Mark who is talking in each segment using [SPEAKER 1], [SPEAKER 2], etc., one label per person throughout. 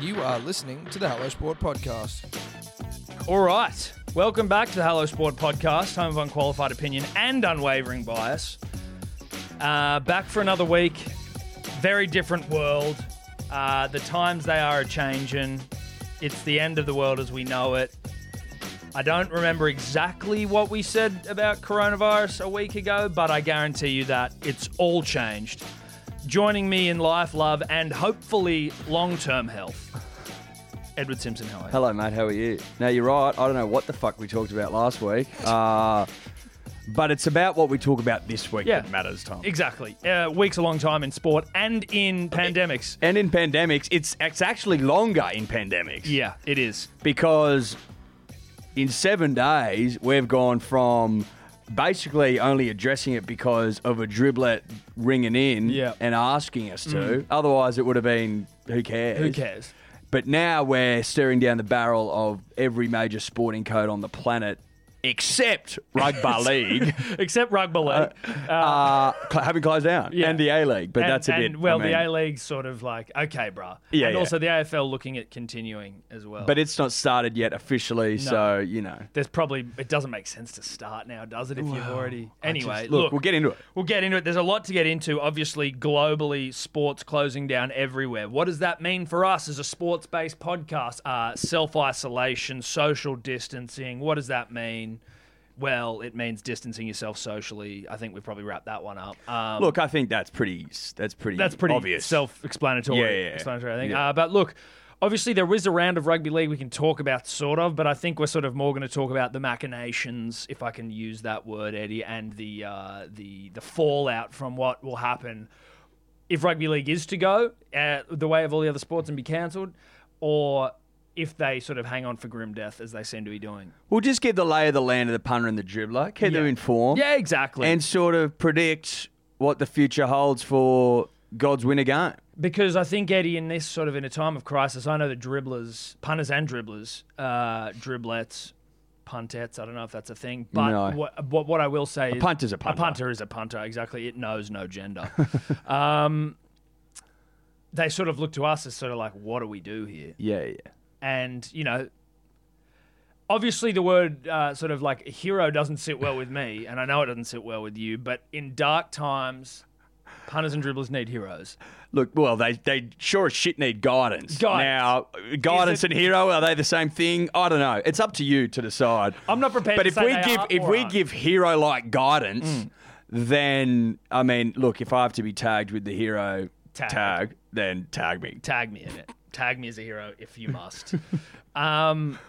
[SPEAKER 1] You are listening to the Hello Sport Podcast.
[SPEAKER 2] All right. Welcome back to the Hello Sport podcast, home of unqualified opinion and unwavering bias. Uh, back for another week. Very different world. Uh, the times they are a changing. It's the end of the world as we know it. I don't remember exactly what we said about coronavirus a week ago, but I guarantee you that it's all changed. Joining me in life, love, and hopefully long term health, Edward Simpson. How are you?
[SPEAKER 3] Hello, mate. How are you? Now you're right. I don't know what the fuck we talked about last week, uh, but it's about what we talk about this week
[SPEAKER 2] Yeah.
[SPEAKER 3] that matters, Tom.
[SPEAKER 2] Exactly. Uh, weeks a long time in sport and in pandemics.
[SPEAKER 3] and in pandemics, it's it's actually longer in pandemics
[SPEAKER 2] Yeah, it is.
[SPEAKER 3] because in seven days we've gone from basically only addressing it because of a driblet ringing in
[SPEAKER 2] Yeah. Mm.
[SPEAKER 3] and asking us to. Otherwise, it would have been who cares?
[SPEAKER 2] Who cares?
[SPEAKER 3] But now we're staring down the barrel of every major sporting code on the planet except rugby league.
[SPEAKER 2] Except rugby league.
[SPEAKER 3] Uh, cl- having closed down.
[SPEAKER 2] Yeah.
[SPEAKER 3] And the A League, but
[SPEAKER 2] and,
[SPEAKER 3] that's a
[SPEAKER 2] and,
[SPEAKER 3] bit.
[SPEAKER 2] Well,
[SPEAKER 3] I mean,
[SPEAKER 2] the A League's sort of like, okay, bruh.
[SPEAKER 3] Yeah,
[SPEAKER 2] and
[SPEAKER 3] yeah.
[SPEAKER 2] also the AFL looking at continuing as well.
[SPEAKER 3] But it's not started yet officially, so, you know.
[SPEAKER 2] there's probably, it doesn't make sense to start now, does it, if you've already. Anyway,
[SPEAKER 3] Just-
[SPEAKER 2] look,
[SPEAKER 3] we'll get into it.
[SPEAKER 2] We'll get into it. There's a lot to get into. Obviously, globally, sports closing down everywhere. What does that mean for us as a sports based podcast? Uh, Self isolation, social distancing. What does that mean? Well, it means distancing yourself socially. I think we've probably wrapped that one up. Um,
[SPEAKER 3] Look, I think that's pretty. That's pretty.
[SPEAKER 2] that's pretty
[SPEAKER 3] obvious.
[SPEAKER 2] self-explanatory.
[SPEAKER 3] Yeah, yeah, yeah.
[SPEAKER 2] explanatory. I think.
[SPEAKER 3] Yeah.
[SPEAKER 2] Uh, but look, obviously there is a round of rugby league we can talk about, sort of. But I think we're sort of more going to talk about the machinations, if I can use that word, Eddie, and the uh, the the fallout from what will happen if rugby league is to go uh, the way of all the other sports and be cancelled, or if they sort of hang on for grim death as they seem to be doing.
[SPEAKER 3] We'll just give the lay of the land of the punter and the dribbler, keep them informed,
[SPEAKER 2] Yeah, exactly.
[SPEAKER 3] and sort of predict what the future holds for God's winner game.
[SPEAKER 2] Because I think Eddie, in this sort of in a time of crisis, I know the dribblers, punters and dribblers, uh, driblets, puntets. I don't know if that's a thing, but
[SPEAKER 3] No.
[SPEAKER 2] what, what what I will say, is
[SPEAKER 3] punter's a punter.
[SPEAKER 2] A punter is a punter. Exactly, it knows no gender. um, they sort of look to us as sort of like, what do we do here?
[SPEAKER 3] Yeah, yeah.
[SPEAKER 2] And you know, obviously the word uh, sort of like hero doesn't sit well with me, and I know it doesn't sit well with you. But in dark times, punters and dribblers need heroes.
[SPEAKER 3] Look, well, they, they sure as shit need guidance.
[SPEAKER 2] Guidance.
[SPEAKER 3] Now, guidance and hero, are they the same thing? I don't know. It's up to you to decide.
[SPEAKER 2] I'm not prepared
[SPEAKER 3] But
[SPEAKER 2] to
[SPEAKER 3] if
[SPEAKER 2] say
[SPEAKER 3] we
[SPEAKER 2] they
[SPEAKER 3] give
[SPEAKER 2] are Mm.
[SPEAKER 3] if
[SPEAKER 2] or
[SPEAKER 3] we
[SPEAKER 2] aren't.
[SPEAKER 3] give hero like guidance, then I mean, look, if I have to be tagged with the hero
[SPEAKER 2] Tag.
[SPEAKER 3] tag, then tag me.
[SPEAKER 2] tag me in it. Tag me as a hero if you must. um,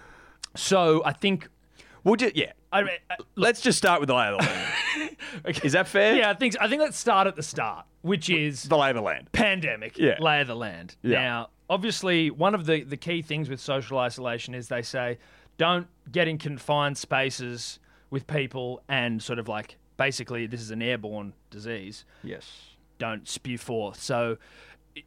[SPEAKER 2] so I think
[SPEAKER 3] We'll just yeah.
[SPEAKER 2] I, mean, I
[SPEAKER 3] Let's just start with the lay of the land. Is that fair?
[SPEAKER 2] yeah I think I think let's start at the start, which is
[SPEAKER 3] The lay of the land.
[SPEAKER 2] pandemic
[SPEAKER 3] Yeah.
[SPEAKER 2] lay of the land.
[SPEAKER 3] Yeah.
[SPEAKER 2] Now, obviously, one of the the key things with social isolation is they say don't get in confined spaces with people and sort of like basically this is an airborne disease.
[SPEAKER 3] Yes.
[SPEAKER 2] don't spew forth. So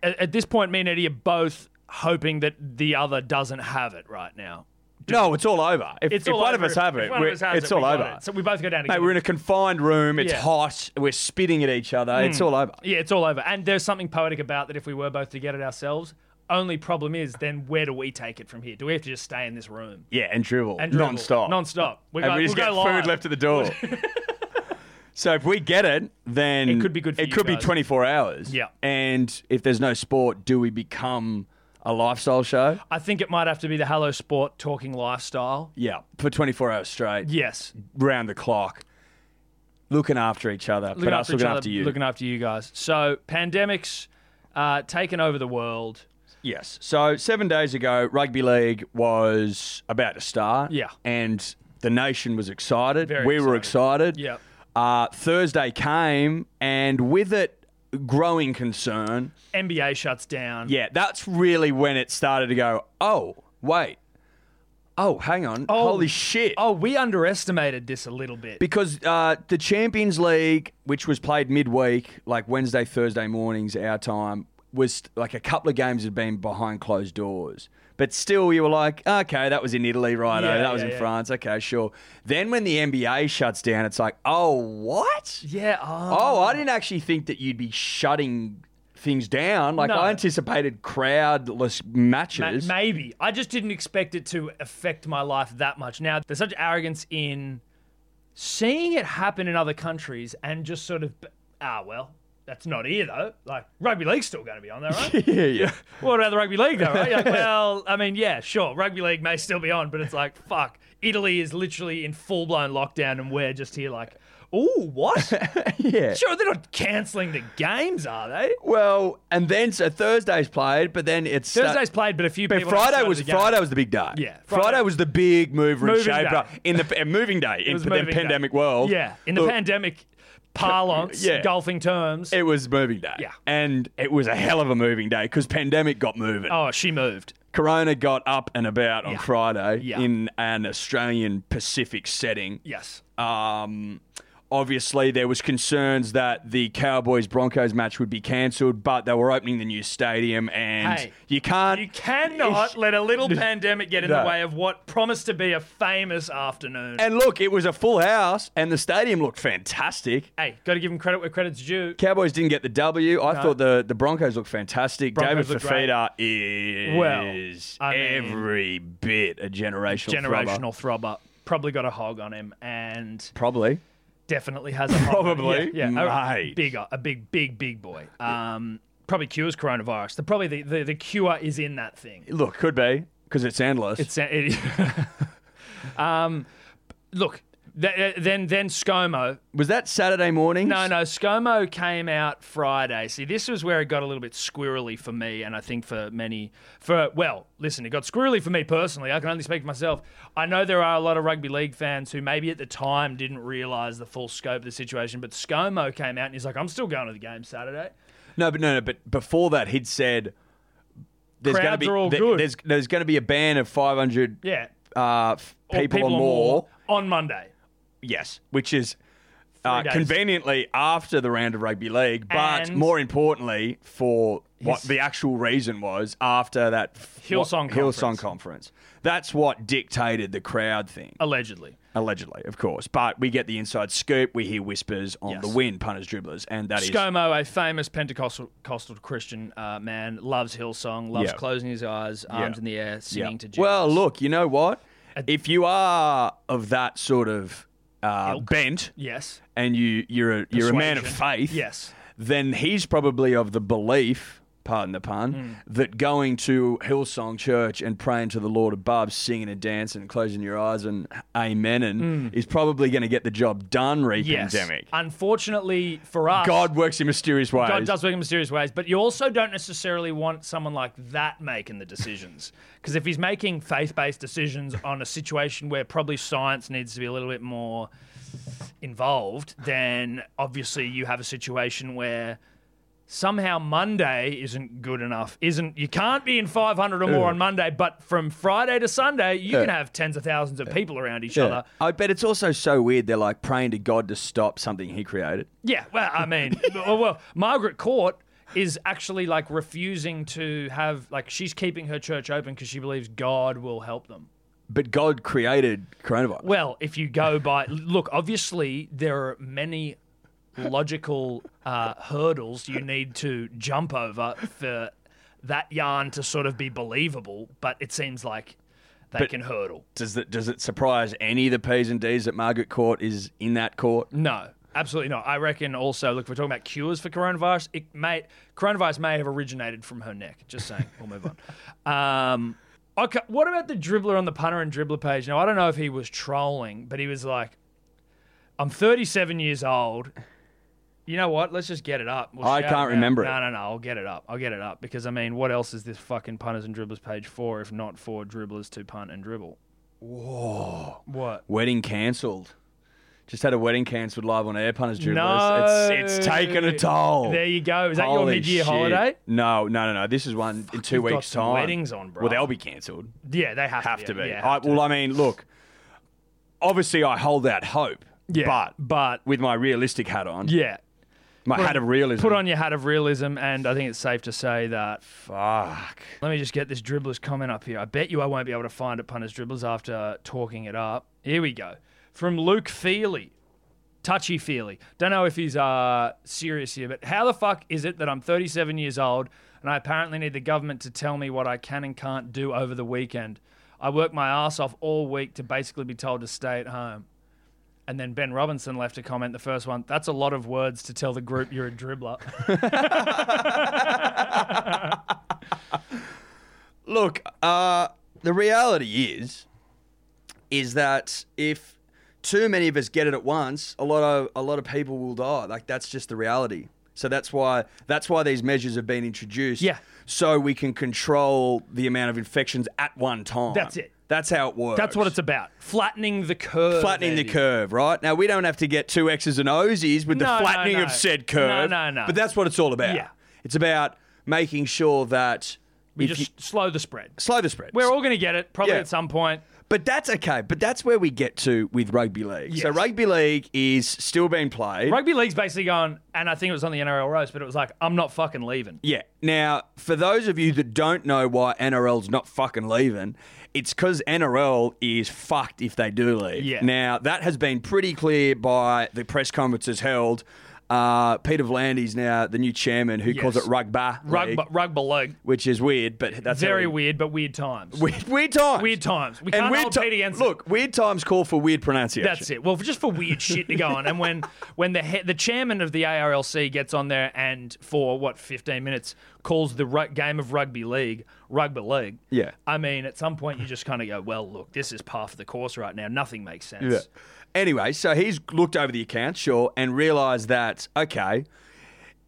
[SPEAKER 2] at, at this point, me and Eddie are both hoping that the other doesn't have it right now.
[SPEAKER 3] No, it's all over. If,
[SPEAKER 2] It's
[SPEAKER 3] if
[SPEAKER 2] all
[SPEAKER 3] one
[SPEAKER 2] over.
[SPEAKER 3] of us have
[SPEAKER 2] If
[SPEAKER 3] it,
[SPEAKER 2] one of
[SPEAKER 3] we're-
[SPEAKER 2] us has
[SPEAKER 3] it's
[SPEAKER 2] it, we
[SPEAKER 3] all
[SPEAKER 2] got
[SPEAKER 3] over.
[SPEAKER 2] it. So we both go down
[SPEAKER 3] Mate,
[SPEAKER 2] together.
[SPEAKER 3] we're in a confined room. It's
[SPEAKER 2] Yeah. Mm.
[SPEAKER 3] hot. We're spitting at each other. It's all over.
[SPEAKER 2] yeah, it's all over. And there's something poetic about that if we were both to get it ourselves. Only problem is, then where do we take it from here? Do we have to just stay in this room?
[SPEAKER 3] Yeah, and dribble.
[SPEAKER 2] And dribble?
[SPEAKER 3] non-stop.
[SPEAKER 2] Non-stop. We
[SPEAKER 3] and
[SPEAKER 2] go,
[SPEAKER 3] we just
[SPEAKER 2] we'll
[SPEAKER 3] get
[SPEAKER 2] go live.
[SPEAKER 3] food left at the door. so if we get it, then
[SPEAKER 2] It could be good for
[SPEAKER 3] It
[SPEAKER 2] you
[SPEAKER 3] could
[SPEAKER 2] guys.
[SPEAKER 3] be 24 hours.
[SPEAKER 2] Yeah.
[SPEAKER 3] And if there's no sport, do we become a lifestyle show?
[SPEAKER 2] I think it might have to be the Hello Sport talking lifestyle.
[SPEAKER 3] Yeah, for 24 hours straight,
[SPEAKER 2] Yes,
[SPEAKER 3] round the clock, looking after each other, but us
[SPEAKER 2] each
[SPEAKER 3] looking
[SPEAKER 2] other,
[SPEAKER 3] after you.
[SPEAKER 2] looking after you guys. So pandemics uh, taken over the world.
[SPEAKER 3] Yes. So seven days ago, rugby league was about to start.
[SPEAKER 2] Yeah.
[SPEAKER 3] And the nation was excited.
[SPEAKER 2] Very
[SPEAKER 3] we were excited.
[SPEAKER 2] Yep.
[SPEAKER 3] Uh, Thursday came, and with it, growing concern.
[SPEAKER 2] NBA shuts down.
[SPEAKER 3] Yeah, that's really when it started to go. Oh, wait. Oh, hang on.
[SPEAKER 2] Oh.
[SPEAKER 3] Holy shit.
[SPEAKER 2] Oh, we underestimated this a little bit.
[SPEAKER 3] Because uh, the Champions League, which was played midweek, like Wednesday, Thursday mornings, our time, was like a couple of games had been behind closed doors. But still, you were like, okay, that was in Italy, right?
[SPEAKER 2] Yeah,
[SPEAKER 3] that was
[SPEAKER 2] yeah,
[SPEAKER 3] in
[SPEAKER 2] yeah.
[SPEAKER 3] France. Okay, sure. Then when the NBA shuts down, it's like, oh, what?
[SPEAKER 2] yeah.
[SPEAKER 3] Oh,
[SPEAKER 2] Oh,
[SPEAKER 3] I didn't actually think that you'd be shutting things down. Like
[SPEAKER 2] No.
[SPEAKER 3] I anticipated crowdless
[SPEAKER 2] Ma-
[SPEAKER 3] matches.
[SPEAKER 2] maybe. I just didn't expect it to affect my life that much. Now, there's such arrogance in seeing it happen in other countries and just sort of, ah, well, that's not here, though. Like, rugby league's still going to be on there, right?
[SPEAKER 3] yeah, yeah.
[SPEAKER 2] what about the rugby league, though, right? You're like, well, I mean, yeah, sure, rugby league may still be on, but it's like, fuck, Italy is literally in full blown lockdown and we're just here, like, ooh, what?
[SPEAKER 3] yeah.
[SPEAKER 2] sure, they're not cancelling the games, are they?
[SPEAKER 3] Well, and then so Thursday's played, but then it's sta-
[SPEAKER 2] Thursday's played, but a few
[SPEAKER 3] But
[SPEAKER 2] people.
[SPEAKER 3] Friday
[SPEAKER 2] haven't
[SPEAKER 3] was
[SPEAKER 2] started the game.
[SPEAKER 3] Friday was the big day.
[SPEAKER 2] Yeah,
[SPEAKER 3] Friday,
[SPEAKER 2] Friday-
[SPEAKER 3] was the big mover and
[SPEAKER 2] Moving
[SPEAKER 3] shaper
[SPEAKER 2] day.
[SPEAKER 3] in the uh, moving day in
[SPEAKER 2] was
[SPEAKER 3] the
[SPEAKER 2] moving day.
[SPEAKER 3] pandemic world.
[SPEAKER 2] Yeah, in the
[SPEAKER 3] Look,
[SPEAKER 2] pandemic parlance,
[SPEAKER 3] Yeah.
[SPEAKER 2] golfing terms.
[SPEAKER 3] It was moving day.
[SPEAKER 2] Yeah.
[SPEAKER 3] and it was a hell of a moving day because pandemic got moving.
[SPEAKER 2] oh, she moved.
[SPEAKER 3] Corona got up and about on
[SPEAKER 2] Yeah.
[SPEAKER 3] Friday
[SPEAKER 2] Yeah.
[SPEAKER 3] in an Australian Pacific setting.
[SPEAKER 2] Yes.
[SPEAKER 3] Um, obviously, there was concerns that the Cowboys Broncos match would be cancelled, but they were opening the new stadium, and
[SPEAKER 2] Hey,
[SPEAKER 3] you can't.
[SPEAKER 2] You cannot let a little pandemic get in
[SPEAKER 3] No.
[SPEAKER 2] the way of what promised to be a famous afternoon.
[SPEAKER 3] and look, it was a full house, and the stadium looked fantastic.
[SPEAKER 2] hey, got to give him credit where credit's due.
[SPEAKER 3] Cowboys didn't get the W. I thought the, the Broncos looked fantastic.
[SPEAKER 2] Broncos
[SPEAKER 3] David
[SPEAKER 2] look great.
[SPEAKER 3] Fafita is
[SPEAKER 2] Well, I mean-
[SPEAKER 3] every bit a generational throbber.
[SPEAKER 2] Generational throbber. Probably got a hog on him and
[SPEAKER 3] Probably.
[SPEAKER 2] definitely has a hog on him.
[SPEAKER 3] Probably.
[SPEAKER 2] Yeah, yeah. A-
[SPEAKER 3] Mate.
[SPEAKER 2] big, a big, big, big boy. Um, probably cures coronavirus. The, probably the, the, the cure is in that thing.
[SPEAKER 3] Look, could be because it's endless.
[SPEAKER 2] It's it- um, look. Th- then then ScoMo.
[SPEAKER 3] was that Saturday morning?
[SPEAKER 2] No, no, ScoMo came out Friday. See, this was where it got a little bit squirrely for me, and I think for many. For well, listen, it got squirrely for me personally. I can only speak for myself. I know there are a lot of rugby league fans who maybe at the time didn't realise the full scope of the situation, but ScoMo came out and he's like, "I'm still going to the game Saturday."
[SPEAKER 3] No, but no, no. But before that, he'd said there's going to
[SPEAKER 2] Crowds
[SPEAKER 3] be
[SPEAKER 2] are all
[SPEAKER 3] there-
[SPEAKER 2] good.
[SPEAKER 3] there's there's going to be a ban of 500
[SPEAKER 2] Yeah,
[SPEAKER 3] uh, f-
[SPEAKER 2] Or
[SPEAKER 3] people, or
[SPEAKER 2] or
[SPEAKER 3] more.
[SPEAKER 2] on Monday,
[SPEAKER 3] Yes, which is. Uh,
[SPEAKER 2] days.
[SPEAKER 3] conveniently after the round of rugby league, but
[SPEAKER 2] And-
[SPEAKER 3] more importantly, for what the actual reason was after that f-
[SPEAKER 2] Hillsong
[SPEAKER 3] what- Hillsong
[SPEAKER 2] conference.
[SPEAKER 3] conference. That's what dictated the crowd thing,
[SPEAKER 2] allegedly.
[SPEAKER 3] allegedly, of course. But we get the inside scoop. We hear whispers on the
[SPEAKER 2] Yes.
[SPEAKER 3] wind, punters, dribblers, and that is
[SPEAKER 2] ScoMo, a famous Pentecostal Pentecostal Christian uh, man, loves Hillsong, loves
[SPEAKER 3] Yeah.
[SPEAKER 2] closing his eyes, arms
[SPEAKER 3] Yeah.
[SPEAKER 2] in the air,
[SPEAKER 3] Yeah.
[SPEAKER 2] singing to Jesus.
[SPEAKER 3] Well, look, you know what? If you are of that sort of uh, bent
[SPEAKER 2] yes,
[SPEAKER 3] and you you're a, you're a man of
[SPEAKER 2] Persuasion.
[SPEAKER 3] faith,
[SPEAKER 2] Yes.
[SPEAKER 3] then he's probably of the belief, pardon the pun,
[SPEAKER 2] Hmm.
[SPEAKER 3] that going to Hillsong Church and praying to the Lord above, singing and dancing and closing your eyes and amen and is probably going to get the job done re
[SPEAKER 2] Hmm. yes.
[SPEAKER 3] pandemic.
[SPEAKER 2] Unfortunately for us,
[SPEAKER 3] God works in mysterious ways.
[SPEAKER 2] God does work in mysterious ways, but you also don't necessarily want someone like that making the decisions. Because if he's making faith based decisions on a situation where probably science needs to be a little bit more involved, then obviously you have a situation where somehow Monday isn't good enough. Isn't you can't be in 500 or more on Monday, but from Friday to Sunday you can have tens of thousands of people around each
[SPEAKER 3] Yeah.
[SPEAKER 2] other.
[SPEAKER 3] I bet it's also so weird. They're like praying to God to stop something he created.
[SPEAKER 2] Yeah, well, I mean, well, well, Margaret Court is actually like refusing to have like she's keeping her church open because she believes God will help them.
[SPEAKER 3] But God created coronavirus.
[SPEAKER 2] Well, if you go by look, obviously there are many logical uh, hurdles you need to jump over for that yarn to sort of be believable, but it seems like they can hurdle.
[SPEAKER 3] Does it does it surprise any of the P's and D's that Margaret Court is in that court?
[SPEAKER 2] No, absolutely not. I reckon also, look, if we're talking about cures for coronavirus, it may coronavirus may have originated from her neck. Just saying. We'll move on. Um, okay, what about the dribbler on the punter and dribbler page? Now, I don't know if he was trolling, but he was like, "I'm 37 years old." You know what? Let's just get it up. We'll
[SPEAKER 3] I
[SPEAKER 2] shout
[SPEAKER 3] can't
[SPEAKER 2] out.
[SPEAKER 3] remember it.
[SPEAKER 2] No, no, no. I'll get it up. I'll get it up because I mean, what else is this fucking punters and dribblers page for if not for dribblers to punt and dribble? Whoa! What?
[SPEAKER 3] Wedding cancelled. Just had a wedding cancelled live on Air Punters Dribblers.
[SPEAKER 2] No.
[SPEAKER 3] It's, it's taken a toll.
[SPEAKER 2] There you go. Is that your
[SPEAKER 3] Holy
[SPEAKER 2] mid-year
[SPEAKER 3] shit.
[SPEAKER 2] holiday?
[SPEAKER 3] No, no, no, no. This is one in two
[SPEAKER 2] you've got
[SPEAKER 3] weeks'
[SPEAKER 2] some
[SPEAKER 3] time.
[SPEAKER 2] weddings on, bro.
[SPEAKER 3] Well, they'll be cancelled.
[SPEAKER 2] Yeah, they have,
[SPEAKER 3] Have
[SPEAKER 2] be.
[SPEAKER 3] to be.
[SPEAKER 2] Yeah,
[SPEAKER 3] I,
[SPEAKER 2] have to.
[SPEAKER 3] well, I mean, look. Obviously, I hold out hope.
[SPEAKER 2] Yeah,
[SPEAKER 3] But
[SPEAKER 2] but
[SPEAKER 3] with my realistic hat on,
[SPEAKER 2] yeah,
[SPEAKER 3] my hat of realism.
[SPEAKER 2] put on your hat of realism, and I think it's safe to say that.
[SPEAKER 3] Fuck.
[SPEAKER 2] Let me just get this dribblers comment up here. I bet you I won't be able to find it, punters dribblers, after talking it up. Here we go. From Luke Feely. touchy feely. Don't know if he's uh, serious here, but how the fuck is it that I'm 37 years old and I apparently need the government to tell me what I can and can't do over the weekend? I work my ass off all week to basically be told to stay at home. And then Ben Robinson left a comment, the first one. That's a lot of words to tell the group you're a dribbler.
[SPEAKER 3] Look, uh, the reality is, is that if too many of us get it at once, a lot of a lot of people will die. Like that's just the reality. So that's why that's why these measures have been introduced.
[SPEAKER 2] Yeah.
[SPEAKER 3] So we can control the amount of infections at one time.
[SPEAKER 2] That's it.
[SPEAKER 3] That's how it works.
[SPEAKER 2] That's what it's about. Flattening the curve.
[SPEAKER 3] flattening the
[SPEAKER 2] Andy.
[SPEAKER 3] curve, right? Now we don't have to get two X's and O's with
[SPEAKER 2] No,
[SPEAKER 3] the
[SPEAKER 2] no,
[SPEAKER 3] flattening
[SPEAKER 2] no.
[SPEAKER 3] of said curve.
[SPEAKER 2] No, no, no.
[SPEAKER 3] But that's what it's all about.
[SPEAKER 2] Yeah.
[SPEAKER 3] It's about making sure that
[SPEAKER 2] We
[SPEAKER 3] if
[SPEAKER 2] just
[SPEAKER 3] you
[SPEAKER 2] slow the spread.
[SPEAKER 3] slow the spread.
[SPEAKER 2] We're all going to get it probably
[SPEAKER 3] Yeah.
[SPEAKER 2] at some point.
[SPEAKER 3] But that's okay. But that's where we get to with rugby league. So
[SPEAKER 2] Yes.
[SPEAKER 3] rugby league is still being played.
[SPEAKER 2] Rugby league's basically gone, and I think it was on the NRL roast, but it was like, I'm not fucking leaving.
[SPEAKER 3] yeah. Now, for those of you that don't know why NRL's not fucking leaving, it's because NRL is fucked if they do leave.
[SPEAKER 2] Yeah.
[SPEAKER 3] Now, that has been pretty clear by the press conferences held. Uh, Peter Vlandy's now the new chairman who calls it
[SPEAKER 2] Yes.
[SPEAKER 3] rugby,
[SPEAKER 2] Rugby,
[SPEAKER 3] league,
[SPEAKER 2] rugby league.
[SPEAKER 3] which is weird, but that's how
[SPEAKER 2] Very
[SPEAKER 3] he-
[SPEAKER 2] weird, but weird times.
[SPEAKER 3] Weird, weird times.
[SPEAKER 2] Weird times. We
[SPEAKER 3] And
[SPEAKER 2] can't
[SPEAKER 3] weird
[SPEAKER 2] hold
[SPEAKER 3] ti-
[SPEAKER 2] Peter Jensen.
[SPEAKER 3] Look, weird times call for weird pronunciation.
[SPEAKER 2] That's it. Well, just for weird shit to go on. And when when the he- the chairman of the ARLC gets on there and for what 15 minutes calls the ru- game of rugby league rugby league.
[SPEAKER 3] Yeah.
[SPEAKER 2] I mean, at some point you just kind of go, well, look, this is par for the course right now. Nothing makes sense.
[SPEAKER 3] Yeah. Anyway, so he's looked over the account, sure, and realised that, okay,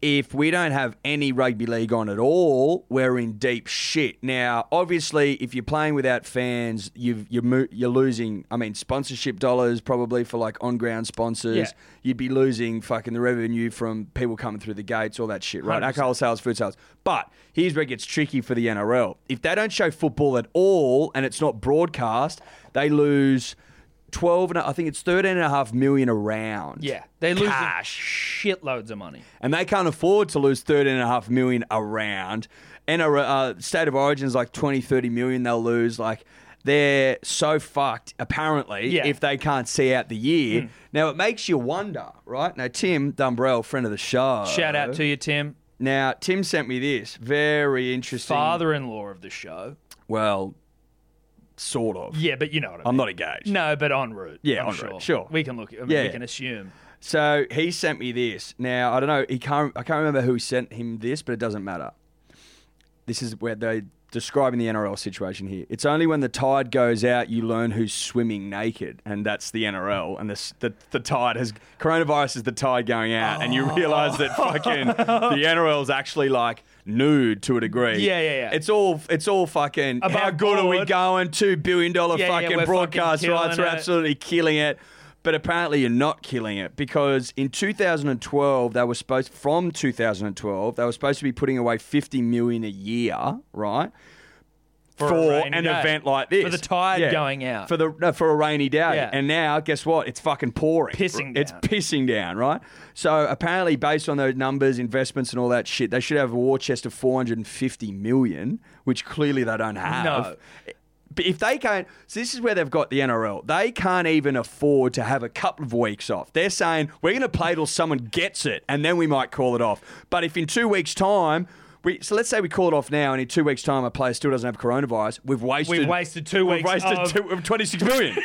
[SPEAKER 3] if we don't have any rugby league on at all, we're in deep shit. Now, obviously, if you're playing without fans, you've, you're, mo- you're losing, I mean, sponsorship dollars probably for like on ground sponsors.
[SPEAKER 2] Yeah.
[SPEAKER 3] You'd be losing fucking the revenue from people coming through the gates, all that shit, right?
[SPEAKER 2] 100%.
[SPEAKER 3] Alcohol sales, food sales. But here's where it gets tricky for the NRL. If they don't show football at all and it's not broadcast, they lose 12 and a- I think it's 13 and a half million around.
[SPEAKER 2] Yeah, they lose
[SPEAKER 3] Cash.
[SPEAKER 2] shitloads of money.
[SPEAKER 3] And they can't afford to lose 13 and a half million around. And a uh, state of origin's like 20, 30 million they'll lose. Like they're so fucked, apparently,
[SPEAKER 2] Yeah. Mm.
[SPEAKER 3] if they can't see out the year. Now it makes you wonder, right? Now, Tim Dumbrell, friend of the show.
[SPEAKER 2] Shout out to you, Tim,
[SPEAKER 3] Now, Tim sent me this. Very interesting.
[SPEAKER 2] father-in-law of the show.
[SPEAKER 3] Well, sort of.
[SPEAKER 2] Yeah, but you know what I mean.
[SPEAKER 3] I'm not engaged.
[SPEAKER 2] No, but en route.
[SPEAKER 3] Yeah,
[SPEAKER 2] I'm
[SPEAKER 3] en
[SPEAKER 2] sure.
[SPEAKER 3] route, sure.
[SPEAKER 2] We can look. I mean,
[SPEAKER 3] Yeah,
[SPEAKER 2] we
[SPEAKER 3] yeah.
[SPEAKER 2] can assume.
[SPEAKER 3] So he sent me this. Now I don't know. He can't. I can't remember who sent him this, but it doesn't matter. This is where they describing the NRL situation here. It's only when the tide goes out you learn who's swimming naked, and that's the NRL. And this, the the tide has coronavirus is the tide going out, and you realise that fucking the NRL's actually like nude to a degree.
[SPEAKER 2] Yeah, yeah, yeah.
[SPEAKER 3] It's all it's all fucking. how
[SPEAKER 2] Above
[SPEAKER 3] good are we
[SPEAKER 2] board.
[SPEAKER 3] going? Two billion dollar
[SPEAKER 2] Yeah, yeah,
[SPEAKER 3] fucking
[SPEAKER 2] we're fucking
[SPEAKER 3] broadcast rights.
[SPEAKER 2] killing
[SPEAKER 3] We're
[SPEAKER 2] it.
[SPEAKER 3] absolutely absolutely killing it. But apparently, you're not killing it because in 2012, they were supposed from 2012 they were supposed to be putting away 50 million a year, right?
[SPEAKER 2] For a rainy
[SPEAKER 3] an
[SPEAKER 2] day.
[SPEAKER 3] event like this,
[SPEAKER 2] For the tide going out.
[SPEAKER 3] for the no, for a rainy day,
[SPEAKER 2] Yeah.
[SPEAKER 3] and now guess what? It's fucking pouring,
[SPEAKER 2] Pissing
[SPEAKER 3] It's
[SPEAKER 2] down.
[SPEAKER 3] pissing down, right? So apparently, based on those numbers, investments, and all that shit, they should have a war chest of 450 million, which clearly they don't have.
[SPEAKER 2] No.
[SPEAKER 3] But if they can't, so this is where they've got the NRL. They can't even afford to have a couple of weeks off. They're saying we're going to play till someone gets it, and then we might call it off. But if in two weeks' time, we so let's say we call it off now, and in two weeks' time a player still doesn't have coronavirus, we've wasted
[SPEAKER 2] We've wasted two
[SPEAKER 3] we've
[SPEAKER 2] weeks
[SPEAKER 3] wasted
[SPEAKER 2] of-
[SPEAKER 3] two, 26 million.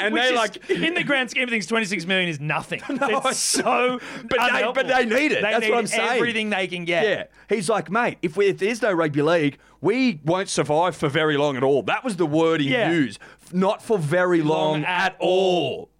[SPEAKER 3] and
[SPEAKER 2] Which
[SPEAKER 3] they
[SPEAKER 2] is-
[SPEAKER 3] like
[SPEAKER 2] in the grand scheme of things, 26 million is nothing. it's so.
[SPEAKER 3] But they-
[SPEAKER 2] unhelpful.
[SPEAKER 3] but they need
[SPEAKER 2] They
[SPEAKER 3] it. That's
[SPEAKER 2] need
[SPEAKER 3] what I'm saying.
[SPEAKER 2] Everything they can get.
[SPEAKER 3] Yeah. He's like, mate, if, we, if there's no rugby league, we won't survive for very long at all. That was the word he
[SPEAKER 2] Yeah.
[SPEAKER 3] used. Not for very long,
[SPEAKER 2] Long
[SPEAKER 3] at
[SPEAKER 2] at
[SPEAKER 3] all.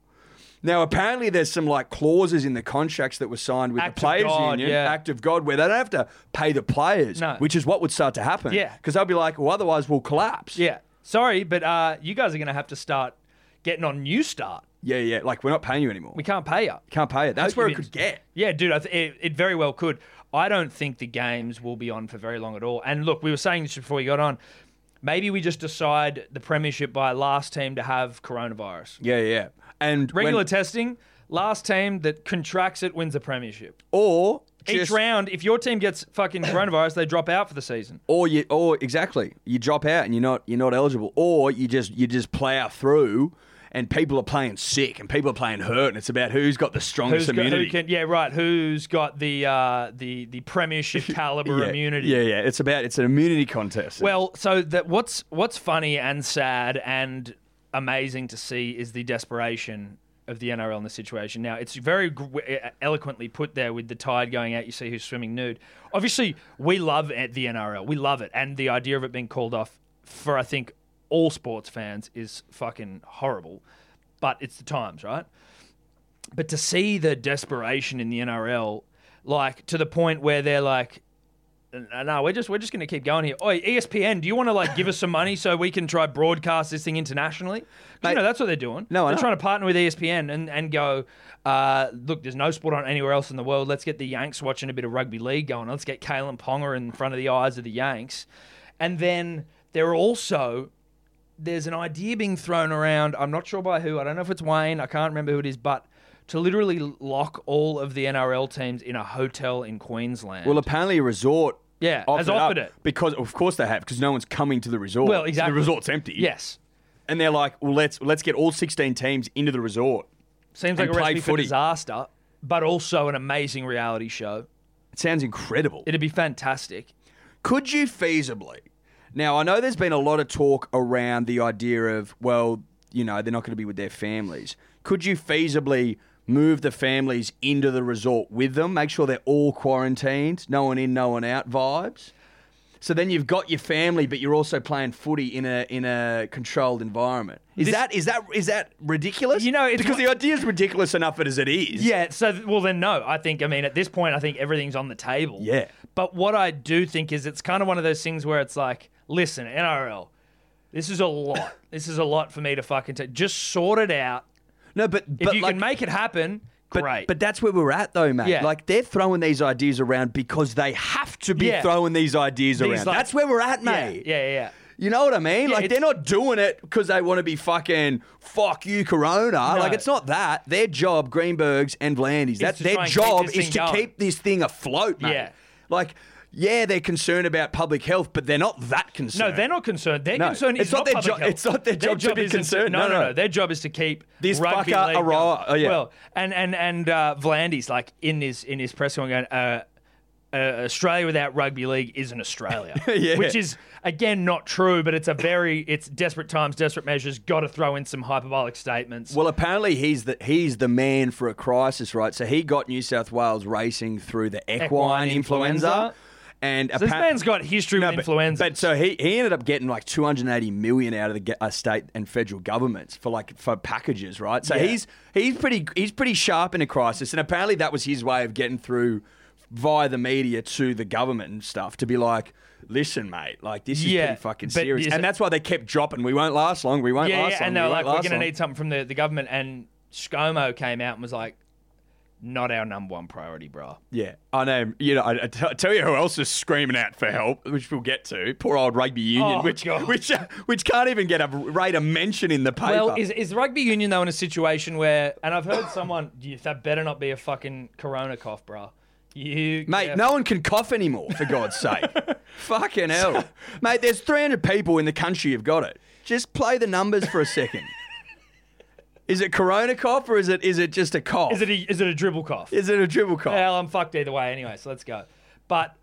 [SPEAKER 3] Now, apparently, there's some like clauses in the contracts that were signed with
[SPEAKER 2] Act
[SPEAKER 3] the
[SPEAKER 2] of
[SPEAKER 3] Players
[SPEAKER 2] God,
[SPEAKER 3] Union,
[SPEAKER 2] yeah.
[SPEAKER 3] Act of God, where they don't have to pay the players,
[SPEAKER 2] No.
[SPEAKER 3] which is what would start to happen.
[SPEAKER 2] Yeah.
[SPEAKER 3] Because they'll be like, well, otherwise we'll collapse.
[SPEAKER 2] Yeah. Sorry, but uh, you guys are going to have to start getting on New Start.
[SPEAKER 3] Yeah, yeah. Like, we're not paying you anymore.
[SPEAKER 2] We can't pay you.
[SPEAKER 3] can't pay it. That's
[SPEAKER 2] Hope
[SPEAKER 3] where it
[SPEAKER 2] you've
[SPEAKER 3] could
[SPEAKER 2] been-
[SPEAKER 3] get.
[SPEAKER 2] Yeah, dude, I th- it, it very well could. I don't think the games will be on for very long at all. And look, we were saying this before we got on. Maybe we just decide the premiership by last team to have coronavirus.
[SPEAKER 3] Yeah, yeah. And when-
[SPEAKER 2] Regular testing, last team that contracts it wins the premiership.
[SPEAKER 3] or
[SPEAKER 2] Each
[SPEAKER 3] just-
[SPEAKER 2] round, if your team gets fucking coronavirus, they drop out for the season.
[SPEAKER 3] or you or exactly you drop out and you're not you're not eligible or you just you just plow through and people are playing sick and people are playing hurt, and it's about who's got the strongest
[SPEAKER 2] Who's got,
[SPEAKER 3] immunity.
[SPEAKER 2] who can, yeah, right. Who's got the uh, the the premiership caliber
[SPEAKER 3] yeah,
[SPEAKER 2] immunity?
[SPEAKER 3] Yeah, yeah. It's about it's an immunity contest.
[SPEAKER 2] Well, so that what's what's funny and sad and amazing to see is the desperation of the NRL in the situation. Now, it's very gr- e, eloquently put there with the tide going out. You see who's swimming nude. Obviously, we love at the NRL. We love it, and the idea of it being called off for I think all sports fans is fucking horrible. But it's the times, right? But to see the desperation in the NRL, like to the point where they're like, "No, no, we're just we're just going to keep going here. Oi, E ESPN, do you want to like give us some money so we can try broadcast this thing internationally? 'Cause,
[SPEAKER 3] Mate,
[SPEAKER 2] you know that's what they're doing.
[SPEAKER 3] no, I
[SPEAKER 2] they're
[SPEAKER 3] know.
[SPEAKER 2] trying to partner with E ESPN and and go, uh, look, there's no sport on anywhere else in the world. Let's get the Yanks watching a bit of rugby league going. Let's get Kalen Ponga in front of the eyes of the Yanks, and then there are also there's an idea being thrown around. I'm not sure by who. I don't know if it's Wayne. I can't remember who it is, but to literally lock all of the NRL teams in a hotel in Queensland.
[SPEAKER 3] Well, apparently a resort.
[SPEAKER 2] Yeah, has
[SPEAKER 3] up
[SPEAKER 2] offered it.
[SPEAKER 3] because of course they have because no one's coming to the resort.
[SPEAKER 2] Well,
[SPEAKER 3] So
[SPEAKER 2] exactly.
[SPEAKER 3] the resort's empty.
[SPEAKER 2] yes,
[SPEAKER 3] and they're like, well, let's let's get all sixteen teams into the resort.
[SPEAKER 2] seems like
[SPEAKER 3] And
[SPEAKER 2] a
[SPEAKER 3] play
[SPEAKER 2] recipe for
[SPEAKER 3] footy.
[SPEAKER 2] disaster, but also an amazing reality show.
[SPEAKER 3] It sounds incredible.
[SPEAKER 2] It'd be fantastic.
[SPEAKER 3] Could you feasibly? Now I know there's been a lot of talk around the idea of well, you know, they're not going to be with their families. Could you feasibly move the families into the resort with them? Make sure they're all quarantined, no one in, no one out vibes. So then you've got your family, but you're also playing footy in a in a controlled environment. Is
[SPEAKER 2] This-
[SPEAKER 3] that is that is that ridiculous?
[SPEAKER 2] You know, it's
[SPEAKER 3] because the idea is ridiculous enough as it is.
[SPEAKER 2] Yeah, so th- well then no, I think I mean at this point I think everything's on the table.
[SPEAKER 3] Yeah.
[SPEAKER 2] But what I do think is it's kind of one of those things where it's like, listen, NRL, this is a lot. this is a lot for me to fucking take. Just sort it out.
[SPEAKER 3] No, but
[SPEAKER 2] If
[SPEAKER 3] but
[SPEAKER 2] you
[SPEAKER 3] like,
[SPEAKER 2] can make it happen,
[SPEAKER 3] But,
[SPEAKER 2] great.
[SPEAKER 3] but that's where we're at, though, mate.
[SPEAKER 2] Yeah.
[SPEAKER 3] Like they're throwing these ideas around because they have to be
[SPEAKER 2] Yeah.
[SPEAKER 3] throwing these ideas
[SPEAKER 2] These,
[SPEAKER 3] around.
[SPEAKER 2] like-
[SPEAKER 3] that's where we're at,
[SPEAKER 2] yeah,
[SPEAKER 3] mate.
[SPEAKER 2] yeah, yeah, yeah.
[SPEAKER 3] You know what I mean? like
[SPEAKER 2] it's-
[SPEAKER 3] they're not doing it because they want to be fucking fuck you, Corona. Like it's not that. Their job, Greenberg's and Vlandy's, that
[SPEAKER 2] to
[SPEAKER 3] their
[SPEAKER 2] try and keep
[SPEAKER 3] job
[SPEAKER 2] this
[SPEAKER 3] is
[SPEAKER 2] thing
[SPEAKER 3] to
[SPEAKER 2] going.
[SPEAKER 3] keep this thing afloat, mate.
[SPEAKER 2] Yeah.
[SPEAKER 3] Like. Yeah, they're concerned about public health, but they're not that concerned.
[SPEAKER 2] No, they're not concerned. Their
[SPEAKER 3] No,
[SPEAKER 2] concern
[SPEAKER 3] it's
[SPEAKER 2] is
[SPEAKER 3] not their
[SPEAKER 2] public
[SPEAKER 3] job-
[SPEAKER 2] health.
[SPEAKER 3] it's not their job to be
[SPEAKER 2] isn't
[SPEAKER 3] concerned.
[SPEAKER 2] no,
[SPEAKER 3] No,
[SPEAKER 2] no,
[SPEAKER 3] no.
[SPEAKER 2] Their job is to keep
[SPEAKER 3] This
[SPEAKER 2] rugby
[SPEAKER 3] fucker
[SPEAKER 2] league going.
[SPEAKER 3] arrived. Oh, yeah.
[SPEAKER 2] Well, and and and uh, Vlandy's like in his in his press going. Uh, uh, Australia without rugby league isn't Australia,
[SPEAKER 3] Yeah.
[SPEAKER 2] which is again not true, but it's a very it's desperate times, desperate measures. Got to throw in some hyperbolic statements.
[SPEAKER 3] Well, apparently he's the he's the man for a crisis, right? So he got New South Wales racing through the equine,
[SPEAKER 2] Equine
[SPEAKER 3] influenza,
[SPEAKER 2] influenza.
[SPEAKER 3] and
[SPEAKER 2] this
[SPEAKER 3] appa-
[SPEAKER 2] man's got history
[SPEAKER 3] No,
[SPEAKER 2] with
[SPEAKER 3] but-
[SPEAKER 2] influenza.
[SPEAKER 3] But so he, he ended up getting like 280 million out of the ge- uh, state and federal governments for like for packages, right? So
[SPEAKER 2] Yeah.
[SPEAKER 3] he's he's pretty he's pretty sharp in a crisis, and apparently that was his way of getting through via the media to the government and stuff to be like. Listen, mate. Like this is
[SPEAKER 2] Yeah,
[SPEAKER 3] pretty fucking
[SPEAKER 2] but
[SPEAKER 3] serious,
[SPEAKER 2] is
[SPEAKER 3] and
[SPEAKER 2] it-
[SPEAKER 3] that's why they kept dropping. We won't last long. We won't
[SPEAKER 2] yeah,
[SPEAKER 3] last
[SPEAKER 2] yeah,
[SPEAKER 3] long.
[SPEAKER 2] and
[SPEAKER 3] we
[SPEAKER 2] they're
[SPEAKER 3] won't
[SPEAKER 2] like, we're
[SPEAKER 3] last
[SPEAKER 2] going to
[SPEAKER 3] long."
[SPEAKER 2] need something from the, the government. And ScoMo came out and was like, not our number one priority, bro.
[SPEAKER 3] Yeah, I know. You know, I, I t- I tell you who else is screaming out for help, which we'll get to. Poor old rugby union,
[SPEAKER 2] Oh,
[SPEAKER 3] which
[SPEAKER 2] God.
[SPEAKER 3] which uh, which can't even get a rate of mention in the paper.
[SPEAKER 2] Well, is, is rugby union though in a situation where, and I've heard someone, "You- that better not be a fucking corona cough, bro. You
[SPEAKER 3] Mate,
[SPEAKER 2] yeah.
[SPEAKER 3] no one can cough anymore, for God's sake. Fucking hell. Mate, there's 300 people in the country who've got it. Just play the numbers for a second. is it corona cough or is it is it just a cough?
[SPEAKER 2] Is it a, is it a dribble cough?
[SPEAKER 3] is it a dribble cough?
[SPEAKER 2] Well, I'm fucked either way anyway, so let's go. But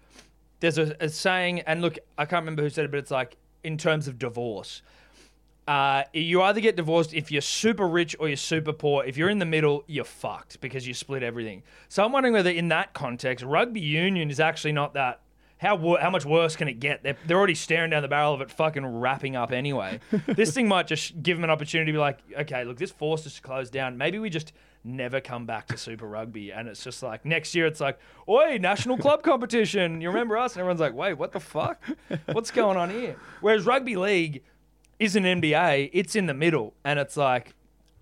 [SPEAKER 2] there's a, a saying, and look, I can't remember who said it, but it's like in terms of divorce. Uh, you either get divorced if you're super rich or you're super poor. If you're in the middle, you're fucked because you split everything. So I'm wondering whether, in that context, rugby union is actually not that. How, wo- how much worse can it get? They're, they're already staring down the barrel of it fucking wrapping up anyway. this thing might just give them an opportunity to be like, okay, look, this forced us to close down. Maybe we just never come back to Super Rugby. And it's just like, next year it's like, oi, national club competition. You remember us? And everyone's like, wait, what the fuck? What's going on here? Whereas Rugby League, isn't NBA, it's in the middle, and it's like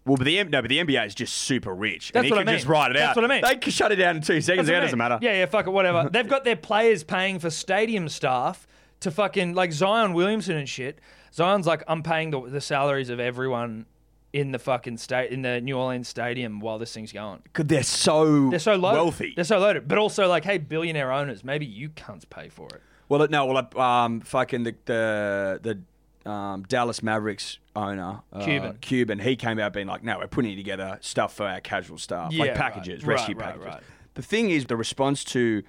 [SPEAKER 3] Well, but the M- no, but the NBA is just super rich.
[SPEAKER 2] That's
[SPEAKER 3] and he
[SPEAKER 2] what I
[SPEAKER 3] can just
[SPEAKER 2] mean.
[SPEAKER 3] write it
[SPEAKER 2] That's
[SPEAKER 3] out.
[SPEAKER 2] what I mean.
[SPEAKER 3] They can shut it down in two seconds.
[SPEAKER 2] That's what
[SPEAKER 3] It
[SPEAKER 2] I
[SPEAKER 3] doesn't
[SPEAKER 2] mean.
[SPEAKER 3] matter.
[SPEAKER 2] Yeah, yeah, fuck it, whatever. They've got their players paying for stadium staff to fucking like Zion Williamson and shit. Zion's like, I'm paying the, the salaries of everyone in the fucking state in the New Orleans stadium while this thing's going.
[SPEAKER 3] God, they're so
[SPEAKER 2] They're so loaded.
[SPEAKER 3] wealthy.
[SPEAKER 2] They're so loaded. But also like, hey, billionaire owners, maybe you cunts pay for it.
[SPEAKER 3] Well, no, well, um, fucking the the the um, Dallas Mavericks owner, uh,
[SPEAKER 2] Cuban.
[SPEAKER 3] Cuban, he came out being like, "No, we're putting together stuff for our casual staff,
[SPEAKER 2] Yeah,
[SPEAKER 3] like
[SPEAKER 2] right.
[SPEAKER 3] packages,
[SPEAKER 2] Right,
[SPEAKER 3] rescue
[SPEAKER 2] right,
[SPEAKER 3] packages."
[SPEAKER 2] right.
[SPEAKER 3] The thing is, the response to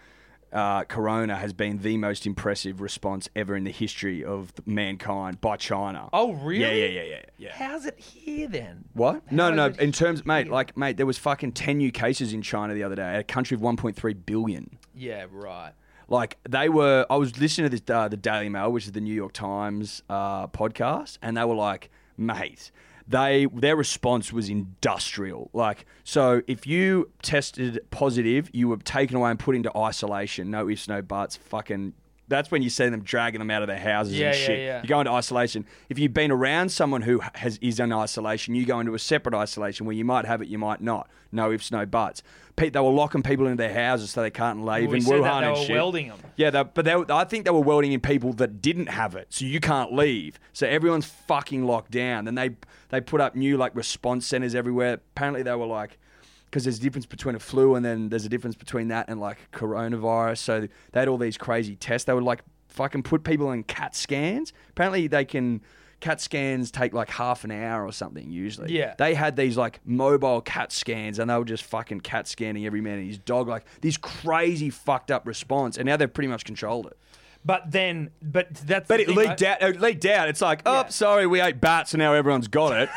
[SPEAKER 3] uh, Corona has been the most impressive response ever in the history of mankind by China.
[SPEAKER 2] Oh, really?
[SPEAKER 3] Yeah, yeah, yeah, yeah. yeah.
[SPEAKER 2] How's it here then?
[SPEAKER 3] What? No,
[SPEAKER 2] How
[SPEAKER 3] no.
[SPEAKER 2] is it
[SPEAKER 3] In terms, mate, like, mate, there was fucking ten new cases in China the other day. A country of 1.3 billion.
[SPEAKER 2] Yeah, right.
[SPEAKER 3] Like they were. I was listening to this, uh, the Daily Mail, which is the New York Times uh, podcast, and they were like, mate. They their response was industrial. Like so, if you tested positive, you were taken away and put into isolation. No ifs, no buts. Fucking. That's when you see them dragging them out of their houses
[SPEAKER 2] Yeah,
[SPEAKER 3] and
[SPEAKER 2] yeah,
[SPEAKER 3] shit.
[SPEAKER 2] yeah.
[SPEAKER 3] You go into isolation. If you've been around someone who has is in isolation, you go into a separate isolation where you might have it, you might not. No ifs, no buts. Pete, they were locking people into their houses so they can't leave
[SPEAKER 2] We
[SPEAKER 3] in
[SPEAKER 2] said
[SPEAKER 3] Wuhan
[SPEAKER 2] that they
[SPEAKER 3] and
[SPEAKER 2] were
[SPEAKER 3] shit.
[SPEAKER 2] welding 'em.
[SPEAKER 3] Yeah, they, but they, were- I think they were welding in people that didn't have it, so you can't leave. So everyone's fucking locked down. Then they they put up new like response centers everywhere. Apparently they were like, because there's a difference between a flu and then there's a difference between that and like coronavirus. So they had all these crazy tests. They would like fucking put people in CAT scans. Apparently they can. CAT scans take like half an hour or something usually.
[SPEAKER 2] Yeah.
[SPEAKER 3] They had these like mobile CAT scans and they were just fucking CAT scanning every man and his dog, like this crazy fucked up response. And now they've pretty much controlled it.
[SPEAKER 2] But then, but that's.
[SPEAKER 3] But
[SPEAKER 2] the
[SPEAKER 3] it
[SPEAKER 2] thing,
[SPEAKER 3] leaked
[SPEAKER 2] right?
[SPEAKER 3] out. It leaked out. It's like, oh,
[SPEAKER 2] Yeah.
[SPEAKER 3] sorry, we ate bats, and now everyone's got it.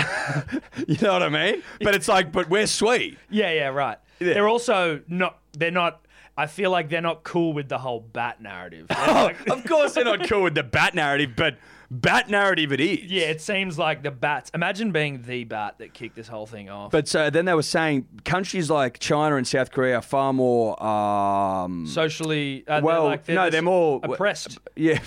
[SPEAKER 3] you know what I mean? But it's like, but we're sweet.
[SPEAKER 2] Yeah, yeah, right.
[SPEAKER 3] Yeah.
[SPEAKER 2] They're also not. They're not. I feel like they're not cool with the whole bat narrative.
[SPEAKER 3] Oh, of course they're not cool with the bat narrative, but bat narrative it is.
[SPEAKER 2] yeah, it seems like the bats. Imagine being the bat that kicked this whole thing off.
[SPEAKER 3] But so then they were saying countries like China and South Korea are far more. Um,
[SPEAKER 2] socially, uh,
[SPEAKER 3] well,
[SPEAKER 2] they're like, they're
[SPEAKER 3] no,
[SPEAKER 2] just
[SPEAKER 3] they're more
[SPEAKER 2] oppressed.
[SPEAKER 3] Yeah,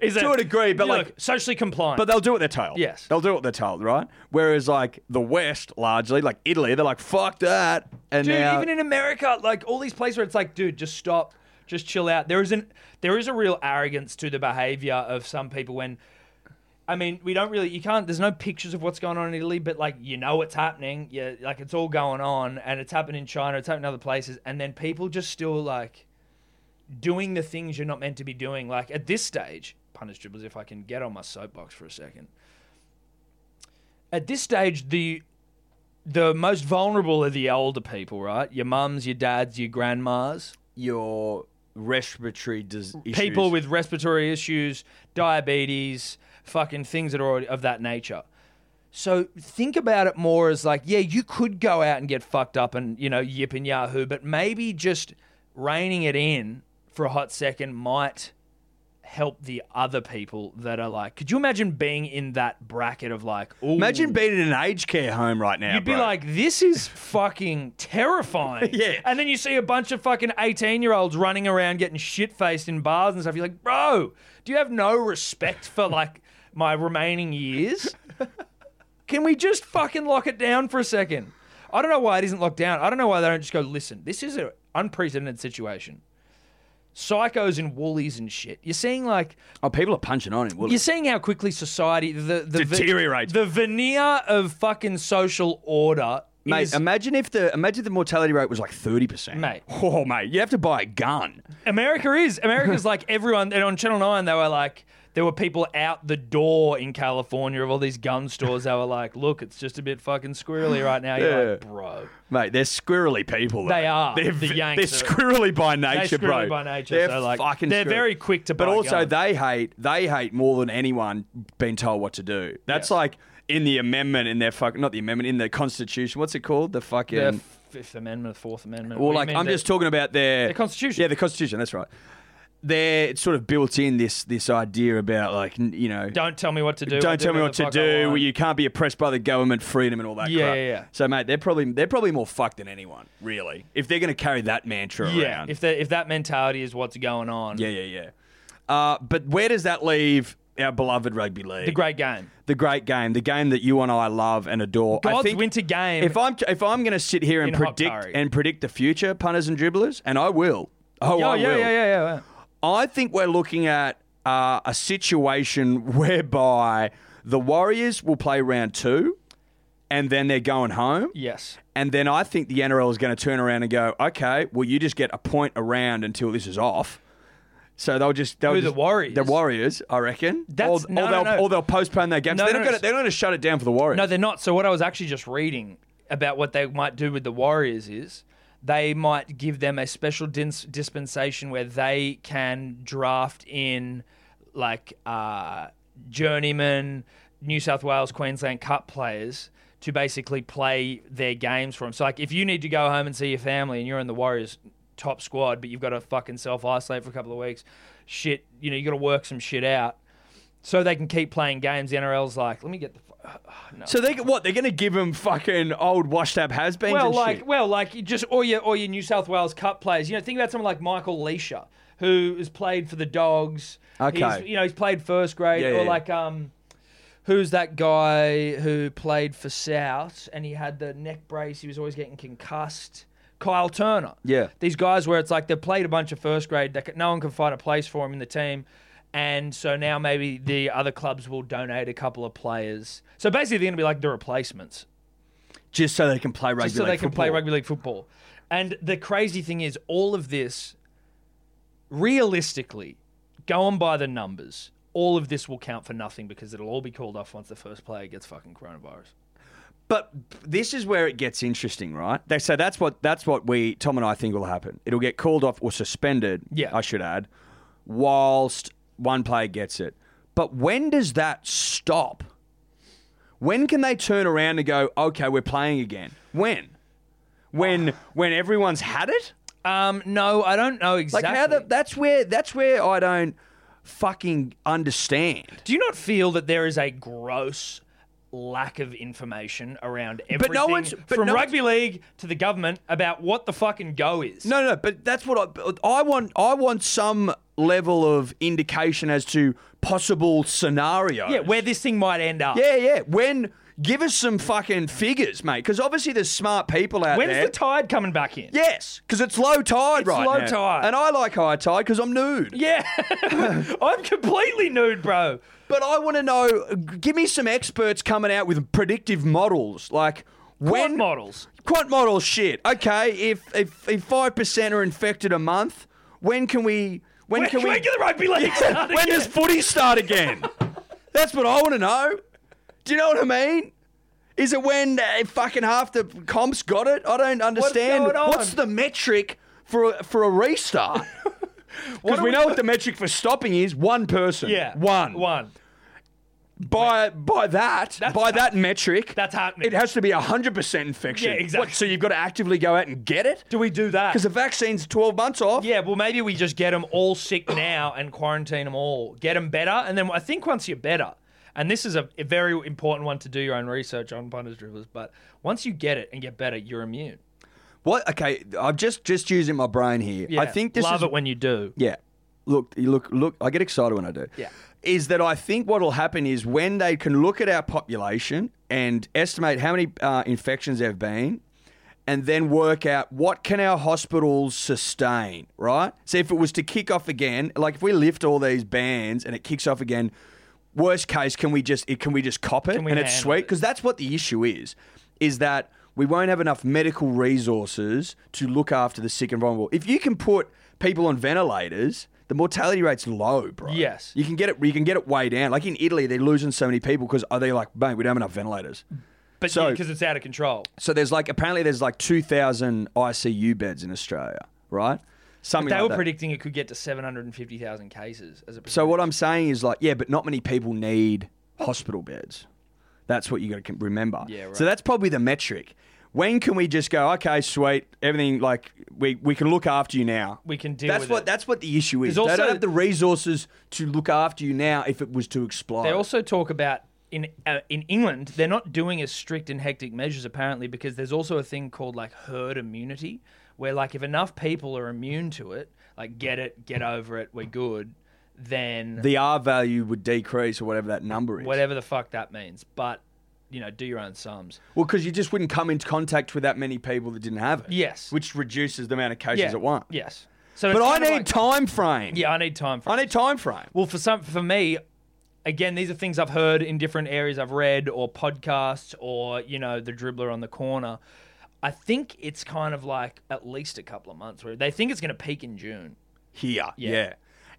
[SPEAKER 2] Is
[SPEAKER 3] to
[SPEAKER 2] it-
[SPEAKER 3] a degree, but
[SPEAKER 2] Yeah,
[SPEAKER 3] like-
[SPEAKER 2] look, socially compliant.
[SPEAKER 3] But they'll do what they're told.
[SPEAKER 2] Yes.
[SPEAKER 3] They'll do what they're told, right? Whereas like the West, largely, like Italy, they're like, fuck that. And
[SPEAKER 2] dude,
[SPEAKER 3] now,
[SPEAKER 2] even in America, like all these places where it's like, dude, just stop, just chill out. There isn't, there is a real arrogance to the behavior of some people when. I mean, we don't really. You can't. There's no pictures of what's going on in Italy, but like you know, it's happening. Yeah, like it's all going on, and it's happened in China. It's happened in other places, and then people just still like doing the things you're not meant to be doing. Like at this stage, punish dribblers. If I can get on my soapbox for a second, at this stage, the the most vulnerable are the older people, right? Your mums, your dads, your grandmas,
[SPEAKER 3] your respiratory dis- issues.
[SPEAKER 2] people with respiratory issues, diabetes, fucking things that are already of that nature. So think about it more as like, yeah, you could go out and get fucked up and you know yip and yahoo, but maybe just reining it in for a hot second might help the other people that are like. Could you imagine being in that bracket of like, ooh,
[SPEAKER 3] Imagine being in an aged care home right now.
[SPEAKER 2] You'd be
[SPEAKER 3] bro.
[SPEAKER 2] like, this is fucking terrifying.
[SPEAKER 3] Yeah.
[SPEAKER 2] And then you see a bunch of fucking 18 year olds running around getting shit faced in bars and stuff. You're like, bro, do you have no respect for like my remaining years? Can we just fucking lock it down for a second? I don't know why it isn't locked down. I don't know why they don't just go, listen, this is an unprecedented situation. Psychos in woolies and shit. You're seeing like
[SPEAKER 3] oh, people are punching on in Woolies.
[SPEAKER 2] you're seeing how quickly society the, the
[SPEAKER 3] Deteriorates.
[SPEAKER 2] The veneer of fucking social order
[SPEAKER 3] Mate,
[SPEAKER 2] is
[SPEAKER 3] imagine if the imagine if the mortality rate was like thirty percent.
[SPEAKER 2] Mate.
[SPEAKER 3] oh mate, you have to buy a gun.
[SPEAKER 2] America is. America's like everyone and on Channel Nine they were like there were people out the door in California of all these gun stores that were like, look, it's just a bit fucking squirrely right now. You're like,
[SPEAKER 3] Yeah.
[SPEAKER 2] bro.
[SPEAKER 3] Mate, they're squirrely people. Though.
[SPEAKER 2] They are.
[SPEAKER 3] They're,
[SPEAKER 2] The
[SPEAKER 3] v-
[SPEAKER 2] Yanks
[SPEAKER 3] They're
[SPEAKER 2] are-
[SPEAKER 3] squirrely by
[SPEAKER 2] They're
[SPEAKER 3] nature,
[SPEAKER 2] squirrely
[SPEAKER 3] bro.
[SPEAKER 2] by nature.
[SPEAKER 3] They're
[SPEAKER 2] so like
[SPEAKER 3] fucking.
[SPEAKER 2] they're
[SPEAKER 3] squirrely.
[SPEAKER 2] very quick to
[SPEAKER 3] But
[SPEAKER 2] buy
[SPEAKER 3] also,
[SPEAKER 2] guns.
[SPEAKER 3] they hate. They hate more than anyone being told what to do. That's
[SPEAKER 2] Yeah.
[SPEAKER 3] like in the amendment in their fucking not the amendment in the constitution. What's it called? The fucking.
[SPEAKER 2] the Fifth Amendment, Fourth Amendment.
[SPEAKER 3] Well,
[SPEAKER 2] What do you
[SPEAKER 3] like
[SPEAKER 2] mean
[SPEAKER 3] I'm
[SPEAKER 2] that-
[SPEAKER 3] just talking about their
[SPEAKER 2] The Constitution.
[SPEAKER 3] Yeah, the Constitution. That's right. They're it's sort of built in this this idea about like n- you know.
[SPEAKER 2] Don't tell me what to do. I
[SPEAKER 3] don't tell me
[SPEAKER 2] the
[SPEAKER 3] what to
[SPEAKER 2] fuck I
[SPEAKER 3] do.
[SPEAKER 2] want.
[SPEAKER 3] You can't be oppressed by the government, freedom, and all that.
[SPEAKER 2] Yeah,
[SPEAKER 3] crap.
[SPEAKER 2] yeah, yeah.
[SPEAKER 3] So, mate, they're probably they're probably more fucked than anyone, really. If they're going to carry that mantra
[SPEAKER 2] Yeah.
[SPEAKER 3] around,
[SPEAKER 2] If that if that mentality is what's going on.
[SPEAKER 3] yeah, yeah, yeah. Uh, but where does that leave our beloved rugby league?
[SPEAKER 2] The great game.
[SPEAKER 3] the great game, the game that you and I love and adore. I
[SPEAKER 2] God's
[SPEAKER 3] think
[SPEAKER 2] winter game.
[SPEAKER 3] If I'm if I'm going to sit here
[SPEAKER 2] In
[SPEAKER 3] and
[SPEAKER 2] hot
[SPEAKER 3] predict
[SPEAKER 2] curry.
[SPEAKER 3] and predict the future, punters and dribblers, and I will. Oh,
[SPEAKER 2] oh
[SPEAKER 3] I
[SPEAKER 2] yeah,
[SPEAKER 3] will.
[SPEAKER 2] yeah, yeah, yeah, yeah.
[SPEAKER 3] I think we're looking at uh, a situation whereby the Warriors will play round two, and then they're going home.
[SPEAKER 2] Yes.
[SPEAKER 3] And then I think the NRL is going to turn around and go, okay, well, you just get a point around until this is off. So they'll just they'll
[SPEAKER 2] Who, the
[SPEAKER 3] just-
[SPEAKER 2] Warriors?
[SPEAKER 3] the Warriors, I reckon.
[SPEAKER 2] That's-
[SPEAKER 3] or,
[SPEAKER 2] no,
[SPEAKER 3] or
[SPEAKER 2] no,
[SPEAKER 3] they'll
[SPEAKER 2] no.
[SPEAKER 3] or they'll postpone their games.
[SPEAKER 2] No,
[SPEAKER 3] they're,
[SPEAKER 2] no,
[SPEAKER 3] not
[SPEAKER 2] no.
[SPEAKER 3] gonna, they're not going to shut it down for the Warriors.
[SPEAKER 2] No, they're not. So what I was actually just reading about what they might do with the Warriors is they might give them a special dis- dispensation where they can draft in like uh, journeyman New South Wales Queensland Cup players to basically play their games for them. So like if you need to go home and see your family and you're in the Warriors top squad, but you've got to fucking self isolate for a couple of weeks, shit, you know you got to work some shit out. So they can keep playing games. The NRL's like, let me get the. fu-
[SPEAKER 3] So they what they're going to give them fucking old washed up has beens.
[SPEAKER 2] Well,
[SPEAKER 3] and
[SPEAKER 2] like,
[SPEAKER 3] shit.
[SPEAKER 2] well, like, you just all your all your New South Wales Cup players. You know, think about someone like Michael Leisha, who has played for the Dogs.
[SPEAKER 3] Okay.
[SPEAKER 2] He's, you know, he's played first grade,
[SPEAKER 3] Yeah,
[SPEAKER 2] or
[SPEAKER 3] yeah.
[SPEAKER 2] like, um, who's that guy who played for South and he had the neck brace? He was always getting concussed. Kyle Turner.
[SPEAKER 3] Yeah.
[SPEAKER 2] These guys where it's like they've played a bunch of first grade, they, c- no one can find a place for him in the team. And so now maybe the other clubs will donate a couple of players. So basically, they're going to be like the replacements
[SPEAKER 3] just so they can play rugby.
[SPEAKER 2] just so they
[SPEAKER 3] league
[SPEAKER 2] can play
[SPEAKER 3] football.
[SPEAKER 2] rugby league football. And the crazy thing is, all of this, realistically, going by the numbers, all of this will count for nothing because it'll all be called off once the first player gets fucking coronavirus.
[SPEAKER 3] But this is where it gets interesting, right? They say that's what that's what we Tom and I think will happen. It'll get called off or suspended.
[SPEAKER 2] Yeah.
[SPEAKER 3] I should add, whilst one player gets it. But when does that stop? When can they turn around and go, okay, we're playing again? When? When when everyone's had it?
[SPEAKER 2] Um, no, I don't know
[SPEAKER 3] Like
[SPEAKER 2] exactly.
[SPEAKER 3] how the, that's where that's where I don't fucking understand.
[SPEAKER 2] Do you not feel that there is a gross lack of information around everything
[SPEAKER 3] no one's- but
[SPEAKER 2] from
[SPEAKER 3] no one's-
[SPEAKER 2] rugby league to the government about what the fucking go is?
[SPEAKER 3] No, no, but that's what I, but I want. I want some level of indication as to possible scenario.
[SPEAKER 2] Yeah, where this thing might end up.
[SPEAKER 3] yeah, yeah. When give us some fucking figures, mate, because obviously there's smart people out
[SPEAKER 2] When's
[SPEAKER 3] there.
[SPEAKER 2] the tide coming back in?
[SPEAKER 3] yes, because it's low tide
[SPEAKER 2] It's
[SPEAKER 3] right
[SPEAKER 2] low
[SPEAKER 3] now.
[SPEAKER 2] tide.
[SPEAKER 3] and I like high tide because I'm nude.
[SPEAKER 2] Yeah. I'm completely nude, bro.
[SPEAKER 3] But I want to know. Give me some experts coming out with predictive models, like.
[SPEAKER 2] Quant
[SPEAKER 3] when
[SPEAKER 2] models.
[SPEAKER 3] Quant model shit. Okay, if if if five percent are infected a month, when can we? When,
[SPEAKER 2] When
[SPEAKER 3] can, we?
[SPEAKER 2] get the rugby league started
[SPEAKER 3] when
[SPEAKER 2] again?
[SPEAKER 3] does footy start again? That's what I want to know. Do you know what I mean? Is it when uh, fucking half the comps got it? I don't understand.
[SPEAKER 2] going on?
[SPEAKER 3] What's the metric for a, for a restart? Because
[SPEAKER 2] are we-
[SPEAKER 3] we know what the metric for stopping is one person.
[SPEAKER 2] Yeah.
[SPEAKER 3] one.
[SPEAKER 2] One.
[SPEAKER 3] By by that
[SPEAKER 2] That's
[SPEAKER 3] by
[SPEAKER 2] hard.
[SPEAKER 3] that metric,
[SPEAKER 2] That's happening.
[SPEAKER 3] it has to be hundred percent infection.
[SPEAKER 2] Yeah, exactly.
[SPEAKER 3] What, so you've got to actively go out and get it
[SPEAKER 2] Do we do that?
[SPEAKER 3] because the vaccine's twelve months off.
[SPEAKER 2] yeah, well, maybe we just get them all sick now and quarantine them all. Get them better. And then I think once you're better, and this is a, a very important one to do your own research on punters, dribblers, but once you get it and get better, you're immune.
[SPEAKER 3] What? Okay, I'm just just using my brain here.
[SPEAKER 2] Yeah.
[SPEAKER 3] I think this
[SPEAKER 2] Love
[SPEAKER 3] is
[SPEAKER 2] it when you do.
[SPEAKER 3] Yeah. Look, you look, look. I get excited when I do.
[SPEAKER 2] Yeah.
[SPEAKER 3] Is that I think what will happen is when they can look at our population and estimate how many uh, infections there have been, and then work out what can our hospitals sustain. Right. So if it was to kick off again, like if we lift all these bans and it kicks off again, worst case, can we just it, can we just cop it
[SPEAKER 2] Can we
[SPEAKER 3] and it's
[SPEAKER 2] handle
[SPEAKER 3] sweet
[SPEAKER 2] it?
[SPEAKER 3] because that's what the issue is, is that we won't have enough medical resources to look after the sick and vulnerable. If you can put people on ventilators, the mortality rate's low, bro.
[SPEAKER 2] Yes.
[SPEAKER 3] you can get it. You can get it way down. Like in Italy, they're losing so many people because are they like, mate, we don't have enough ventilators.
[SPEAKER 2] But
[SPEAKER 3] So-
[SPEAKER 2] because it's out of control.
[SPEAKER 3] So there's like apparently there's like two thousand ICU beds in Australia, right? Something
[SPEAKER 2] They
[SPEAKER 3] like
[SPEAKER 2] were
[SPEAKER 3] that.
[SPEAKER 2] predicting it could get to 750,000 cases as a
[SPEAKER 3] So what I'm saying is like, yeah, but not many people need hospital beds. That's what you got to remember.
[SPEAKER 2] Yeah, right.
[SPEAKER 3] So that's probably the metric. When can we just go? Okay, sweet, everything like we, we can look after you now.
[SPEAKER 2] We can deal
[SPEAKER 3] That's
[SPEAKER 2] with
[SPEAKER 3] what
[SPEAKER 2] it.
[SPEAKER 3] that's what the issue is.
[SPEAKER 2] There's
[SPEAKER 3] they don't
[SPEAKER 2] also-
[SPEAKER 3] have the resources to look after you now if it was to explode.
[SPEAKER 2] They also talk about in uh, in England they're not doing as strict and hectic measures apparently because there's also a thing called like herd immunity where like if enough people are immune to it, like get it, get over it, we're good, then
[SPEAKER 3] the R value would decrease or whatever that number is.
[SPEAKER 2] whatever the fuck that means. But you know, do your own sums.
[SPEAKER 3] Well, because you just wouldn't come into contact with that many people that didn't have it.
[SPEAKER 2] Yes.
[SPEAKER 3] Which reduces the amount of cases at once.
[SPEAKER 2] Yes. So
[SPEAKER 3] But
[SPEAKER 2] it's
[SPEAKER 3] I
[SPEAKER 2] kind of
[SPEAKER 3] need
[SPEAKER 2] like-
[SPEAKER 3] time frame.
[SPEAKER 2] Yeah, I need time for
[SPEAKER 3] I need time frame.
[SPEAKER 2] Well, for some, for me, again, these are things I've heard in different areas I've read or podcasts or you know the dribbler on the corner. I think it's kind of like at least a couple of months where they think it's going to peak in June.
[SPEAKER 3] here.
[SPEAKER 2] Yeah.
[SPEAKER 3] Yeah.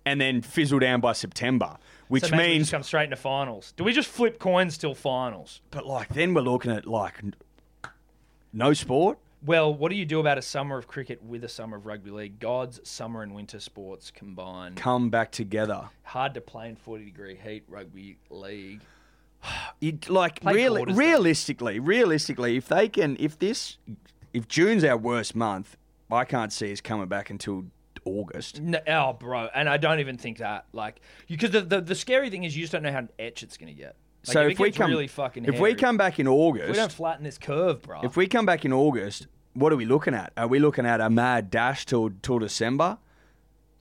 [SPEAKER 3] and then fizzle down by September, which
[SPEAKER 2] So maybe we
[SPEAKER 3] means
[SPEAKER 2] just come straight into finals. Do we just flip coins till finals?
[SPEAKER 3] But like then we're looking at like n- no sport.
[SPEAKER 2] Well, what do you do about a summer of cricket with a summer of rugby league? God's summer and winter sports combined.
[SPEAKER 3] Come back together.
[SPEAKER 2] Hard to play in 40 degree heat rugby league.
[SPEAKER 3] It, like
[SPEAKER 2] Play
[SPEAKER 3] real,
[SPEAKER 2] quarters, though.
[SPEAKER 3] realistically, realistically, if they can, if this, if June's our worst month, I can't see us coming back until August.
[SPEAKER 2] No, oh, bro, and I don't even think that like because the, the the scary thing is you just don't know how etch it's gonna get. Like,
[SPEAKER 3] so
[SPEAKER 2] it
[SPEAKER 3] if, we
[SPEAKER 2] gets
[SPEAKER 3] come,
[SPEAKER 2] really fucking,
[SPEAKER 3] if
[SPEAKER 2] hairy,
[SPEAKER 3] we come back in
[SPEAKER 2] if we don't
[SPEAKER 3] August,
[SPEAKER 2] flatten this curve, bro.
[SPEAKER 3] if we come back in August, what are we looking at? Are we looking at a mad dash till till December?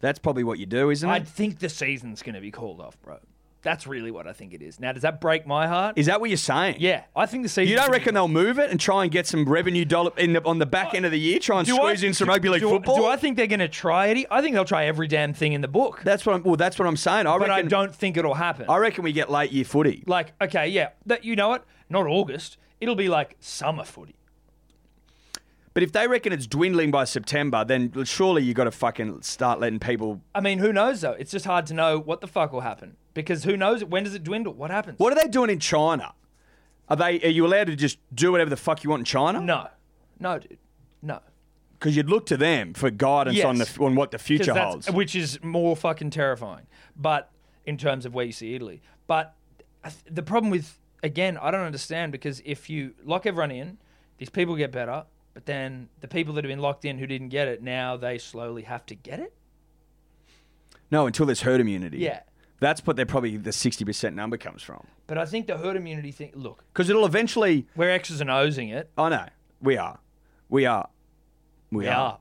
[SPEAKER 3] That's probably what you do, isn't it?
[SPEAKER 2] I think the season's gonna be called off, bro. That's really what I think it is. Now, does that break my heart?
[SPEAKER 3] Is that what you're saying?
[SPEAKER 2] yeah, I think the season.
[SPEAKER 3] You don't reckon they'll move it and try and get some revenue dollar in the, on the back end of the year, try and squeeze in some rugby league
[SPEAKER 2] do I-
[SPEAKER 3] football?
[SPEAKER 2] Do I think they're gonna try it? I think they'll try every damn thing in the book,
[SPEAKER 3] that's what I'm. Well, that's what I'm saying. I
[SPEAKER 2] but I
[SPEAKER 3] reckon. I,
[SPEAKER 2] don't think it'll happen.
[SPEAKER 3] reckon we get late year footy.
[SPEAKER 2] like, okay, yeah, that you know what? Not August. It'll be like summer footy.
[SPEAKER 3] But if they reckon it's dwindling by September, then surely you got to fucking start letting people.
[SPEAKER 2] I mean, who knows though? It's just hard to know what the fuck will happen because who knows? When does it dwindle? What happens?
[SPEAKER 3] What are they doing in China? Are they? Are you allowed to just do whatever the fuck you want in China?
[SPEAKER 2] No, no, dude, no.
[SPEAKER 3] Because you'd look to them for guidance on the
[SPEAKER 2] Yes.
[SPEAKER 3] on what the
[SPEAKER 2] 'Cause
[SPEAKER 3] future
[SPEAKER 2] that's-
[SPEAKER 3] holds.
[SPEAKER 2] which is more fucking terrifying. But in terms of where you see Italy, but I th- the problem with again, I don't understand because if you lock everyone in, these people get better, but then the people that have been locked in who didn't get it now they slowly have to get it.
[SPEAKER 3] No, until there's herd immunity.
[SPEAKER 2] Yeah.
[SPEAKER 3] That's what they're probably the sixty percent number comes from.
[SPEAKER 2] But I think the herd immunity thing. Look,
[SPEAKER 3] Because it'll eventually.
[SPEAKER 2] we're X's and O's ing it.
[SPEAKER 3] I know. We are. We are. We,
[SPEAKER 2] Yeah.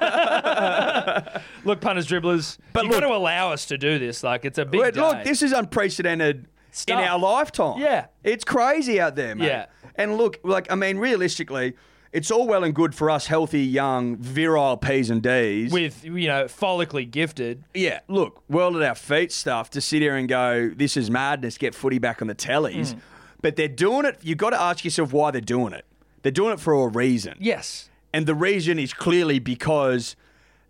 [SPEAKER 2] look, punters, dribblers, but
[SPEAKER 3] But
[SPEAKER 2] you
[SPEAKER 3] look-
[SPEAKER 2] got to allow us to do this. Like it's a big
[SPEAKER 3] But
[SPEAKER 2] day.
[SPEAKER 3] look, this is unprecedented
[SPEAKER 2] Stuff.
[SPEAKER 3] in our lifetime.
[SPEAKER 2] Yeah.
[SPEAKER 3] It's crazy out there, mate.
[SPEAKER 2] Yeah.
[SPEAKER 3] And look, like, I mean, realistically, it's all well and good for us healthy, young, virile P's and D's.
[SPEAKER 2] with you know follically gifted.
[SPEAKER 3] yeah, look, world at our feet stuff to sit here and go, this is madness, get footy back on the tellies.
[SPEAKER 2] Mm.
[SPEAKER 3] But they're doing it. You've got to ask yourself why they're doing it. They're doing it for a reason.
[SPEAKER 2] Yes.
[SPEAKER 3] And the reason is clearly because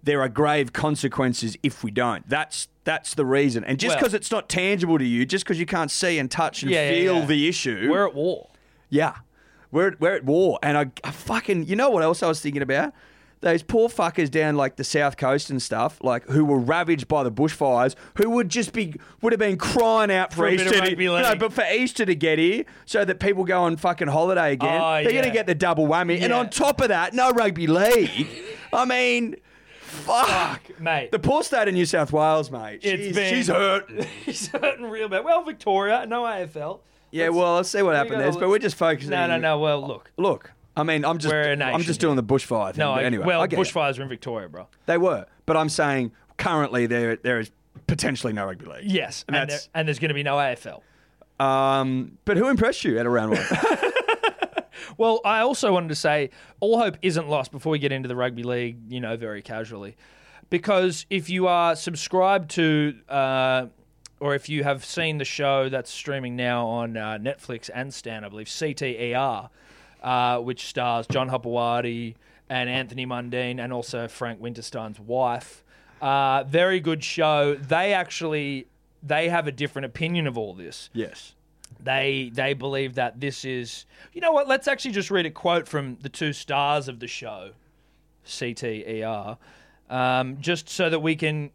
[SPEAKER 3] there are grave consequences if we don't. That's that's the reason. And just
[SPEAKER 2] Well-
[SPEAKER 3] because it's not tangible to you, just because you can't see and touch and
[SPEAKER 2] Yeah, yeah,
[SPEAKER 3] feel
[SPEAKER 2] yeah.
[SPEAKER 3] the issue,
[SPEAKER 2] We're at war.
[SPEAKER 3] yeah, we're at, we're at war. And I, I fucking, you know what else I was thinking about? Those poor fuckers down like the south coast and stuff, like who were ravaged by the bushfires, who would just be would have been crying out for,
[SPEAKER 2] For a bit of
[SPEAKER 3] Easter, to,
[SPEAKER 2] rugby
[SPEAKER 3] no,
[SPEAKER 2] league.
[SPEAKER 3] but for Easter to get here, so that people go on fucking holiday again.
[SPEAKER 2] Oh,
[SPEAKER 3] They're
[SPEAKER 2] yeah.
[SPEAKER 3] gonna get the double whammy, and
[SPEAKER 2] Yeah.
[SPEAKER 3] on top of that, no rugby league. I mean, fuck.
[SPEAKER 2] mate.
[SPEAKER 3] The poor state of New South Wales, mate.
[SPEAKER 2] It's
[SPEAKER 3] she's,
[SPEAKER 2] been-
[SPEAKER 3] she's hurting.
[SPEAKER 2] He's hurting real bad. Well, Victoria, no AFL.
[SPEAKER 3] Yeah, well, I'll see what
[SPEAKER 2] we
[SPEAKER 3] happens
[SPEAKER 2] gotta
[SPEAKER 3] next, but
[SPEAKER 2] look-
[SPEAKER 3] we're just focusing.
[SPEAKER 2] No, no, no. Well, look.
[SPEAKER 3] Look, I mean, I'm just
[SPEAKER 2] We're a nation
[SPEAKER 3] I'm just
[SPEAKER 2] here.
[SPEAKER 3] doing the bushfire thing.
[SPEAKER 2] No,
[SPEAKER 3] but
[SPEAKER 2] I,
[SPEAKER 3] anyway,
[SPEAKER 2] well,
[SPEAKER 3] I get it.
[SPEAKER 2] bushfires were in Victoria, bro.
[SPEAKER 3] They were, but I'm saying currently there there is potentially no rugby league.
[SPEAKER 2] Yes, and,
[SPEAKER 3] and
[SPEAKER 2] there-
[SPEAKER 3] that's
[SPEAKER 2] and there's going to be no AFL.
[SPEAKER 3] um. But who impressed you at a round one?
[SPEAKER 2] Well, I also wanted to say all hope isn't lost before we get into the rugby league, you know, very casually. Because if you are subscribed to, uh, or if you have seen the show that's streaming now on uh, Netflix and Stan, I believe, CTER, uh, which stars John Hopewadi and Anthony Mundine and also Frank Winterstein's wife. Uh, very good show. They actually they have a different opinion of all this
[SPEAKER 3] yes.
[SPEAKER 2] they they believe that this is you know what let's actually just read a quote from the two stars of the show cter um, just so that we can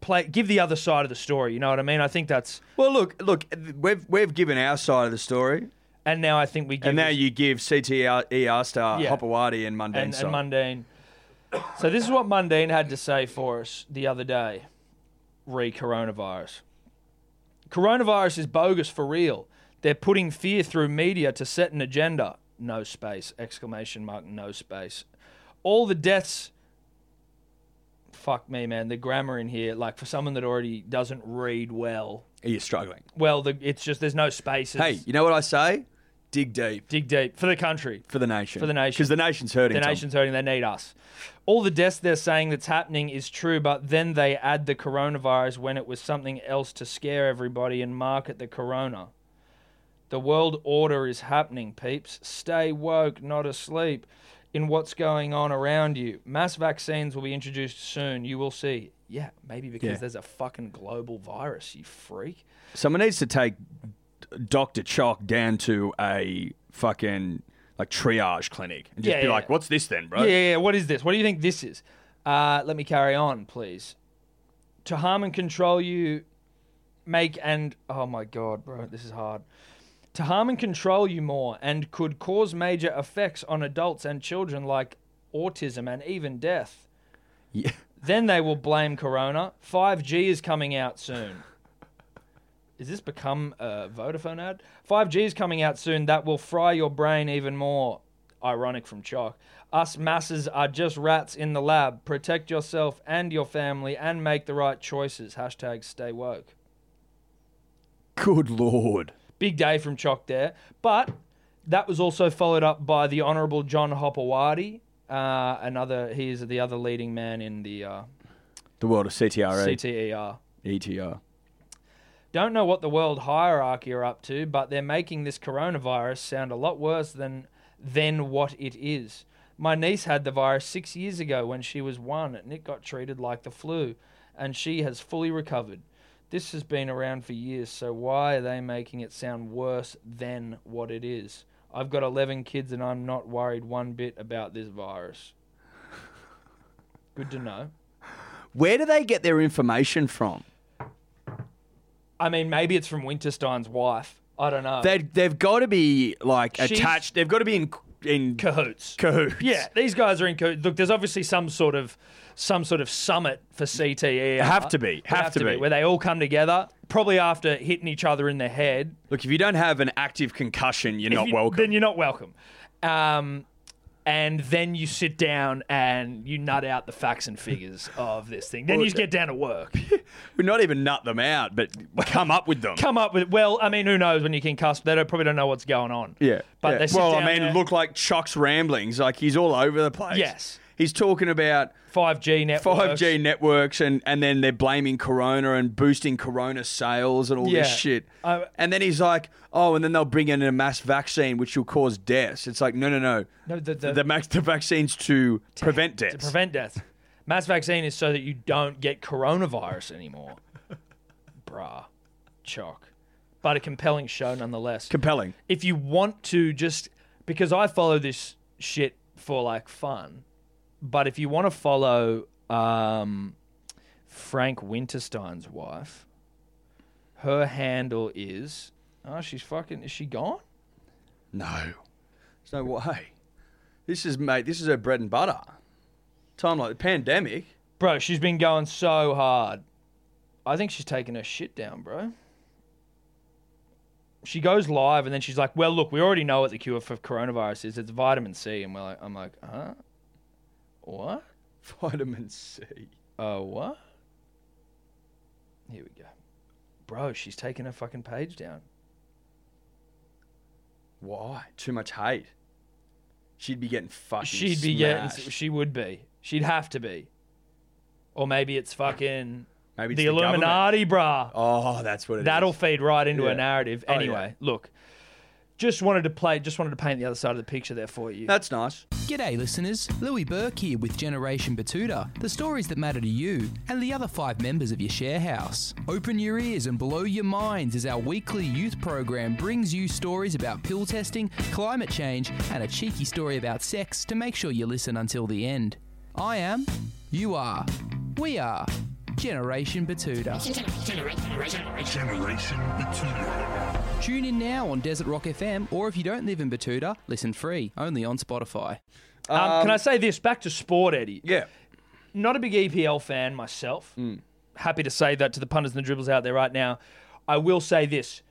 [SPEAKER 2] play give the other side of the story you know what i mean i think that's
[SPEAKER 3] Well, look, look, we've we've given our side of the story,
[SPEAKER 2] and now i think we give
[SPEAKER 3] and now
[SPEAKER 2] this-
[SPEAKER 3] you give CTR ER star
[SPEAKER 2] Yeah.
[SPEAKER 3] Hopewadi and Mundane
[SPEAKER 2] and,
[SPEAKER 3] side.
[SPEAKER 2] and mundane so this is what mundane had to say for us the other day re coronavirus Coronavirus is bogus for real. They're putting fear through media to set an agenda. No space. Exclamation mark, no space. All the deaths. Fuck me, man. The grammar in here, like for someone that already doesn't read well,
[SPEAKER 3] Are you struggling?
[SPEAKER 2] well, the, it's just there's no spaces.
[SPEAKER 3] Hey, you know what I say? Dig deep
[SPEAKER 2] Dig deep for the country.
[SPEAKER 3] for the nation.
[SPEAKER 2] For the nation.
[SPEAKER 3] because the nation's hurting.
[SPEAKER 2] The
[SPEAKER 3] Tom.
[SPEAKER 2] nation's hurting. They need us. All the deaths they're saying that's happening is true, but then they add the coronavirus when it was something else to scare everybody and market the corona. The world order is happening, peeps. Stay woke, not asleep. in what's going on around you. Mass vaccines will be introduced soon. You will see. Yeah, maybe because
[SPEAKER 3] Yeah.
[SPEAKER 2] there's a fucking global virus, you freak.
[SPEAKER 3] Someone needs to take Dr. Chalk down to a fucking like triage clinic and just
[SPEAKER 2] Yeah,
[SPEAKER 3] be
[SPEAKER 2] yeah,
[SPEAKER 3] like,
[SPEAKER 2] yeah.
[SPEAKER 3] what's this then, bro?
[SPEAKER 2] Yeah, yeah, yeah. What is this? What do you think this is? Uh, let me carry on, please. To harm and control you, make and. Oh my God, bro, this is hard. To harm and control you more and could cause major effects on adults and children like autism and even death.
[SPEAKER 3] Yeah.
[SPEAKER 2] Then they will blame Corona. 5G is coming out soon. Is this become a Vodafone ad? 5G is coming out soon. That will fry your brain even more. Ironic from Chalk. Us masses are just rats in the lab. Protect yourself and your family and make the right choices. Hashtag stay woke.
[SPEAKER 3] Good lord.
[SPEAKER 2] Big day from Chalk there. But that was also followed up by the Honourable John Hopperwadi. Uh, another, he is the other leading man in the uh, E
[SPEAKER 3] The world of CTRE.
[SPEAKER 2] CTER.
[SPEAKER 3] ETR.
[SPEAKER 2] Don't know what the world hierarchy are up to, but they're making this coronavirus sound a lot worse than than what it is. My niece had the virus six years ago when she was one, and it got treated like the flu, and she has fully recovered. This has been around for years, so why are they making it sound worse than what it is? I've got 11 kids, and I'm not worried one bit about this virus. Good to know.
[SPEAKER 3] Where do they get their information from?
[SPEAKER 2] I mean, maybe it's from Winterstein's wife. I don't know.
[SPEAKER 3] They they've got to be like
[SPEAKER 2] She's-
[SPEAKER 3] attached. They've got to be in in
[SPEAKER 2] cahoots.
[SPEAKER 3] cahoots.
[SPEAKER 2] Yeah, these guys are in. co- Look, there's obviously some sort of some sort of summit for CTE.
[SPEAKER 3] Have to be.
[SPEAKER 2] Would
[SPEAKER 3] Have to be.
[SPEAKER 2] where they all come together, probably after hitting each other in the head.
[SPEAKER 3] Look, if you don't have an active concussion, you're not
[SPEAKER 2] If you-
[SPEAKER 3] welcome.
[SPEAKER 2] Then you're not welcome. Um, and then you sit down and you nut out the facts and figures of this thing. Then you just get down to work.
[SPEAKER 3] We're not even nut them out, but come up with them.
[SPEAKER 2] Come up with well, I mean, who knows when you can cuss? They don't, probably don't know what's going on.
[SPEAKER 3] Yeah.
[SPEAKER 2] but
[SPEAKER 3] yeah.
[SPEAKER 2] they sit
[SPEAKER 3] well,
[SPEAKER 2] down
[SPEAKER 3] I mean,
[SPEAKER 2] there-
[SPEAKER 3] look like Chuck's ramblings. Like he's all over the place.
[SPEAKER 2] Yes.
[SPEAKER 3] He's talking about
[SPEAKER 2] 5G network,
[SPEAKER 3] 5G networks and, and then they're blaming Corona and boosting Corona sales and all this
[SPEAKER 2] Yeah.
[SPEAKER 3] shit.
[SPEAKER 2] I-
[SPEAKER 3] and then he's like, oh, and then they'll bring in a mass vaccine which will cause deaths. It's like, no, no, no.
[SPEAKER 2] No, the- the-
[SPEAKER 3] the, max, the vaccine's to prevent deaths.
[SPEAKER 2] to prevent death. Mass vaccine is so that you don't get coronavirus anymore. Bruh. Chalk. But a compelling show nonetheless.
[SPEAKER 3] Compelling.
[SPEAKER 2] if you want to just because I follow this shit for like fun, but if you want to follow um, Frank Winterstein's wife, her handle is oh she's fucking is she gone?
[SPEAKER 3] No. There's no way. This is, mate, this is her bread and butter. Time like the pandemic.
[SPEAKER 2] Bro, she's been going so hard. I think she's taking her shit down, bro. She goes live and then she's like, "Well, look, we already know what the cure for coronavirus is. It's vitamin C." And we're like, "I'm like, huh? What?
[SPEAKER 3] Vitamin C.
[SPEAKER 2] Oh, what?" Here we go, bro. She's taking her fucking page down.
[SPEAKER 3] Why? Too much hate. She'd be getting fucking
[SPEAKER 2] She'd be getting.
[SPEAKER 3] smashed.
[SPEAKER 2] She would be. She'd have to be. Or maybe it's fucking
[SPEAKER 3] Maybe it's
[SPEAKER 2] the,
[SPEAKER 3] the government.
[SPEAKER 2] Illuminati, brah.
[SPEAKER 3] Oh, that's what it is.
[SPEAKER 2] That'll feed right into
[SPEAKER 3] Yeah.
[SPEAKER 2] a narrative.
[SPEAKER 3] Oh, yeah.
[SPEAKER 2] Anyway, look, just wanted to play, just wanted to paint the other side of the picture there for you.
[SPEAKER 3] That's nice.
[SPEAKER 4] G'day, listeners. Louis Burke here with Generation Batuta, the stories that matter to you and the other five members of your share house. Open your ears and blow your minds as our weekly youth program brings you stories about pill testing, climate change, and a cheeky story about sex to make sure you listen until the end. I am, you are, we are Generation Batuta.
[SPEAKER 5] Generation Batuta.
[SPEAKER 4] Tune in now on Desert Rock FM, or if you don't live in Batuta, listen free, only on Spotify.
[SPEAKER 2] um, can I say this back to sport, Eddie?
[SPEAKER 3] Yeah.
[SPEAKER 2] Not a big EPL fan myself. Happy to say that to the punters and the dribblers out there right now. I will say this.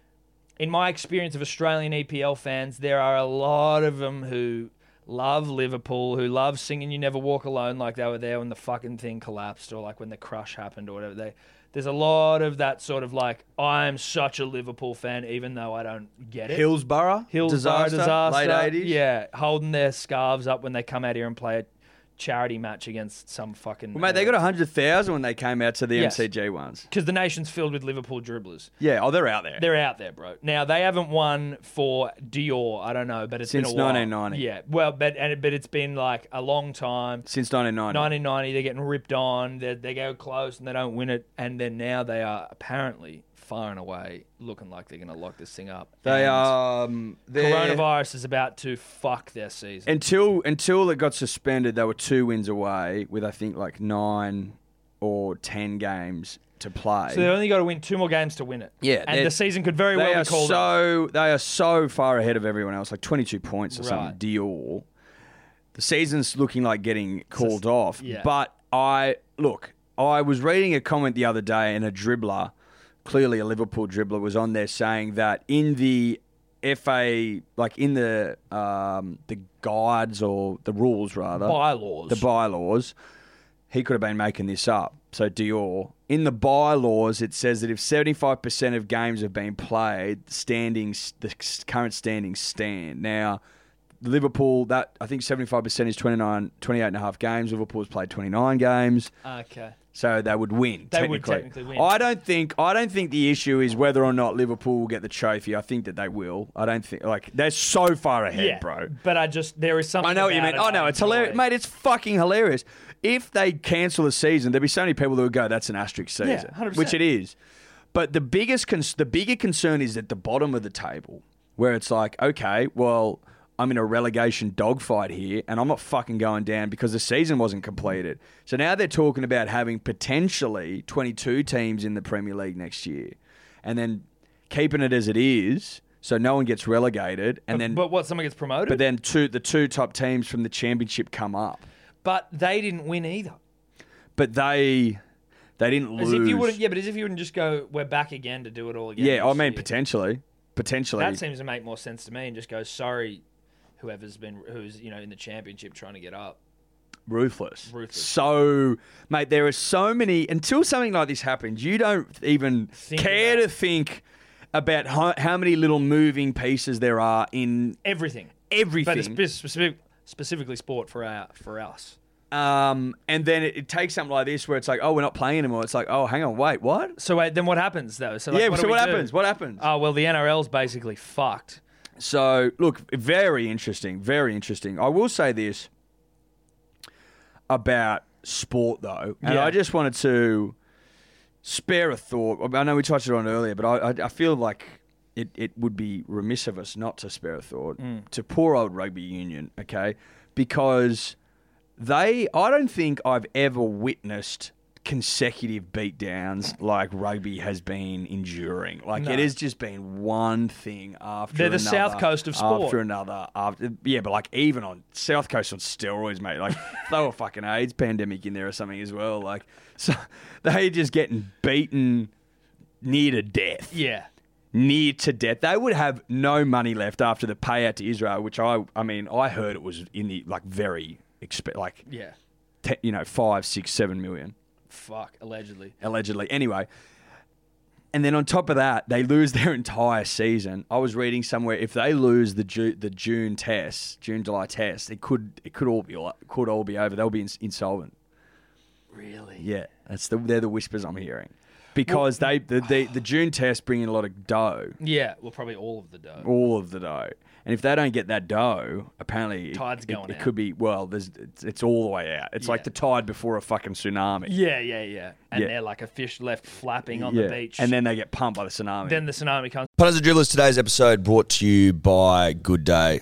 [SPEAKER 2] In my experience of Australian EPL fans, there are a lot of them who love Liverpool, who love singing You Never Walk Alone like they were there when the fucking thing collapsed or like when the crush happened or whatever. They, there's a lot of that sort of like, I'm such a Liverpool fan, even though I don't get it.
[SPEAKER 3] Hillsborough.
[SPEAKER 2] Hillsborough disaster,
[SPEAKER 3] Late 80s.
[SPEAKER 2] Yeah, holding their scarves up when they come out here and play a charity match against some fucking.
[SPEAKER 3] Well, mate, they got 100,000 when they came out to the
[SPEAKER 2] Yes.
[SPEAKER 3] MCG ones.
[SPEAKER 2] because the nation's filled with Liverpool dribblers.
[SPEAKER 3] Yeah, oh, they're out there.
[SPEAKER 2] They're out there, bro. Now they haven't won for Dior. I don't know, but it's
[SPEAKER 3] Since
[SPEAKER 2] been a while.
[SPEAKER 3] 1990.
[SPEAKER 2] Yeah, well, but and but it's been like a long time.
[SPEAKER 3] Since 1990.
[SPEAKER 2] 1990, they're getting ripped on. They, they go close and they don't win it, and then now they are apparently far and away looking like they're going to lock this thing up.
[SPEAKER 3] They
[SPEAKER 2] And
[SPEAKER 3] are. Um, they're-
[SPEAKER 2] Coronavirus is about to fuck their season.
[SPEAKER 3] Until until it got suspended, they were two wins away with I think like nine or ten games to play.
[SPEAKER 2] so they've only got to win two more games to win it.
[SPEAKER 3] Yeah, they're-
[SPEAKER 2] and the season could very
[SPEAKER 3] they
[SPEAKER 2] well
[SPEAKER 3] are
[SPEAKER 2] be called. off.
[SPEAKER 3] so they are so far ahead of everyone else, like twenty two points or
[SPEAKER 2] Right.
[SPEAKER 3] something. Dior, the season's looking like getting called off.
[SPEAKER 2] yeah.
[SPEAKER 3] But I look, I was reading a comment the other day, and a dribbler, clearly a Liverpool dribbler, was on there saying that in the FA, like in the um, the guides or the rules rather,
[SPEAKER 2] bylaws.
[SPEAKER 3] the bylaws, he could have been making this up. So Dior, in the bylaws, it says that if seventy-five percent of games have been played, standings the s- current standings stand. Now, Liverpool, that I think seventy-five percent is 29, 28 and a half games. Liverpool's played twenty-nine games.
[SPEAKER 2] okay.
[SPEAKER 3] So they would win.
[SPEAKER 2] They
[SPEAKER 3] technically.
[SPEAKER 2] would technically win.
[SPEAKER 3] I don't think. I don't think the issue is whether or not Liverpool will get the trophy. I think that they will. I don't think. Like they're so far ahead,
[SPEAKER 2] Yeah,
[SPEAKER 3] bro.
[SPEAKER 2] But I just there is something.
[SPEAKER 3] I know what you
[SPEAKER 2] about
[SPEAKER 3] mean.
[SPEAKER 2] it
[SPEAKER 3] Oh no,
[SPEAKER 2] I
[SPEAKER 3] it's hilarious,
[SPEAKER 2] enjoy.
[SPEAKER 3] mate. It's fucking hilarious. If they cancel the season, there'd be so many people that would go, "That's an asterisk
[SPEAKER 2] Yeah,
[SPEAKER 3] season,"
[SPEAKER 2] 100%.
[SPEAKER 3] which it is. But the biggest, con- the bigger concern is at the bottom of the table, where it's like, okay, well, I'm in a relegation dogfight here, and I'm not fucking going down because the season wasn't completed. So now they're talking about having potentially 22 teams in the Premier League next year, and then keeping it as it is, so no one gets relegated, and then
[SPEAKER 2] But what? Someone gets promoted.
[SPEAKER 3] but then two the two top teams from the championship come up.
[SPEAKER 2] But they didn't win either.
[SPEAKER 3] But they they didn't
[SPEAKER 2] As
[SPEAKER 3] lose.
[SPEAKER 2] if you wouldn't, yeah, but as if you wouldn't just go, we're back again to do it all again.
[SPEAKER 3] yeah, I
[SPEAKER 2] this
[SPEAKER 3] mean
[SPEAKER 2] year."
[SPEAKER 3] potentially. Potentially.
[SPEAKER 2] that seems to make more sense to me, and just go, sorry, whoever's been who's you know in the championship trying to get up.
[SPEAKER 3] ruthless.
[SPEAKER 2] Ruthless.
[SPEAKER 3] So, mate, there are so many. Until something like this happens, you don't even
[SPEAKER 2] Think
[SPEAKER 3] care
[SPEAKER 2] about
[SPEAKER 3] to think about how, how many little moving pieces there are in
[SPEAKER 2] Everything, but it's
[SPEAKER 3] everything.
[SPEAKER 2] spe- specific, specifically sport for our for us.
[SPEAKER 3] um, and then it, it takes something like this where it's like, oh, we're not playing anymore. It's like, oh, hang on, wait, what?
[SPEAKER 2] So wait, then what happens though? So like,
[SPEAKER 3] yeah.
[SPEAKER 2] what do
[SPEAKER 3] so
[SPEAKER 2] we
[SPEAKER 3] what
[SPEAKER 2] do?
[SPEAKER 3] happens? What happens?
[SPEAKER 2] Oh well, the NRL's basically fucked.
[SPEAKER 3] So, look, very interesting, very interesting. I will say this about sport, though, and
[SPEAKER 2] Yeah.
[SPEAKER 3] I just wanted to spare a thought. I mean, I know we touched it on earlier, but I, I, I feel like it, it would be remiss of us not to spare a thought to poor old rugby union, okay? Because they, I don't think I've ever witnessed consecutive beatdowns like rugby has been enduring. Like
[SPEAKER 2] No.
[SPEAKER 3] it has just been one thing after
[SPEAKER 2] They're the
[SPEAKER 3] another,
[SPEAKER 2] South Coast of sport.
[SPEAKER 3] After another, after yeah, but like even on South Coast on steroids, mate. Like they were fucking AIDS pandemic in there or something as well. Like so, they just getting beaten near to death
[SPEAKER 2] Yeah,
[SPEAKER 3] near to death. They would have no money left after the payout to Israel, which I, I mean, I heard it was in the like very exp- like
[SPEAKER 2] yeah,
[SPEAKER 3] te- you know five, six, seven million
[SPEAKER 2] fuck. Allegedly,
[SPEAKER 3] allegedly. Anyway, and then on top of that, they lose their entire season. I was reading somewhere if they lose the Ju- the June test, June July test, it could it could all be all- could all be over. They'll be ins- insolvent.
[SPEAKER 2] really.
[SPEAKER 3] Yeah, that's the they're the whispers I'm hearing. Because they the, the the June test bring in a lot of dough.
[SPEAKER 2] Yeah, well, probably all of the dough.
[SPEAKER 3] all of the dough. And if they don't get that dough, apparently it-
[SPEAKER 2] Tide's
[SPEAKER 3] it,
[SPEAKER 2] going
[SPEAKER 3] it
[SPEAKER 2] out.
[SPEAKER 3] could be well. There's it's, it's all the way out. It's
[SPEAKER 2] Yeah.
[SPEAKER 3] like the tide before a fucking tsunami.
[SPEAKER 2] Yeah, yeah, yeah. And
[SPEAKER 3] Yeah.
[SPEAKER 2] they're like a fish left flapping on the
[SPEAKER 3] Yeah.
[SPEAKER 2] beach.
[SPEAKER 3] and then they get pumped by the tsunami.
[SPEAKER 2] then the tsunami comes.
[SPEAKER 5] Punters and Dribblers, today's episode brought to you by Good Day,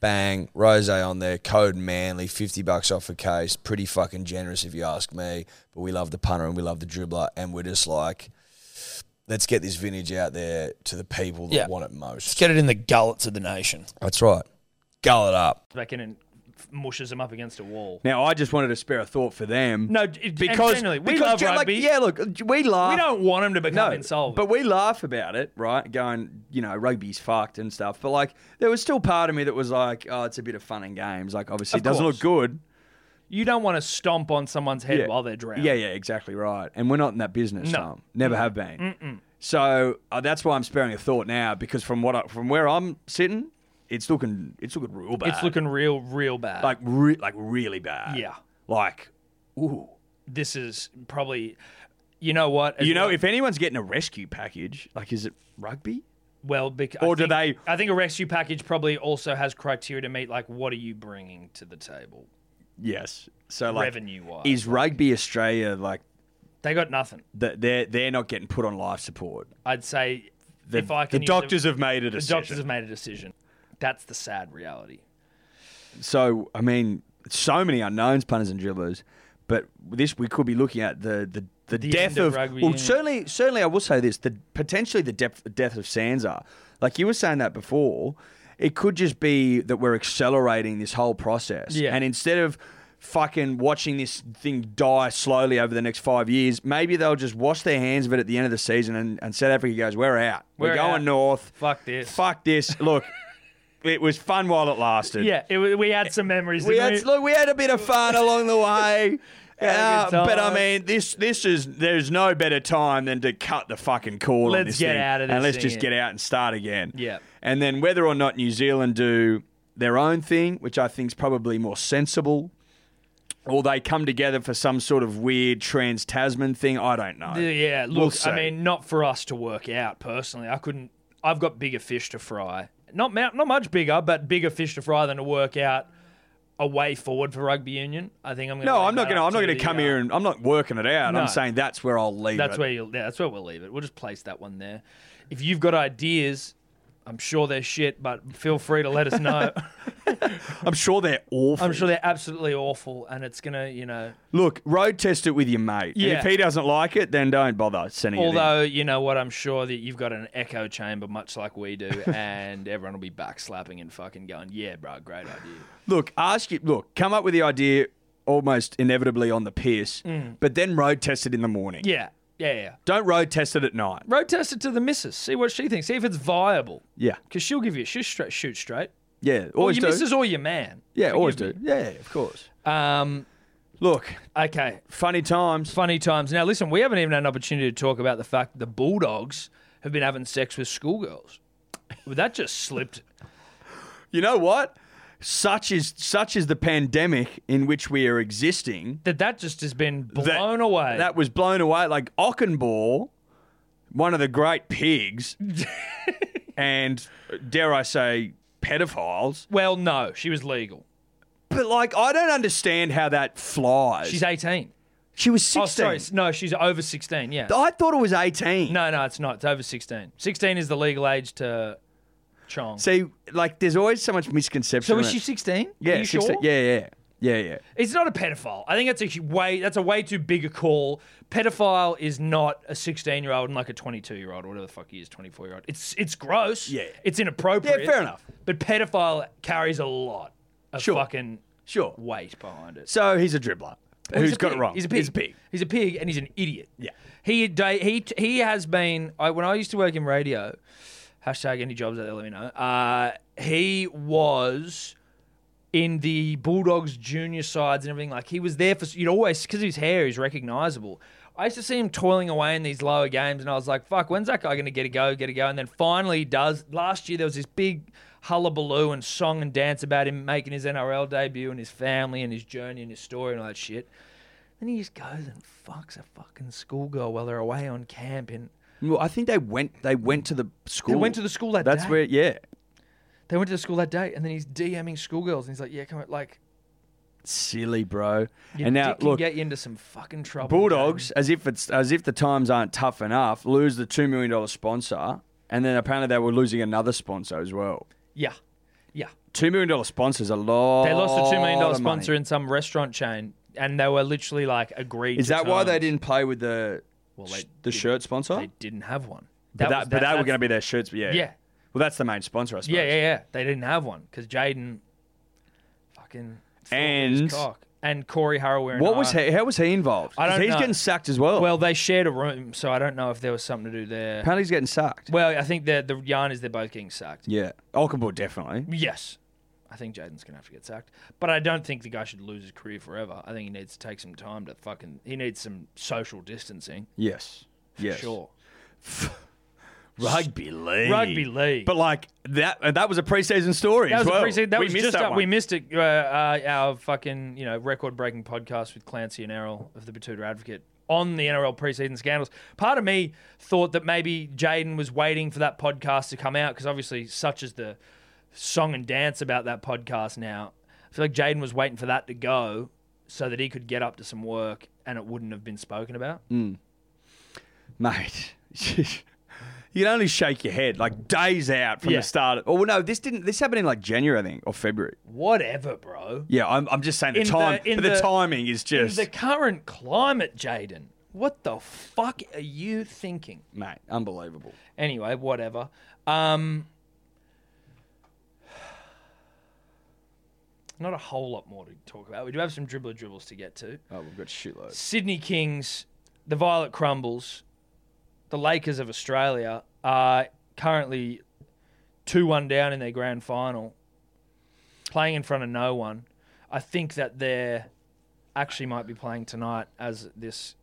[SPEAKER 5] bang, rose on there, code Manly, fifty bucks off a case. Pretty fucking generous if you ask me. But we love the punter and we love the dribbler, and we're just like, let's get this vintage out there to the people that
[SPEAKER 2] Yeah.
[SPEAKER 5] want it most.
[SPEAKER 2] Let's get it in the gullets of the nation.
[SPEAKER 5] That's right. Gull it up.
[SPEAKER 2] Back in and mushes them up against a wall.
[SPEAKER 3] Now, I just wanted to spare a thought for them.
[SPEAKER 2] No, it- and
[SPEAKER 3] because,
[SPEAKER 2] generally, we
[SPEAKER 3] because
[SPEAKER 2] love
[SPEAKER 3] gen- like,
[SPEAKER 2] rugby.
[SPEAKER 3] yeah, look, we laugh.
[SPEAKER 2] We don't want them to become
[SPEAKER 3] no,
[SPEAKER 2] insolvent.
[SPEAKER 3] but we laugh about it, right? Going, you know, rugby's fucked and stuff. But like, there was still part of me that was like, oh, it's a bit of fun and games. Like, obviously,
[SPEAKER 2] Of
[SPEAKER 3] it doesn't
[SPEAKER 2] course.
[SPEAKER 3] look good.
[SPEAKER 2] you don't want to stomp on someone's head while they're drowning.
[SPEAKER 3] Yeah, yeah, exactly right. And we're not in that business,
[SPEAKER 2] No.
[SPEAKER 3] Tom. Never have been. So uh, that's why I'm sparing a thought now because from what I, from where I'm sitting, it's looking it's looking real bad.
[SPEAKER 2] It's looking real, real bad.
[SPEAKER 3] like re- like really bad.
[SPEAKER 2] Yeah.
[SPEAKER 3] Like, ooh.
[SPEAKER 2] this is probably, you know what? As
[SPEAKER 3] You know,
[SPEAKER 2] well-
[SPEAKER 3] if anyone's getting a rescue package, like, is it rugby?
[SPEAKER 2] well, because
[SPEAKER 3] or do they-
[SPEAKER 2] I think a rescue package probably also has criteria to meet. Like, what are you bringing to the table?
[SPEAKER 3] Yes. So like,
[SPEAKER 2] Revenue-wise,
[SPEAKER 3] is Rugby Australia like
[SPEAKER 2] They got nothing.
[SPEAKER 3] that? They're they're not getting put on life support.
[SPEAKER 2] I'd say
[SPEAKER 3] The,
[SPEAKER 2] if I
[SPEAKER 3] the
[SPEAKER 2] can, use
[SPEAKER 3] doctors have made a
[SPEAKER 2] the
[SPEAKER 3] decision.
[SPEAKER 2] doctors have made a decision. That's the sad reality.
[SPEAKER 3] So I mean, so many unknowns, punters and dribblers, but this we could be looking at the the. The, death
[SPEAKER 2] end of
[SPEAKER 3] of,
[SPEAKER 2] rugby
[SPEAKER 3] well,
[SPEAKER 2] union.
[SPEAKER 3] certainly, certainly, I will say this: the potentially the depth, death of Sansa. Like you were saying that before, it could just be that we're accelerating this whole process,
[SPEAKER 2] Yeah.
[SPEAKER 3] and instead of fucking watching this thing die slowly over the next five years, maybe they'll just wash their hands of it at the end of the season, and, and South Africa goes, "We're out. We're,
[SPEAKER 2] We're
[SPEAKER 3] going
[SPEAKER 2] out.
[SPEAKER 3] north.
[SPEAKER 2] Fuck this.
[SPEAKER 3] Fuck this. Look, it was fun while it lasted.
[SPEAKER 2] Yeah, it, we had some memories.
[SPEAKER 3] We
[SPEAKER 2] didn't
[SPEAKER 3] had look, we had a bit of fun along the way.
[SPEAKER 2] Had a good
[SPEAKER 3] Uh, but I
[SPEAKER 2] time.
[SPEAKER 3] mean, this this is there's no better time than to cut the fucking cord. on
[SPEAKER 2] Let's
[SPEAKER 3] this
[SPEAKER 2] get
[SPEAKER 3] thing,
[SPEAKER 2] out of this
[SPEAKER 3] and let's
[SPEAKER 2] thing,
[SPEAKER 3] just
[SPEAKER 2] yeah.
[SPEAKER 3] get out and start again.
[SPEAKER 2] Yeah.
[SPEAKER 3] And then whether or not New Zealand do their own thing, which I think is probably more sensible, or they come together for some sort of weird trans Tasman thing, I don't know.
[SPEAKER 2] Yeah,
[SPEAKER 3] We'll
[SPEAKER 2] look,
[SPEAKER 3] see.
[SPEAKER 2] I mean, not for us to work out personally. I couldn't. I've got bigger fish to fry. Not mou- not much bigger, but bigger fish to fry than to work out a way forward for rugby union. I think I'm going.
[SPEAKER 3] no, I'm not gonna I'm not gonna come here and I'm not working it out.
[SPEAKER 2] uh, No.
[SPEAKER 3] I'm saying that's where I'll leave
[SPEAKER 2] That's
[SPEAKER 3] it.
[SPEAKER 2] where you'll. Yeah, that's where we'll leave it. We'll just place that one there. If you've got ideas, I'm sure they're shit, but feel free to let us know.
[SPEAKER 3] I'm sure they're awful.
[SPEAKER 2] I'm sure they're absolutely awful, and it's gonna, you know.
[SPEAKER 3] Look, road test it with your mate.
[SPEAKER 2] Yeah.
[SPEAKER 3] And if he doesn't like it, then don't bother sending it.
[SPEAKER 2] Although you know what, I'm sure that you've got an echo chamber, much like we do, and everyone will be backslapping and fucking going, "Yeah, bro, great idea."
[SPEAKER 3] in. Look, ask you. Look, come up with the idea almost inevitably on the piss, but then road test it in the morning.
[SPEAKER 2] Mm. Yeah, yeah, yeah.
[SPEAKER 3] Don't road test it at night.
[SPEAKER 2] Road test it to the missus. See what she thinks. See if it's viable.
[SPEAKER 3] Yeah,
[SPEAKER 2] Because she'll give you a shoot straight. Shoot straight.
[SPEAKER 3] yeah.
[SPEAKER 2] Or
[SPEAKER 3] Always
[SPEAKER 2] your
[SPEAKER 3] do.
[SPEAKER 2] missus or your man.
[SPEAKER 3] yeah, always do.
[SPEAKER 2] Forgive
[SPEAKER 3] Yeah, of course.
[SPEAKER 2] me. Um,
[SPEAKER 6] Look,
[SPEAKER 2] Okay,
[SPEAKER 6] funny times.
[SPEAKER 2] funny times. Now, listen, we haven't even had an opportunity to talk about the fact the Bulldogs have been having sex with schoolgirls. Well, that just slipped.
[SPEAKER 6] You know what? Such is such is the pandemic in which we are existing.
[SPEAKER 2] That that just has been blown
[SPEAKER 6] that-
[SPEAKER 2] away.
[SPEAKER 6] That was blown away. Like Ockenball, one of the great pigs, and uh, dare I say, pedophiles.
[SPEAKER 2] well, no, she was legal.
[SPEAKER 6] But like, I don't understand how that flies.
[SPEAKER 2] She's 18.
[SPEAKER 6] she was
[SPEAKER 2] Oh,
[SPEAKER 6] sixteen.
[SPEAKER 2] sorry. No, she's over 16, yeah.
[SPEAKER 6] I thought it was eighteen.
[SPEAKER 2] Oh. No, no, it's not. It's over 16. 16 is the legal age to Chong.
[SPEAKER 6] See, like, there's always so much misconception.
[SPEAKER 2] so is
[SPEAKER 6] around-
[SPEAKER 2] she 16?
[SPEAKER 6] Yeah,
[SPEAKER 2] Are you
[SPEAKER 6] 16
[SPEAKER 2] sure?
[SPEAKER 6] Yeah, yeah, yeah, yeah.
[SPEAKER 2] It's not a pedophile. I think that's a hu- way that's a way too big a call. Pedophile is not a 16-year-old and like a 22-year-old or whatever the fuck he is, 24-year-old. It's it's gross.
[SPEAKER 6] Yeah.
[SPEAKER 2] It's inappropriate.
[SPEAKER 6] Yeah, fair enough.
[SPEAKER 2] But pedophile carries a lot of
[SPEAKER 6] Sure.
[SPEAKER 2] fucking
[SPEAKER 6] Sure.
[SPEAKER 2] weight behind it.
[SPEAKER 6] So he's a dribbler
[SPEAKER 2] Well,
[SPEAKER 6] who's
[SPEAKER 2] he's a
[SPEAKER 6] got it
[SPEAKER 2] pig.
[SPEAKER 6] wrong.
[SPEAKER 2] He's a pig.
[SPEAKER 6] He's a pig.
[SPEAKER 2] He's a pig, and he's an idiot.
[SPEAKER 6] Yeah.
[SPEAKER 2] He da- he he has been. I, when I used to work in radio, hashtag any jobs out there, let me know. Uh, he was in the Bulldogs junior sides and everything. Like he was there for you'd always because his hair is recognizable. I used to see him toiling away in these lower games, and I was like, "Fuck, when's that guy going to get a go? Get a go?" And then finally, he does. Last year there was this big hullabaloo and song and dance about him making his NRL debut and his family and his journey and his story and all that shit. Then he just goes and fucks a fucking schoolgirl while they're away on camp, and
[SPEAKER 6] Well, I think they went. They went to the school.
[SPEAKER 2] They went to the school that
[SPEAKER 6] That's
[SPEAKER 2] day.
[SPEAKER 6] where. Yeah.
[SPEAKER 2] they went to the school that day. And then he's DMing schoolgirls, and he's like, "Yeah, come on, like."
[SPEAKER 6] Silly, bro.
[SPEAKER 2] Your
[SPEAKER 6] and now
[SPEAKER 2] dick can
[SPEAKER 6] look,
[SPEAKER 2] get you into some fucking trouble.
[SPEAKER 6] Bulldogs, as if it's as if the times aren't tough enough, lose the two million dollar sponsor, and then apparently they were losing another sponsor as well.
[SPEAKER 2] Yeah, yeah.
[SPEAKER 6] Two million dollar sponsors a lot.
[SPEAKER 2] They lost a two million dollar
[SPEAKER 6] of money.
[SPEAKER 2] sponsor in some restaurant chain, and they were literally like agreed.
[SPEAKER 6] Is
[SPEAKER 2] to
[SPEAKER 6] that why they
[SPEAKER 2] terms.
[SPEAKER 6] didn't play with the
[SPEAKER 2] Well, they
[SPEAKER 6] sh- the
[SPEAKER 2] didn't.
[SPEAKER 6] shirt sponsor?
[SPEAKER 2] They didn't have one.
[SPEAKER 6] but that,
[SPEAKER 2] was-
[SPEAKER 6] but that were
[SPEAKER 2] that's-
[SPEAKER 6] going to be their shirts. Yeah.
[SPEAKER 2] Yeah.
[SPEAKER 6] Well, that's the main sponsor, I suppose.
[SPEAKER 2] Yeah, yeah, yeah. They didn't have one because Jaden, fucking thought his
[SPEAKER 6] And-
[SPEAKER 2] cock. and Corey Harrower.
[SPEAKER 6] What was he, how was he involved?
[SPEAKER 2] I
[SPEAKER 6] 'Cause
[SPEAKER 2] don't
[SPEAKER 6] he's
[SPEAKER 2] know.
[SPEAKER 6] getting sacked as well.
[SPEAKER 2] Well, they shared a room, so I don't know if there was something to do there.
[SPEAKER 6] apparently he's getting sacked.
[SPEAKER 2] Well, I think the the yarn is they're both getting sacked.
[SPEAKER 6] yeah, Ockenball definitely.
[SPEAKER 2] Yes. I think Jaden's going to have to get sacked. But I don't think the guy should lose his career forever. I think he needs to take some time to fucking. He needs some social distancing.
[SPEAKER 6] Yes, yes,
[SPEAKER 2] Sure.
[SPEAKER 6] Rugby league,
[SPEAKER 2] Rugby league.
[SPEAKER 6] But like that, that was a preseason story.
[SPEAKER 2] That
[SPEAKER 6] as
[SPEAKER 2] was,
[SPEAKER 6] well.
[SPEAKER 2] a preseason. that
[SPEAKER 6] we
[SPEAKER 2] was
[SPEAKER 6] missed
[SPEAKER 2] just
[SPEAKER 6] that
[SPEAKER 2] up-
[SPEAKER 6] one.
[SPEAKER 2] we missed it. Uh, uh, our fucking you know record breaking podcast with Clancy and Errol of the Batuta Advocate on the NRL preseason scandals. Part of me thought that maybe Jaden was waiting for that podcast to come out because obviously such is the song and dance about that podcast now. I feel like Jaden was waiting for that to go so that he could get up to some work and it wouldn't have been spoken about.
[SPEAKER 6] Mm. mate. You can only shake your head like days out from
[SPEAKER 2] Yeah.
[SPEAKER 6] the start. Of, oh well, no, this didn't. This happened in like January, I think, or February.
[SPEAKER 2] Whatever, bro.
[SPEAKER 6] Yeah, I'm, I'm just saying the
[SPEAKER 2] In the-
[SPEAKER 6] time,
[SPEAKER 2] in
[SPEAKER 6] but the,
[SPEAKER 2] the-
[SPEAKER 6] timing is just,
[SPEAKER 2] In the current climate, Jaden, what the fuck are you thinking?
[SPEAKER 6] mate, unbelievable.
[SPEAKER 2] Anyway, whatever. Um, not a whole lot more to talk about. We do have some dribbler dribbles to get to.
[SPEAKER 6] Oh, we've got shitloads.
[SPEAKER 2] Sydney Kings, the Violet Crumbles, the Lakers of Australia are currently 2 1 down in their grand final, playing in front of no one. I think that they're actually might be playing tonight as this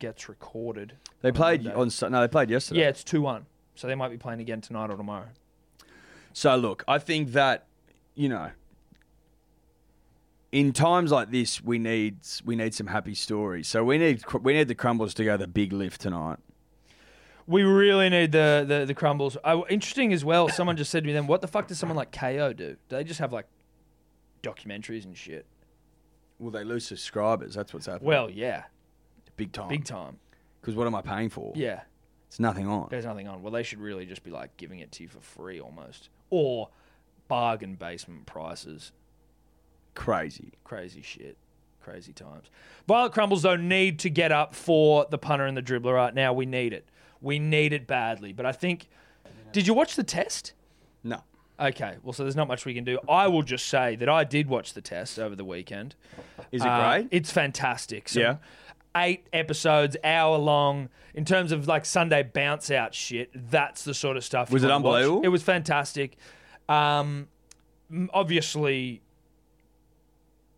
[SPEAKER 2] gets recorded.
[SPEAKER 6] They
[SPEAKER 2] on
[SPEAKER 6] played
[SPEAKER 2] Monday.
[SPEAKER 6] on Su- no, they played yesterday.
[SPEAKER 2] Yeah, it's 2 1. So they might be playing again tonight or tomorrow.
[SPEAKER 6] So look, I think that you know, in times like this, we need we need some happy stories. So we need cr- we need the Crumbles to go the big lift tonight.
[SPEAKER 2] We really need the the, the crumbles. Oh, interesting as well. Someone just said to me then, what the fuck does someone like KO do? Do they just have like documentaries and shit?
[SPEAKER 6] Well, they lose subscribers. That's what's happening.
[SPEAKER 2] Well, yeah,
[SPEAKER 6] big time.
[SPEAKER 2] big time.
[SPEAKER 6] Because what am I paying for?
[SPEAKER 2] Yeah,
[SPEAKER 6] it's nothing on.
[SPEAKER 2] there's nothing on. Well, they should really just be like giving it to you for free almost, or bargain basement prices.
[SPEAKER 6] Crazy.
[SPEAKER 2] Crazy shit. Crazy times. Violet Crumbles, though, need to get up for the punter and the dribbler right now. We need it. We need it badly. But I think. Did you watch the test?
[SPEAKER 6] No.
[SPEAKER 2] Okay, well, so there's not much we can do. I will just say that I did watch the test over the weekend.
[SPEAKER 6] Is it
[SPEAKER 2] Uh,
[SPEAKER 6] great?
[SPEAKER 2] It's fantastic. So
[SPEAKER 6] Yeah.
[SPEAKER 2] Eight episodes, hour long. In terms of like Sunday bounce out shit, that's the sort of stuff. you
[SPEAKER 6] Was it
[SPEAKER 2] wanna watch.
[SPEAKER 6] unbelievable?
[SPEAKER 2] It was fantastic. Um, m- obviously,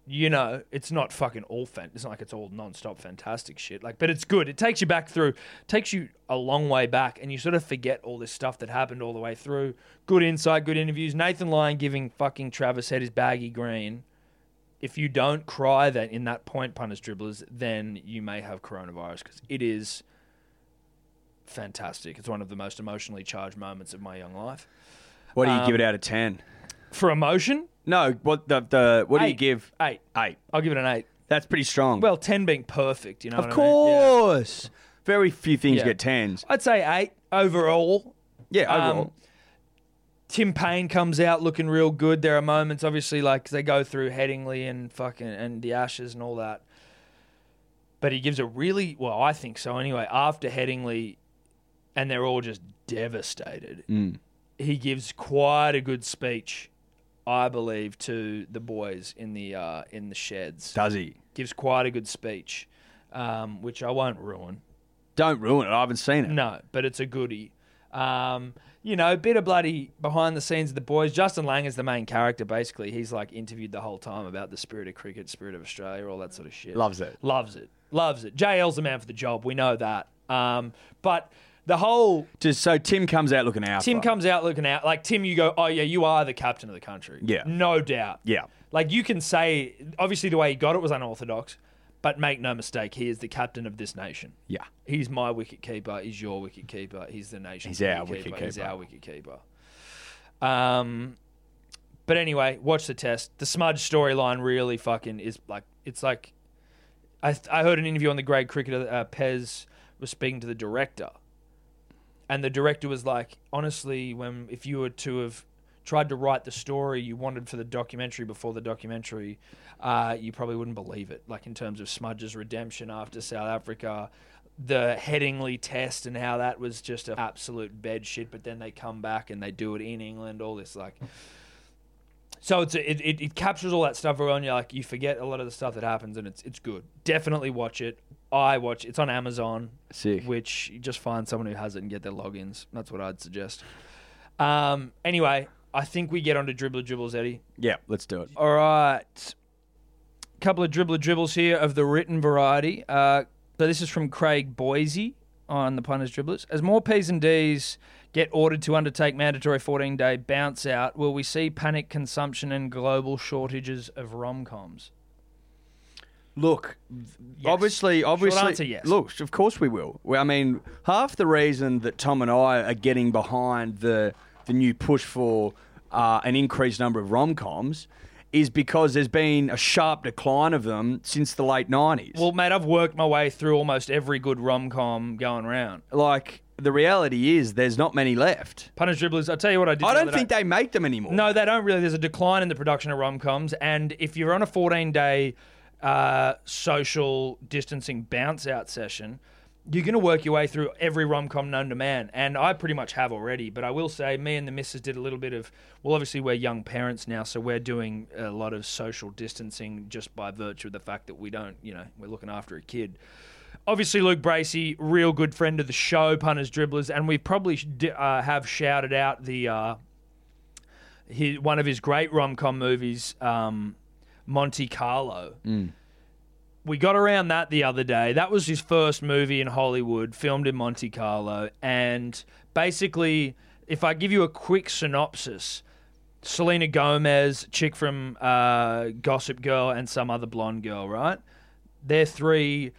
[SPEAKER 2] you know, it's not fucking all fan. It's not like it's all non-stop fantastic shit. Like, but it's good. It takes you back through, takes you a long way back, and you sort of forget all this stuff that happened all the way through. Good insight, good interviews. Nathan Lyon giving fucking Travis Head his baggy green. If you don't cry that in that point, punters dribblers, then you may have coronavirus because it is fantastic. It's one of the most emotionally charged moments of my young life.
[SPEAKER 3] What do
[SPEAKER 2] um,
[SPEAKER 3] you give it out of ten?
[SPEAKER 2] For emotion,
[SPEAKER 3] No, what the, the what do you
[SPEAKER 2] Eight.
[SPEAKER 3] give?
[SPEAKER 2] eight.
[SPEAKER 3] Eight.
[SPEAKER 2] I'll give it an eight.
[SPEAKER 3] That's pretty strong.
[SPEAKER 2] Well, ten being perfect, you know.
[SPEAKER 3] of
[SPEAKER 2] what I mean? Yeah.
[SPEAKER 3] course. Very few things
[SPEAKER 2] Yeah.
[SPEAKER 3] get tens.
[SPEAKER 2] I'd say eight overall.
[SPEAKER 3] Yeah,
[SPEAKER 2] Um,
[SPEAKER 3] overall.
[SPEAKER 2] Tim Payne comes out looking real good. There are moments, obviously, like they go through Headingley and fucking and the Ashes and all that. But he gives a really well, I think so anyway. After Headingley, and they're all just devastated.
[SPEAKER 3] Mm.
[SPEAKER 2] He gives quite a good speech, I believe, to the boys in the uh, in the sheds.
[SPEAKER 3] Does he?
[SPEAKER 2] Gives quite a good speech, um, which I won't ruin.
[SPEAKER 3] Don't ruin it. I haven't seen it.
[SPEAKER 2] No, but it's a goodie. Um, you know, a bit of bloody behind the scenes of the boys. Justin Lang is the main character, basically. He's like interviewed the whole time about the spirit of cricket, spirit of Australia, all that sort of shit.
[SPEAKER 3] Loves it.
[SPEAKER 2] Loves it. Loves it. JL's the man for the job. We know that. Um, but the whole
[SPEAKER 3] Just so Tim comes out looking out.
[SPEAKER 2] Tim comes out looking out like Tim. You go, oh yeah, you are the captain of the country.
[SPEAKER 3] Yeah.
[SPEAKER 2] no doubt.
[SPEAKER 3] Yeah.
[SPEAKER 2] like you can say. Obviously, the way he got it was unorthodox, but make no mistake, he is the captain of this nation.
[SPEAKER 3] Yeah.
[SPEAKER 2] He's my wicket keeper. He's your wicket keeper. He's the nation's
[SPEAKER 3] He's our
[SPEAKER 2] He's
[SPEAKER 3] wicketkeeper.
[SPEAKER 2] our wicket keeper. Um, but anyway, watch the test. The smudge storyline really fucking is like it's like I I heard an interview on the great cricketer uh, Pez was speaking to the director, and the director was like, honestly, when if you were to have tried to write the story you wanted for the documentary before the documentary, uh, you probably wouldn't believe it. Like in terms of Smudge's redemption after South Africa, the Headingley test and how that was just an absolute bed shit. But then they come back and they do it in England. All this like. So it's it, it, it captures all that stuff around you. Like you forget a lot of the stuff that happens, and it's it's good. Definitely watch it. I watch. It's on Amazon,
[SPEAKER 3] Sick.
[SPEAKER 2] which you just find someone who has it and get their logins. That's what I'd suggest. Um. Anyway, I think we get onto dribbler dribbles, Eddie.
[SPEAKER 3] Yeah, let's do it.
[SPEAKER 2] All right. Couple of dribbler dribbles here of the written variety. Uh, so this is from Craig Boise on the punters dribblers. As more P's and D's get ordered to undertake mandatory 14 day bounce out, will we see panic consumption and global shortages of rom coms?
[SPEAKER 3] Look, obviously, obviously,
[SPEAKER 2] answer, yes.
[SPEAKER 3] Look, of course we will. Well, I mean, half the reason that Tom and I are getting behind the the new push for uh, an increased number of rom coms is because there's been a sharp decline of them since the late nineties.
[SPEAKER 2] Well, mate, I've worked my way through almost every good rom com going round.
[SPEAKER 3] like the reality is, there's not many left.
[SPEAKER 2] Punters dribblers, I'll tell you what I did.
[SPEAKER 3] I
[SPEAKER 2] the
[SPEAKER 3] don't
[SPEAKER 2] other
[SPEAKER 3] think
[SPEAKER 2] day.
[SPEAKER 3] they make them anymore.
[SPEAKER 2] No, they don't really. There's a decline in the production of rom coms, and if you're on a 14 day uh, social distancing bounce out session, you're going to work your way through every rom com known to man. And I pretty much have already, but I will say, me and the missus did a little bit of. Well, obviously, we're young parents now, so we're doing a lot of social distancing just by virtue of the fact that we don't, you know, we're looking after a kid obviously Luke Bracey, real good friend of the show, punters, dribblers, and we probably sh- di- uh, have shouted out the uh, his, one of his great rom com movies, um, Monte Carlo. We got around that the other day. That was his first movie in Hollywood, filmed in Monte Carlo, and basically, if I give you a quick synopsis. Selena Gomez, chick from uh, Gossip Girl, and some other blonde girl, right? They're three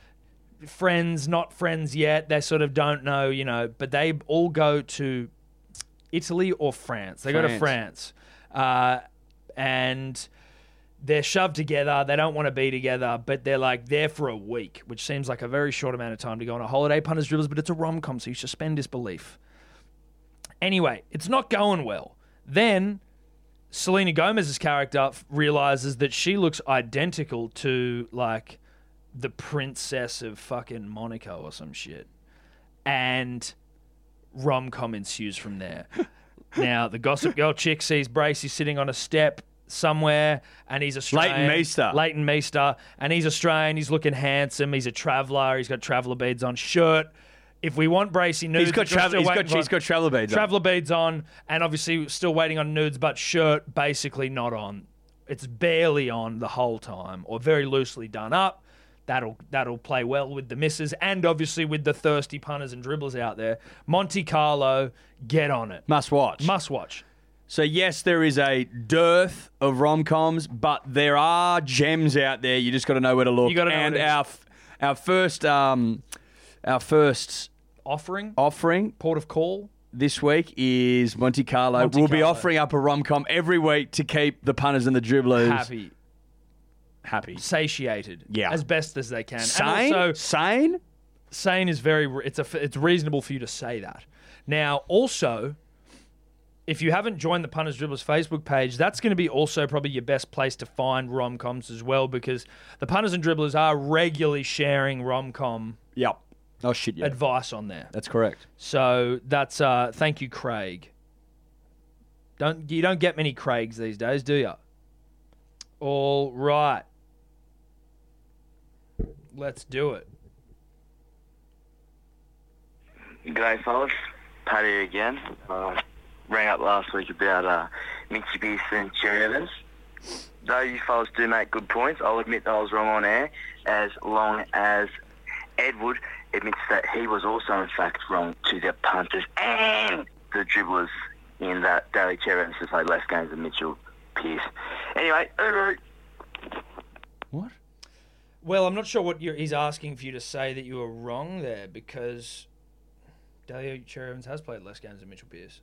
[SPEAKER 2] friends, not friends yet. They sort of don't know, you know, but they all go to Italy or France. They go to France. Uh, and they're shoved together. They don't want to be together, but they're like there for a week, which seems like a very short amount of time to go on a holiday. Punters, dribblers, but it's a rom com, so you suspend disbelief. Anyway, it's not going well. Then Selena Gomez's character f- realizes that she looks identical to like the princess of fucking Monaco or some shit. And rom com ensues from there. now, the Gossip Girl chick sees Bracey sitting on a step somewhere and he's Australian.
[SPEAKER 3] Meester.
[SPEAKER 2] Leighton Meester. And he's Australian. He's looking handsome. He's a traveller. He's got traveller beads on shirt. If we want Bracey nude,
[SPEAKER 3] he's got travel. He's got he's got travel beads. on.
[SPEAKER 2] Traveler beads on, and obviously still waiting on nudes, but shirt basically not on. it's barely on the whole time or very loosely done up. That'll that'll play well with the misses and obviously with the thirsty punters and dribblers out there. Monte Carlo, get on it.
[SPEAKER 6] Must watch.
[SPEAKER 2] Must watch.
[SPEAKER 6] So yes, there is a dearth of rom coms, but there are gems out there. You just got to know where to look.
[SPEAKER 2] You gotta know
[SPEAKER 6] and
[SPEAKER 2] where to-
[SPEAKER 6] our f- our first um, our first
[SPEAKER 2] Offering,
[SPEAKER 6] Oh. offering
[SPEAKER 2] port of call.
[SPEAKER 6] this week is Monte Carlo.
[SPEAKER 2] Monte
[SPEAKER 6] we'll be
[SPEAKER 2] Carlo.
[SPEAKER 6] offering up a rom com every week to keep the punters and the dribblers
[SPEAKER 2] Happy,
[SPEAKER 6] happy.
[SPEAKER 2] satiated,
[SPEAKER 6] Yeah.
[SPEAKER 2] as best as they can. And
[SPEAKER 6] Sane,
[SPEAKER 2] also-
[SPEAKER 6] sane.
[SPEAKER 2] saying is very it's a it's reasonable for you to say that. Now, also, if you haven't joined the Punters Dribblers Facebook page, that's going to be also probably your best place to find rom coms as well because the Punters and Dribblers are regularly sharing rom com
[SPEAKER 6] Yep. Oh shit, yeah.
[SPEAKER 2] advice on there.
[SPEAKER 6] That's correct.
[SPEAKER 2] So that's uh, thank you, Craig. Don't you don't get many Craigs these days, do you? All right, let's do it.
[SPEAKER 7] G'day, fellas. Paddy again. Uh, rang up last week about uh, Mitchie Beast and Cherry Evans. Though you fellas do make good points, I'll admit that I was wrong on air as long as Edward admits that he was also, in fact, wrong to the punters and the dribblers in that Daily Cherry Evans to say less games than Mitchell Pearce. Anyway, alright.
[SPEAKER 6] What?
[SPEAKER 2] Well, I'm not sure what you're, he's asking for you to say that you were wrong there because Dalio Cherry Evans has played less games than Mitchell Pearce.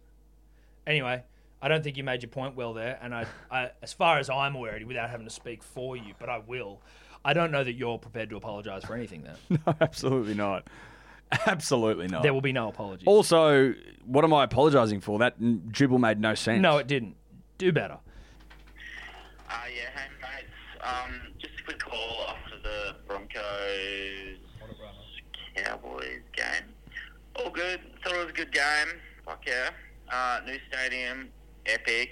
[SPEAKER 2] Anyway, I don't think you made your point well there, and I, I as far as I'm aware, without having to speak for you, but I will. I don't know that you're prepared to apologise for anything there.
[SPEAKER 6] No, absolutely not. Absolutely not.
[SPEAKER 2] There will be no apologies.
[SPEAKER 6] also, what am I apologising for? That n- dribble made no sense.
[SPEAKER 2] no, it didn't. Do better.
[SPEAKER 8] Uh, yeah, hey mates. Um, just a quick call after the Broncos Cowboys game. All good. Thought it was a good game. Fuck yeah. Uh, new stadium, epic,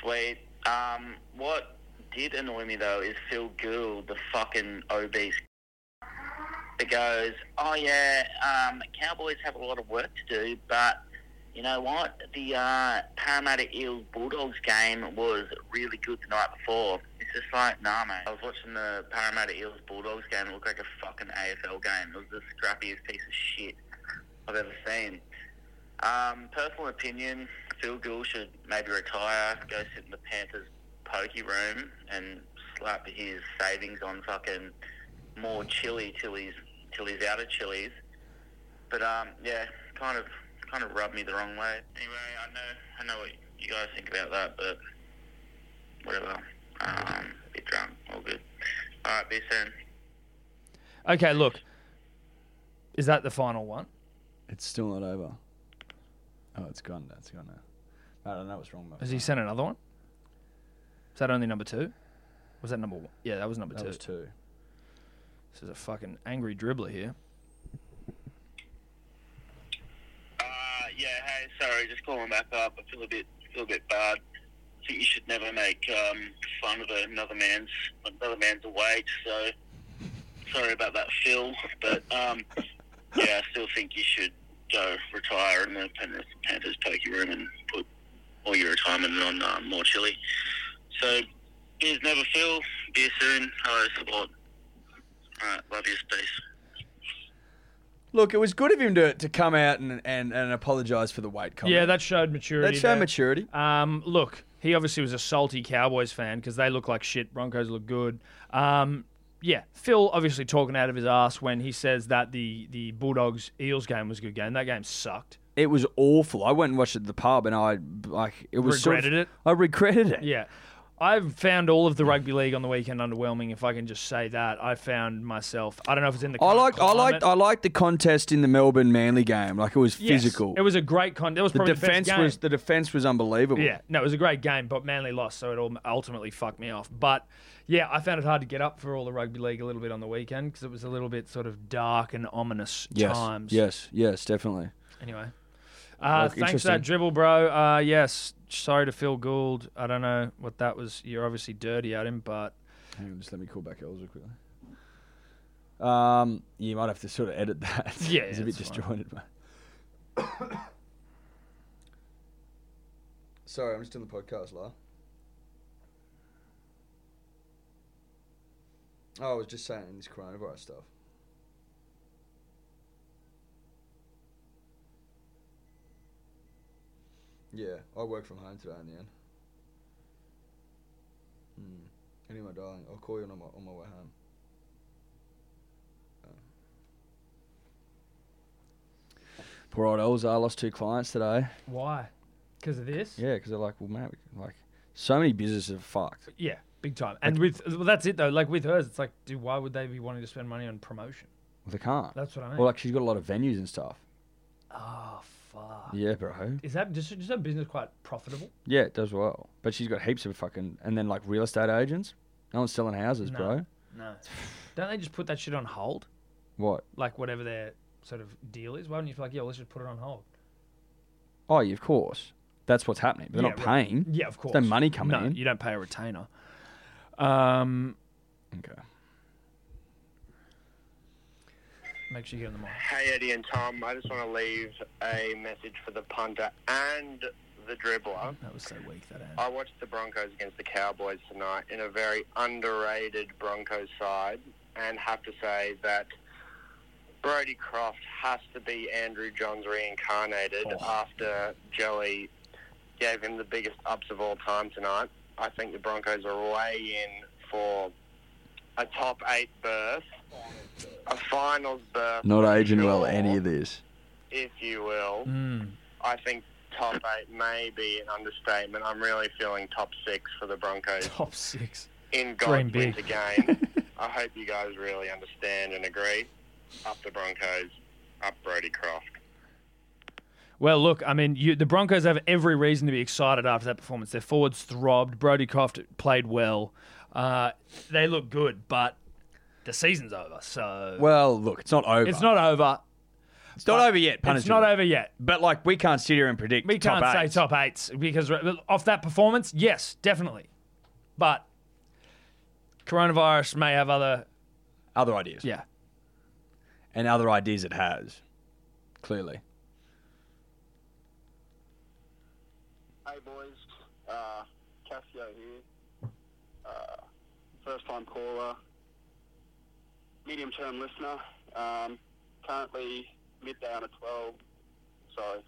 [SPEAKER 8] sweet. Um, what did annoy me though is Phil Gould, the fucking obese. That goes, oh yeah, um, Cowboys have a lot of work to do, but you know what? The uh, Parramatta Eels Bulldogs game was really good the night before. It's just like, nah, mate. I was watching the Parramatta Eels Bulldogs game. It looked like a fucking AFL game. It was the scrappiest piece of shit I've ever seen. Um, personal opinion: Phil Gill should maybe retire, go sit in the Panthers' pokey room, and slap his savings on fucking more chili till he's till he's out of chilies. But um, yeah, kind of kind of rubbed me the wrong way. Anyway, I know I know what you guys think about that, but whatever. Um, bit drunk, all good. All right, be soon.
[SPEAKER 2] Okay, look. Is that the final one?
[SPEAKER 6] It's still not over. Oh, it's gone. That's gone now. I don't know what's wrong. with my
[SPEAKER 2] Has he
[SPEAKER 6] phone.
[SPEAKER 2] sent another one? Is that only number two? Was that number one? Yeah, that was number
[SPEAKER 6] That
[SPEAKER 2] two.
[SPEAKER 6] was two.
[SPEAKER 2] This is a fucking angry dribbler here.
[SPEAKER 8] Uh, yeah, hey, sorry, just calling back up. I feel a bit feel a bit bad. I think you should never make um, fun of another man's another man's awake. So sorry about that, Phil. But um, yeah, I still think you should go retire in the Panthers, Panthers pokey room and put all your retirement on um, more chili. So beers never Phil. Be you soon. Hello, support. All right, love you, space.
[SPEAKER 6] Look, it was good of him to, to come out and, and, and apologise for the weight comment.
[SPEAKER 2] Yeah, that showed maturity.
[SPEAKER 6] that showed
[SPEAKER 2] there.
[SPEAKER 6] maturity.
[SPEAKER 2] Um, look, he obviously was a salty Cowboys fan because they look like shit. Broncos look good. Um, yeah, Phil obviously talking out of his ass when he says that the the Bulldogs Eels game was a good game. That game sucked.
[SPEAKER 6] It was awful. I went and watched it at the pub, and I like it was sort of-
[SPEAKER 2] Regretted it?
[SPEAKER 6] I regretted it.
[SPEAKER 2] Yeah. I've found all of the rugby league on the weekend underwhelming. If I can just say that, I found myself. I don't know if it's in the.
[SPEAKER 6] I
[SPEAKER 2] current
[SPEAKER 6] liked I liked
[SPEAKER 2] climate.
[SPEAKER 6] I liked the contest in the Melbourne Manly game. Like it was
[SPEAKER 2] Yes,
[SPEAKER 6] physical.
[SPEAKER 2] It was a great con. That was
[SPEAKER 6] the
[SPEAKER 2] probably the best
[SPEAKER 6] defense
[SPEAKER 2] game.
[SPEAKER 6] was the defense was unbelievable.
[SPEAKER 2] Yeah, no, it was a great game, but Manly lost, so it all ultimately fucked me off. But yeah, I found it hard to get up for all the rugby league a little bit on the weekend because it was a little bit sort of dark and ominous
[SPEAKER 6] Yes.
[SPEAKER 2] times.
[SPEAKER 6] Yes. Yes. Definitely.
[SPEAKER 2] Anyway, uh,
[SPEAKER 6] Oh,
[SPEAKER 2] thanks for that
[SPEAKER 6] interesting.
[SPEAKER 2] dribble, bro. Uh, yes, sorry to Phil Gould. I don't know what that was. You're obviously dirty at him, but
[SPEAKER 6] Hang on, just let me call back Elsa quickly. Um, you might have to sort of edit that.
[SPEAKER 2] Yeah,
[SPEAKER 6] it's
[SPEAKER 2] yeah,
[SPEAKER 6] a bit
[SPEAKER 2] that's fine.
[SPEAKER 6] disjointed, mate. Sorry, I'm just doing the podcast, La.
[SPEAKER 3] Oh, I was just saying this coronavirus stuff. Yeah, I work from home today in the end. Hmm. Anyway, darling, I'll call you on my on my way home.
[SPEAKER 6] Um. Poor old Elza, I lost two clients today.
[SPEAKER 2] Why? Because of this?
[SPEAKER 6] Yeah, because they're like, well, mate, we- like so many businesses are fucked.
[SPEAKER 2] Yeah, big time. And with well, that's it though. Like with hers, it's like, dude, why would they be wanting to spend money on promotion?
[SPEAKER 6] Well, they can't.
[SPEAKER 2] That's what I mean.
[SPEAKER 6] Well, like she's got a lot of venues and stuff.
[SPEAKER 2] oh fuck.
[SPEAKER 6] Yeah, bro.
[SPEAKER 2] Is that just just her business quite profitable?
[SPEAKER 6] Yeah, it does well. But she's got heaps of fucking and then like real estate agents. No one's selling houses,
[SPEAKER 2] No.
[SPEAKER 6] bro.
[SPEAKER 2] No. Don't they just put that shit on hold?
[SPEAKER 6] What?
[SPEAKER 2] Like whatever their sort of deal is. Why don't you be like, yeah, let's just put it on hold?
[SPEAKER 6] Oh, yeah, of course. That's what's happening. They're not
[SPEAKER 2] Yeah, right.
[SPEAKER 6] paying.
[SPEAKER 2] Yeah, of course.
[SPEAKER 6] no money coming
[SPEAKER 2] no,
[SPEAKER 6] in.
[SPEAKER 2] You don't pay a retainer. Um,
[SPEAKER 6] Okay.
[SPEAKER 2] make sure you get on the mic.
[SPEAKER 8] Hey Eddie and Tom, I just want to leave a message for the punter and the dribbler.
[SPEAKER 2] Oh, That was so weak that end.
[SPEAKER 8] I watched the Broncos against the Cowboys tonight in a very underrated Broncos side, and have to say that Brody Croft has to be Andrew Johns reincarnated
[SPEAKER 6] Oh.
[SPEAKER 8] after Joey gave him the biggest ups of all time tonight. I think the Broncos are way in for a top eight berth, a finals berth.
[SPEAKER 6] Not
[SPEAKER 8] for
[SPEAKER 6] aging well
[SPEAKER 8] sure,
[SPEAKER 6] any of this.
[SPEAKER 8] if you will.
[SPEAKER 2] Mm.
[SPEAKER 8] I think top eight may be an understatement. I'm really feeling top six for the Broncos
[SPEAKER 2] Top six. Dream
[SPEAKER 8] in God's
[SPEAKER 2] big.
[SPEAKER 8] winter game. I hope you guys really understand and agree. Up the Broncos, up Brody Croft.
[SPEAKER 2] Well, look, I mean, you, the Broncos have every reason to be excited after that performance. Their forwards throbbed. Brody Croft played well. Uh, they look good, but the season's over, so
[SPEAKER 6] Well, look, it's not over.
[SPEAKER 2] it's not over.
[SPEAKER 6] It's not over yet.
[SPEAKER 2] It's not
[SPEAKER 6] punishable.
[SPEAKER 2] over yet.
[SPEAKER 6] But like, we can't sit here and predict.
[SPEAKER 2] We
[SPEAKER 6] top
[SPEAKER 2] can't say
[SPEAKER 6] eights.
[SPEAKER 2] top eights because uh, off that performance, yes, definitely, but coronavirus may have other.
[SPEAKER 6] other ideas
[SPEAKER 2] Yeah,
[SPEAKER 6] and other ideas it has. Clearly,
[SPEAKER 8] Hey boys, uh, Cassio here. Uh, first time caller, medium term listener. Um, currently midday on a 12, sorry,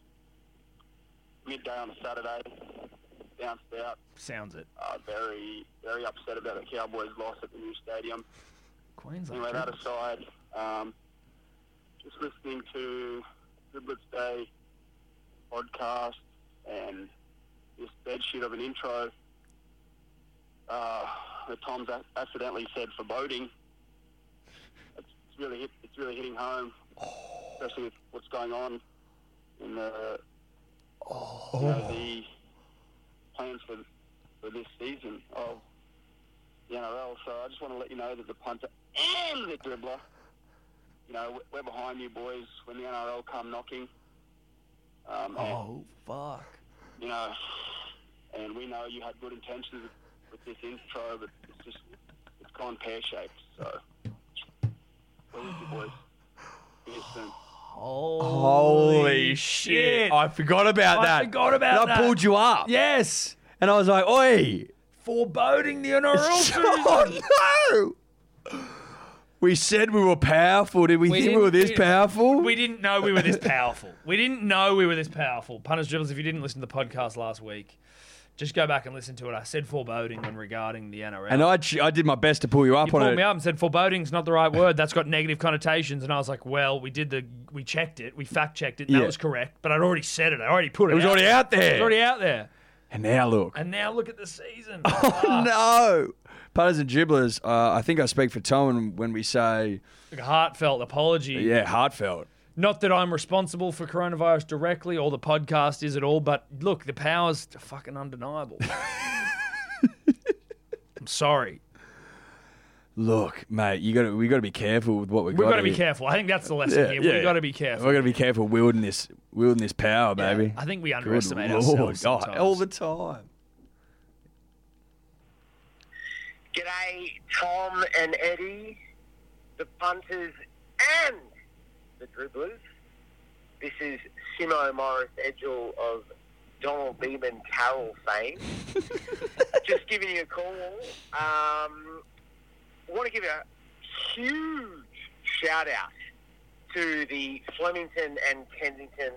[SPEAKER 8] midday on a Saturday. Bounced out.
[SPEAKER 2] sounds it.
[SPEAKER 8] Uh, very, very upset about the Cowboys' loss at the new stadium.
[SPEAKER 2] Queensland.
[SPEAKER 8] Anyway, that aside, um, just listening to Driblets Day podcast and this bed sheet of an intro uh, that Tom's ac- accidentally said foreboding. It's it's really hit, it's really hitting home, especially with what's going on in the you know, the plans for for this season of the NRL. So I just want to let you know that the punter and the dribbler, you know, we- we're behind you boys when the NRL come knocking. Um, oh fuck! You know, and we know you had good intentions with this intro, but it's just it's gone pear shaped. So, where is you boys? See you soon.
[SPEAKER 6] holy shit! I forgot about
[SPEAKER 2] I
[SPEAKER 6] that.
[SPEAKER 2] forgot about
[SPEAKER 6] I
[SPEAKER 2] that.
[SPEAKER 6] pulled you up.
[SPEAKER 2] Yes,
[SPEAKER 6] and I was like, oi.
[SPEAKER 2] foreboding the NRL season.
[SPEAKER 6] Oh no! We said we were powerful. Did we, think we
[SPEAKER 2] didn't-
[SPEAKER 6] were this
[SPEAKER 2] we-
[SPEAKER 6] powerful?
[SPEAKER 2] We didn't know we were this powerful. We didn't know we were this powerful. Punters Dribbles, if you didn't listen to the podcast last week, just go back and listen to it. I said foreboding when regarding the NRL.
[SPEAKER 6] and I, ch- I did my best to pull you up
[SPEAKER 2] you
[SPEAKER 6] on
[SPEAKER 2] pulled
[SPEAKER 6] it.
[SPEAKER 2] me up and said foreboding's not the right word. That's got negative connotations. And I was like, well, we did the, we checked it, we fact checked it, and
[SPEAKER 6] Yeah.
[SPEAKER 2] that was correct. But I'd already said it. I already put it.
[SPEAKER 6] It was already out
[SPEAKER 2] It was
[SPEAKER 6] there.
[SPEAKER 2] already out there.
[SPEAKER 6] and now look.
[SPEAKER 2] And now look at the season. Ah,
[SPEAKER 6] no, punters and dribblers. Uh, I think I speak for Tom when we say,
[SPEAKER 2] Like a heartfelt apology.
[SPEAKER 6] yeah, heartfelt.
[SPEAKER 2] Not that I'm responsible for coronavirus directly or the podcast is at all, but look, the power's fucking undeniable. I'm sorry.
[SPEAKER 6] Look, mate, you got to we got to be careful with what we
[SPEAKER 2] We've got to be
[SPEAKER 6] here.
[SPEAKER 2] careful. I think that's the lesson
[SPEAKER 6] Yeah,
[SPEAKER 2] here.
[SPEAKER 6] yeah.
[SPEAKER 2] We've got to be careful.
[SPEAKER 6] We've got to be careful wielding this wielding this power, baby.
[SPEAKER 2] I think we
[SPEAKER 6] Good
[SPEAKER 2] underestimate
[SPEAKER 6] Lord,
[SPEAKER 2] ourselves.
[SPEAKER 6] God,
[SPEAKER 2] sometimes.
[SPEAKER 6] all the time.
[SPEAKER 8] G'day, Tom and Eddie, the punters and the dribblers. This is Simo Morris Edgel of Donald Beeman Carroll fame. Just giving you a call. Um, want to give a huge shout out to the Flemington and Kensington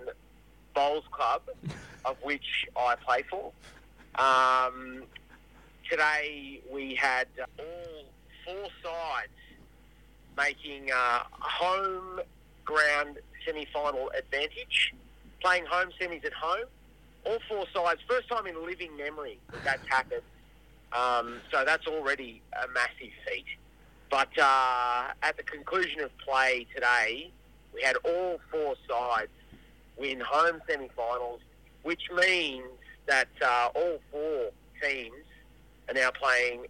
[SPEAKER 8] Bowls Club, of which I play for. Um, today we had uh, all four sides making uh, home ground semi-final advantage, playing home semis at home. All four sides, first time in living memory that that's happened. Um, so that's already a massive feat. But uh, at the conclusion of play today, we had all four sides win home semi-finals, which means that uh, all four teams are now playing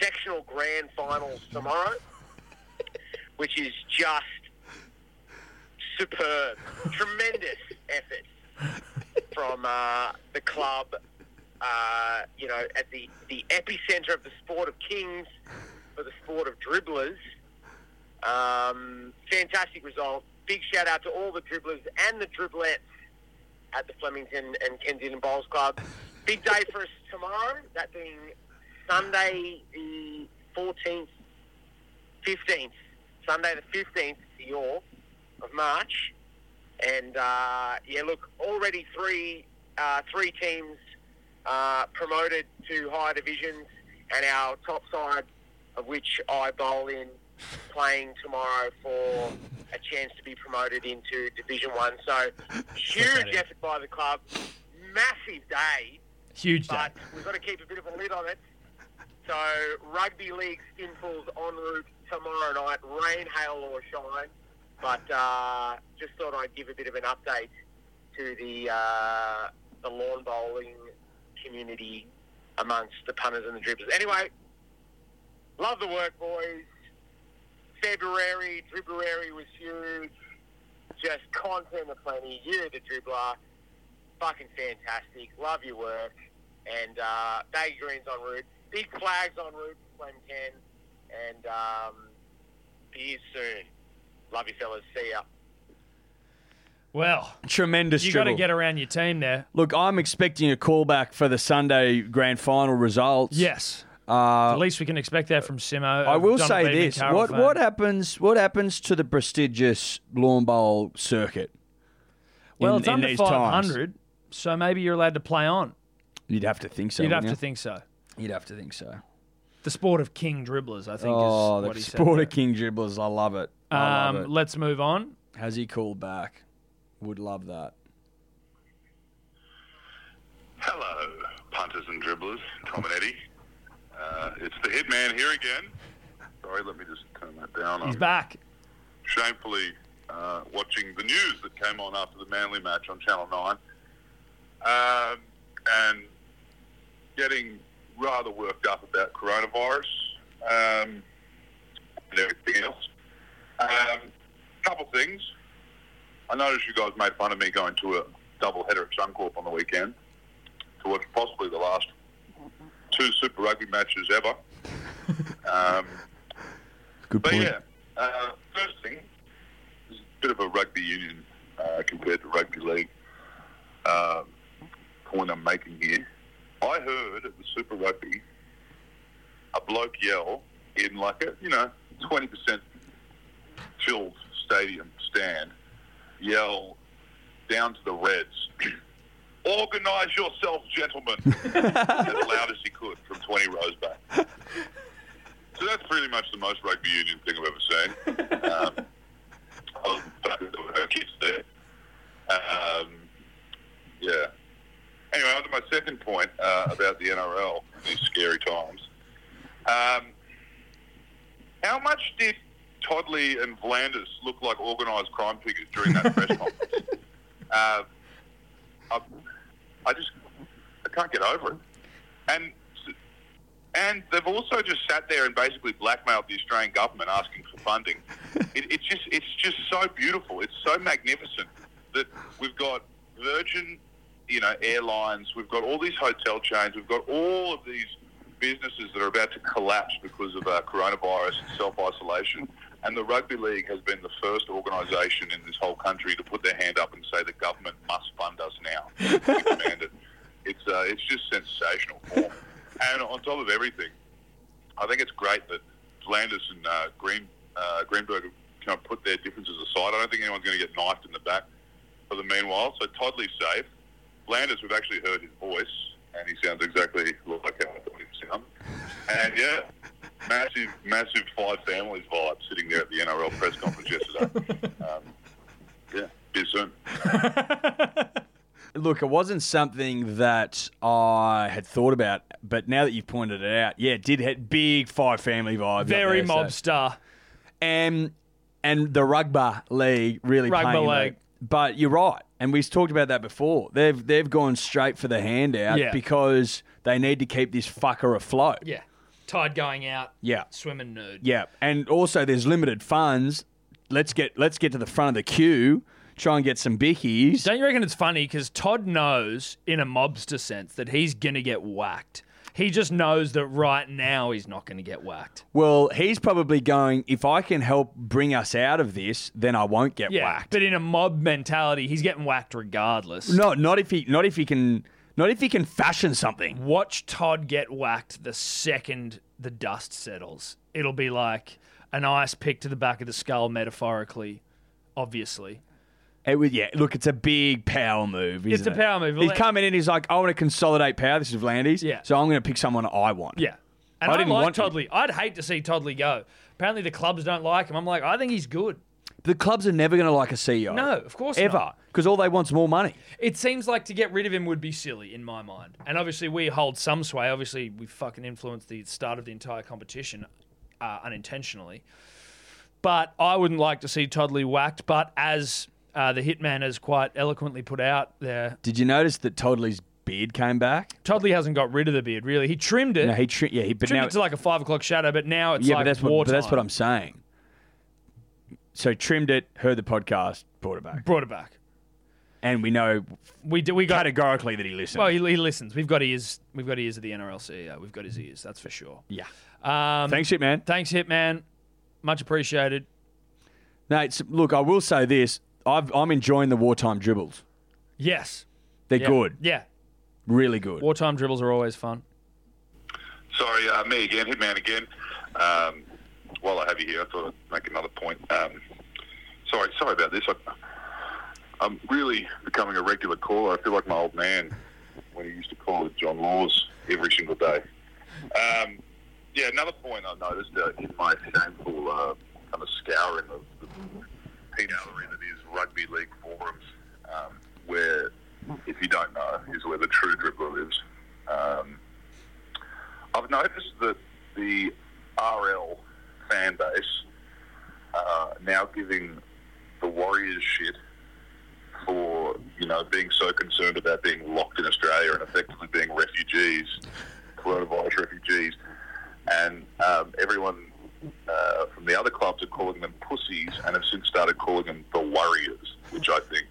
[SPEAKER 8] sectional grand finals tomorrow, which is just superb, tremendous effort from uh, the club. Uh, you know, at the the epicenter of the sport of kings, for the sport of dribblers. Um, fantastic result. Big shout out to all the dribblers and the driblets at the Flemington and Kensington Bowls Club. Big day for us tomorrow, that being Sunday the 14th, 15th, Sunday the 15th to York of March. And uh, yeah, look, already three uh, three teams uh, promoted to higher divisions, and our top side, of which I bowl in, playing tomorrow for a chance to be promoted into Division One. So huge effort by the club, massive day,
[SPEAKER 2] Huge day.
[SPEAKER 8] but we've got to keep a bit of a lid on it. So rugby league skinfuls en route tomorrow night, rain, hail or shine. But uh, just thought I'd give a bit of an update to the uh, the lawn bowling community amongst the punters and the dribblers. Anyway, love the work, boys. February, Dribbleary was huge. Just content aplenty. You're the dribbler fucking fantastic. Love your work. And uh, baggy greens on route. Big flags on route for Flem 10. And um, be here soon. Love you, fellas. See ya.
[SPEAKER 2] Well,
[SPEAKER 3] Tremendous
[SPEAKER 2] you got to
[SPEAKER 3] dribble.
[SPEAKER 2] get around your team there.
[SPEAKER 3] Look, I'm expecting a callback for the Sunday grand final results.
[SPEAKER 2] Yes.
[SPEAKER 3] Uh,
[SPEAKER 2] At least we can expect that from Simo.
[SPEAKER 3] I will say this: what what happens what happens to the prestigious lawn bowl circuit?
[SPEAKER 2] Well,
[SPEAKER 3] in-
[SPEAKER 2] it's
[SPEAKER 3] in
[SPEAKER 2] under
[SPEAKER 3] these times?
[SPEAKER 2] 500, so maybe you're allowed to play on.
[SPEAKER 3] You'd have to think so.
[SPEAKER 2] You'd have to
[SPEAKER 3] wouldn't
[SPEAKER 2] think so.
[SPEAKER 3] you? You'd have to think so.
[SPEAKER 2] The sport of king dribblers, I think,
[SPEAKER 3] Oh,
[SPEAKER 2] is
[SPEAKER 3] the
[SPEAKER 2] what he said.
[SPEAKER 3] sport
[SPEAKER 2] there.
[SPEAKER 3] of king dribblers! I love it. I love
[SPEAKER 2] Um,
[SPEAKER 3] it.
[SPEAKER 2] let's move on.
[SPEAKER 3] Has he called back? Would love that.
[SPEAKER 9] Hello, punters and dribblers, Tom and Eddie. Uh, it's the Hitman here again. Sorry, let me just turn that down.
[SPEAKER 2] He's
[SPEAKER 9] I'm
[SPEAKER 2] back.
[SPEAKER 9] shamefully uh, watching the news that came on after the Manly match on Channel 9 um, and getting rather worked up about coronavirus um, and everything else. Um, couple things. I noticed you guys made fun of me going to a double header at Suncorp on the weekend to watch possibly the last two Super Rugby matches ever. um,
[SPEAKER 3] Good
[SPEAKER 9] but
[SPEAKER 3] point.
[SPEAKER 9] yeah, uh, first thing, is a bit of a rugby union uh, compared to rugby league uh, point I'm making here. I heard at the Super Rugby a bloke yell in like a you know 20% filled stadium stand, yell down to the Reds. Organise yourself, gentlemen, as loud as he could from 20 rows back. So that's pretty much the most rugby union thing I've ever seen. Um, I was back with her kids there. Um, yeah. Anyway, on to my second point uh, about the NRL, these scary times. Um, how much did Toddley and Vlandis look like organised crime figures during that press conference? Uh, I, I just I can't get over it. And and they've also just sat there and basically blackmailed the Australian government asking for funding. It, it's just it's just so beautiful. It's so magnificent that we've got Virgin, you know, airlines. We've got all these hotel chains. We've got all of these businesses that are about to collapse because of uh, coronavirus and self isolation. And the rugby league has been the first organisation in this whole country to put their hand up and say the government must fund us now. We demand it. It's uh, it's just sensational form. And on top of everything, I think it's great that Blandis and uh, Green uh, Greenberg have kind of put their differences aside. I don't think anyone's going to get knifed in the back for the meanwhile. So Toddley's safe. Blandis, we've actually heard his voice, and he sounds exactly like how I thought he'd sound. And yeah, massive, massive five families vibe sitting there at the NRL press conference yesterday. Um, yeah, see you soon.
[SPEAKER 6] Look, it wasn't something that I had thought about, but now that you've pointed it out, yeah, it did have big five family vibe. up
[SPEAKER 2] Very
[SPEAKER 6] there, so-
[SPEAKER 2] mobster.
[SPEAKER 6] and and the rugby league really
[SPEAKER 2] Rugby
[SPEAKER 6] paying
[SPEAKER 2] league.
[SPEAKER 6] like- But you're right, and we've talked about that before. They've they've gone straight for the handout
[SPEAKER 2] Yeah.
[SPEAKER 6] because they need to keep this fucker afloat.
[SPEAKER 2] Yeah. Tide going out.
[SPEAKER 6] Yeah.
[SPEAKER 2] Swimming nude.
[SPEAKER 6] Yeah, and also there's limited funds. Let's get let's get to the front of the queue, try and get some bickies.
[SPEAKER 2] Don't you reckon it's funny? Because Todd knows, in a mobster sense, that he's going to get whacked. He just knows that right now he's not going to get whacked.
[SPEAKER 6] Well, he's probably going. If I can help bring us out of this, then I won't get
[SPEAKER 2] Yeah.
[SPEAKER 6] whacked.
[SPEAKER 2] But in a mob mentality, he's getting whacked regardless.
[SPEAKER 6] No, not if he not if he can not if he can fashion something.
[SPEAKER 2] Watch Todd get whacked the second the dust settles. It'll be like an ice pick to the back of the skull, metaphorically, obviously.
[SPEAKER 6] It was yeah. Look, it's a big power move.
[SPEAKER 2] It's
[SPEAKER 6] isn't
[SPEAKER 2] a
[SPEAKER 6] it?
[SPEAKER 2] power move.
[SPEAKER 6] He's
[SPEAKER 2] Like-
[SPEAKER 6] coming in. He's like, I want to consolidate power. This is Vlandis.
[SPEAKER 2] Yeah.
[SPEAKER 6] So I'm going to pick someone I want.
[SPEAKER 2] Yeah. And
[SPEAKER 6] I
[SPEAKER 2] I,
[SPEAKER 6] didn't
[SPEAKER 2] like
[SPEAKER 6] want-
[SPEAKER 2] Toddley. I'd hate to see Toddley go. Apparently the clubs don't like him. I'm like, I think he's good.
[SPEAKER 6] The clubs are never going to like a CEO.
[SPEAKER 2] No, of course
[SPEAKER 6] ever,
[SPEAKER 2] not.
[SPEAKER 6] because all they want's more money.
[SPEAKER 2] It seems like to get rid of him would be silly in my mind. And obviously we hold some sway. Obviously we fucking influenced the start of the entire competition uh, unintentionally. But I wouldn't like to see Toddley whacked. But as uh, the hitman has quite eloquently put out there,
[SPEAKER 6] Did you notice that Toddley's beard came back?
[SPEAKER 2] Toddley hasn't got rid of the beard really. He trimmed it.
[SPEAKER 6] No, he tri- yeah, he, but
[SPEAKER 2] trimmed
[SPEAKER 6] now
[SPEAKER 2] it to like a five o'clock shadow. But now it's
[SPEAKER 6] yeah,
[SPEAKER 2] like
[SPEAKER 6] but that's what
[SPEAKER 2] war
[SPEAKER 6] but that's what
[SPEAKER 2] time.
[SPEAKER 6] I'm saying. So he trimmed it, heard the podcast, brought it back,
[SPEAKER 2] brought it back.
[SPEAKER 6] and we know
[SPEAKER 2] We do. We got
[SPEAKER 6] categorically that he listened.
[SPEAKER 2] Well, he, he listens. We've got ears. We've got ears of the NRL CEO. E We've got his ears. That's for sure.
[SPEAKER 6] yeah.
[SPEAKER 2] Um,
[SPEAKER 6] Thanks, shit, man.
[SPEAKER 2] thanks, Hitman. Much appreciated.
[SPEAKER 6] No, it's, look, I will say this: I've, I'm enjoying the wartime dribbles.
[SPEAKER 2] Yes.
[SPEAKER 6] They're
[SPEAKER 2] Yeah.
[SPEAKER 6] good,
[SPEAKER 2] Yeah.
[SPEAKER 6] really good.
[SPEAKER 2] Wartime dribbles are always fun.
[SPEAKER 9] Sorry, uh, me again, Hitman again. Um, while I have you here, I thought I'd make another point. Um, sorry, sorry about this. I, I'm really becoming a regular caller. I feel like my old man when he used to call it John Laws every single day. Um, yeah, another point I noticed uh, in my shameful uh, kind of scouring of the peanuttery that is rugby league forums, um, where, if you don't know, is where the true dribbler lives. Um, I've noticed that the RL fan base are now giving the Warriors shit for you know being so concerned about being locked in Australia and effectively being refugees, coronavirus refugees, and um, everyone uh, from the other clubs are calling them pussies and have since started calling them the Warriors, which I think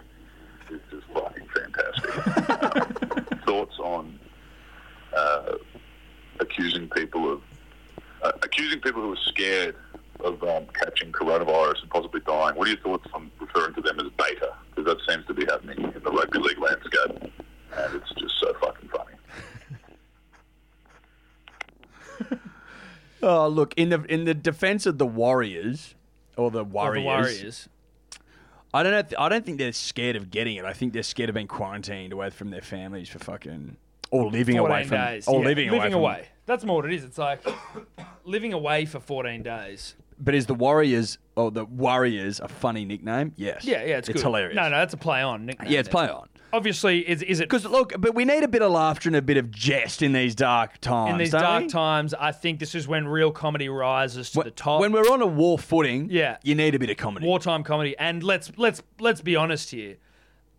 [SPEAKER 9] is just fucking fantastic. um, thoughts on uh, accusing people of uh, accusing people who are scared of um, catching coronavirus and possibly dying. What are your thoughts on referring to them as beta? Because that seems to be happening in the rugby league landscape, and it's just so fucking funny.
[SPEAKER 6] Oh, look in the in the defense of the Warriors or the
[SPEAKER 2] Of
[SPEAKER 6] Warriors.
[SPEAKER 2] the Warriors.
[SPEAKER 6] I don't know. If, I don't think they're scared of getting it. I think they're scared of being quarantined away from their families for fucking or living away
[SPEAKER 2] 14
[SPEAKER 6] from
[SPEAKER 2] days.
[SPEAKER 6] or
[SPEAKER 2] Yeah,
[SPEAKER 6] living, away. from-
[SPEAKER 2] That's more what it is. It's like living away for 14 days.
[SPEAKER 6] But is the Warriors or the Warriors a funny nickname? Yes.
[SPEAKER 2] Yeah, yeah, it's,
[SPEAKER 6] it's
[SPEAKER 2] good.
[SPEAKER 6] hilarious.
[SPEAKER 2] No, no, that's a play on. Nickname
[SPEAKER 6] Yeah, it's
[SPEAKER 2] there.
[SPEAKER 6] play on.
[SPEAKER 2] Obviously, is, is it
[SPEAKER 6] Because look, but we need a bit of laughter and a bit of jest in these dark times.
[SPEAKER 2] in these
[SPEAKER 6] don't
[SPEAKER 2] dark
[SPEAKER 6] we?
[SPEAKER 2] times? I think this is when real comedy rises to
[SPEAKER 6] When-
[SPEAKER 2] the top.
[SPEAKER 6] When we're on a war footing,
[SPEAKER 2] Yeah.
[SPEAKER 6] you need a bit of comedy.
[SPEAKER 2] wartime comedy. And let's let's let's be honest here.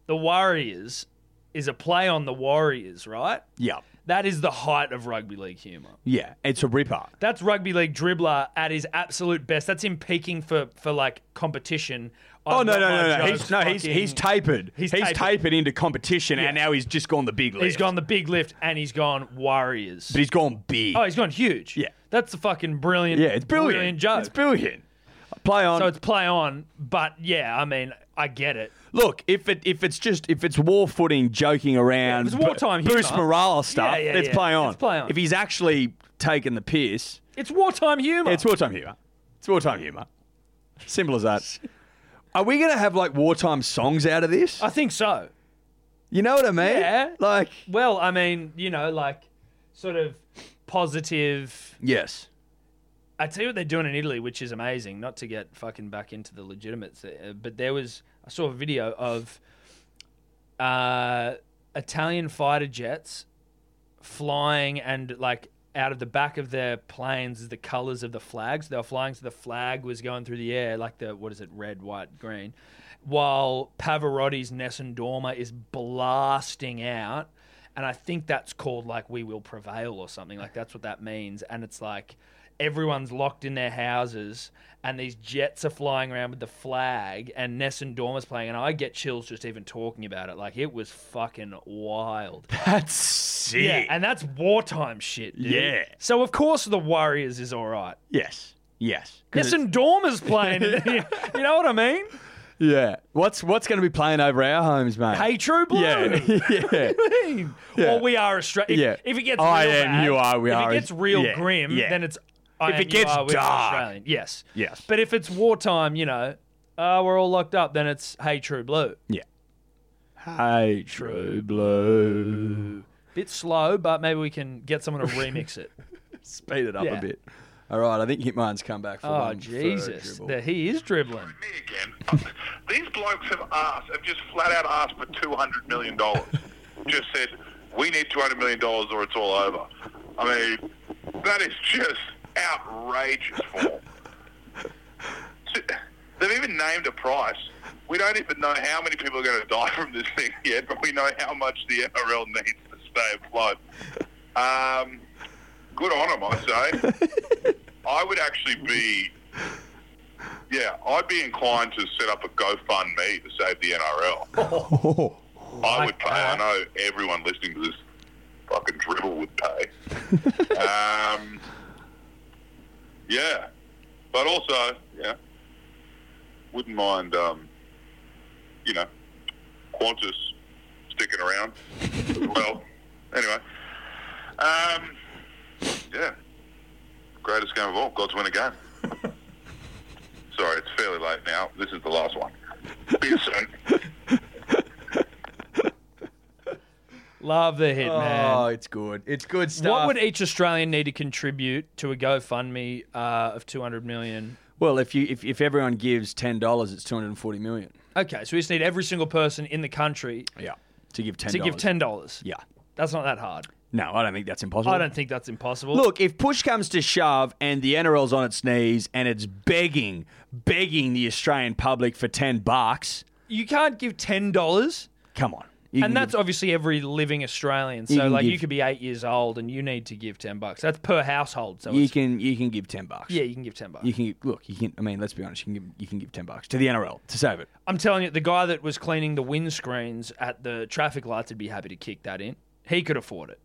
[SPEAKER 2] The Warriors is a play on the Warriors, right?
[SPEAKER 6] yeah,
[SPEAKER 2] That is the height of rugby league humor.
[SPEAKER 6] yeah, it's a ripper.
[SPEAKER 2] That's rugby league dribbler at his absolute best. That's him peaking for for like competition.
[SPEAKER 6] Oh
[SPEAKER 2] I've
[SPEAKER 6] no
[SPEAKER 2] got
[SPEAKER 6] no
[SPEAKER 2] my
[SPEAKER 6] no no!
[SPEAKER 2] jokes
[SPEAKER 6] He's, no, he's
[SPEAKER 2] fucking-
[SPEAKER 6] he's tapered.
[SPEAKER 2] He's
[SPEAKER 6] He's,
[SPEAKER 2] tapered.
[SPEAKER 6] tapered. into competition, and now he's just gone the big league.
[SPEAKER 2] he's gone the big lift and he's gone Warriors.
[SPEAKER 6] but he's gone big.
[SPEAKER 2] oh, he's gone huge.
[SPEAKER 6] Yeah.
[SPEAKER 2] that's a fucking brilliant.
[SPEAKER 6] yeah, it's brilliant.
[SPEAKER 2] joke.
[SPEAKER 6] It's brilliant. play on.
[SPEAKER 2] So it's play on, but yeah, I mean, I get it.
[SPEAKER 6] Look, if it if it's just if it's war footing, joking around,
[SPEAKER 2] Yeah, if it's wartime
[SPEAKER 6] Bru- Bruce
[SPEAKER 2] humor.
[SPEAKER 6] Morales stuff,
[SPEAKER 2] Yeah, yeah,
[SPEAKER 6] let's
[SPEAKER 2] yeah.
[SPEAKER 6] play on.
[SPEAKER 2] Let's play on.
[SPEAKER 6] If he's actually taking the piss,
[SPEAKER 2] It's wartime humor.
[SPEAKER 6] it's wartime humor. It's wartime humor. Simple as that. Are we gonna have like wartime songs out of this?
[SPEAKER 2] I think so.
[SPEAKER 6] You know what I mean?
[SPEAKER 2] Uh, Yeah.
[SPEAKER 6] Like
[SPEAKER 2] Well, I mean, you know, like sort of positive.
[SPEAKER 6] yes.
[SPEAKER 2] I tell you what they're doing in Italy, which is amazing. Not to get fucking back into the legitimate, thi- uh, but there was I saw a video of uh, Italian fighter jets flying and like out of the back of their planes is the colors of the flags. They were flying, so the flag was going through the air like the what is it, red, white, green, while Pavarotti's Nessun Dorma is blasting out. And I think that's called like "We Will Prevail" or something like that's what that means. And it's like everyone's locked in their houses, and these jets are flying around with the flag, and Nessun Dorma's playing, and I get chills just even talking about it. Like it was fucking wild.
[SPEAKER 6] That's sick.
[SPEAKER 2] Yeah, and that's wartime shit. Dude.
[SPEAKER 6] Yeah.
[SPEAKER 2] So of course the Warriors is all right.
[SPEAKER 6] yes. Yes. 'Cause
[SPEAKER 2] Listen, Dormer's playing. you know what I mean?
[SPEAKER 6] it's- yeah. What's what's gonna be playing over our homes, mate?
[SPEAKER 2] Hey, True Blue.
[SPEAKER 6] Yeah. yeah. Yeah.
[SPEAKER 2] Or we are Australia. If,
[SPEAKER 6] Yeah.
[SPEAKER 2] if it gets real
[SPEAKER 6] I am,
[SPEAKER 2] bad,
[SPEAKER 6] you are, we
[SPEAKER 2] if
[SPEAKER 6] are
[SPEAKER 2] it
[SPEAKER 6] is-
[SPEAKER 2] gets real
[SPEAKER 6] yeah,
[SPEAKER 2] grim,
[SPEAKER 6] yeah.
[SPEAKER 2] then it's I
[SPEAKER 6] If it
[SPEAKER 2] am, you
[SPEAKER 6] gets
[SPEAKER 2] are, we are
[SPEAKER 6] dark.
[SPEAKER 2] Australian. Yes.
[SPEAKER 6] Yes.
[SPEAKER 2] But if it's wartime, you know, uh, we're all locked up. Then it's Hey, True Blue.
[SPEAKER 6] Hey, true blue.
[SPEAKER 2] Bit slow, but maybe we can get someone to remix it.
[SPEAKER 6] Speed it up
[SPEAKER 2] Yeah.
[SPEAKER 6] a bit. All right, I think Hitman's come back for
[SPEAKER 2] oh
[SPEAKER 6] one for a
[SPEAKER 2] Jesus!
[SPEAKER 6] dribble.
[SPEAKER 2] There he is dribbling.
[SPEAKER 9] Me again. These blokes have asked, have just flat out asked for two hundred million dollars. just said, we need two hundred million dollars or it's all over. I mean, that is just outrageous form. They've even named a price. We don't even know how many people are going to die from this thing yet, but we know how much the NRL needs to stay afloat. Um, good on them, I say. I would actually be yeah, I'd be inclined to set up a GoFundMe to save the NRL.
[SPEAKER 6] Oh,
[SPEAKER 9] I would pay. I know everyone listening to this fucking dribble would pay. um, yeah, but also, yeah, wouldn't mind, um, you know, Qantas sticking around as well. Anyway, um, yeah, greatest game of all. God's win a game. Sorry, it's fairly late now. This is the last one. Be soon.
[SPEAKER 2] Love the hit, man.
[SPEAKER 6] Oh, it's good. It's good stuff.
[SPEAKER 2] What would each Australian need to contribute to a GoFundMe uh, of 200 million?
[SPEAKER 6] well, if you if, if everyone gives ten dollars, it's two hundred and forty million.
[SPEAKER 2] Okay, so we just need every single person in the country
[SPEAKER 6] Yeah, to give ten.
[SPEAKER 2] to give $10.
[SPEAKER 6] Yeah.
[SPEAKER 2] That's not that hard.
[SPEAKER 6] No, I don't think that's impossible.
[SPEAKER 2] I don't think that's impossible.
[SPEAKER 6] Look, if push comes to shove and the NRL's on its knees and it's begging, begging the Australian public for ten bucks,
[SPEAKER 2] you can't give $10.
[SPEAKER 6] come on. You can
[SPEAKER 2] And that's
[SPEAKER 6] give-
[SPEAKER 2] obviously every living Australian. So,
[SPEAKER 6] can
[SPEAKER 2] like, you
[SPEAKER 6] give-
[SPEAKER 2] could be eight years old and you need to give 10 bucks. That's per household. So,
[SPEAKER 6] you
[SPEAKER 2] it's,
[SPEAKER 6] can you can give ten bucks.
[SPEAKER 2] yeah, you can give 10 bucks.
[SPEAKER 6] You can look. You can. I mean, let's be honest. You can give. You can give ten bucks to the NRL to save it.
[SPEAKER 2] I'm telling you, the guy that was cleaning the windscreens at the traffic lights would be happy to kick that in. He could afford it.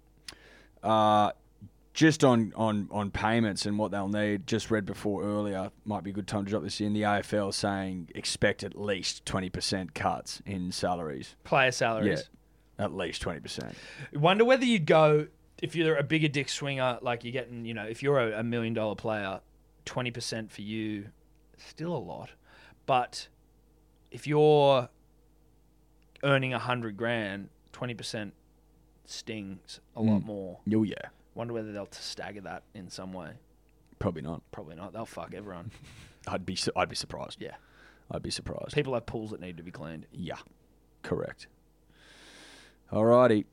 [SPEAKER 6] Just on on on payments and what they'll need. Just read before earlier. Might be a good time to drop this in. The AFL saying expect at least twenty percent cuts in salaries.
[SPEAKER 2] Player salaries.
[SPEAKER 6] Yeah, at least twenty percent.
[SPEAKER 2] Wonder whether you'd go if you're a bigger dick swinger, like you're getting, you know, if you're a, a million dollar player, twenty percent for you, still a lot. But if you're earning a hundred grand, twenty percent stings a lot more.
[SPEAKER 6] Oh yeah,
[SPEAKER 2] Wonder whether they'll stagger that in some way.
[SPEAKER 6] probably not.
[SPEAKER 2] Probably not. They'll fuck everyone.
[SPEAKER 6] I'd be su- I'd be surprised.
[SPEAKER 2] Yeah.
[SPEAKER 6] I'd be surprised.
[SPEAKER 2] People have pools that need to be cleaned.
[SPEAKER 6] Yeah, correct. Alrighty.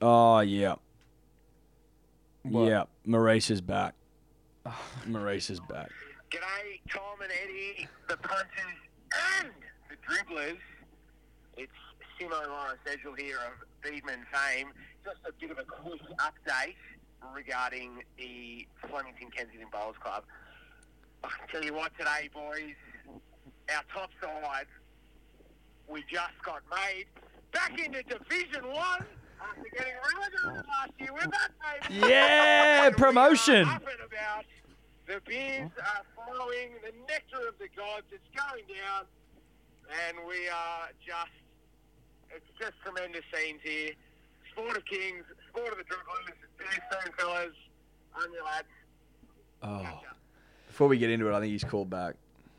[SPEAKER 6] Oh yeah, yeah. Maurice is back. Maurice is back.
[SPEAKER 8] G'day, Tom and Eddie, the punters and the dribblers. It's Simo Lawrence Edgel here of Beedman fame. Just a bit of a quick update regarding the Flemington Kensington Bowls Club. I can tell you what today, boys, our top side, we just got made back into Division One After getting relegated last year, we're back, baby.
[SPEAKER 2] Yeah,
[SPEAKER 8] We are
[SPEAKER 2] promotion.
[SPEAKER 8] up and about. The beers are flowing. The nectar of the gods is going down, and we are just—it's just tremendous scenes here. Sport of Kings, Sport of the Dribblers, Beer Stone Fellas. I'm your lad.
[SPEAKER 6] Before we get into it, I think he's called back.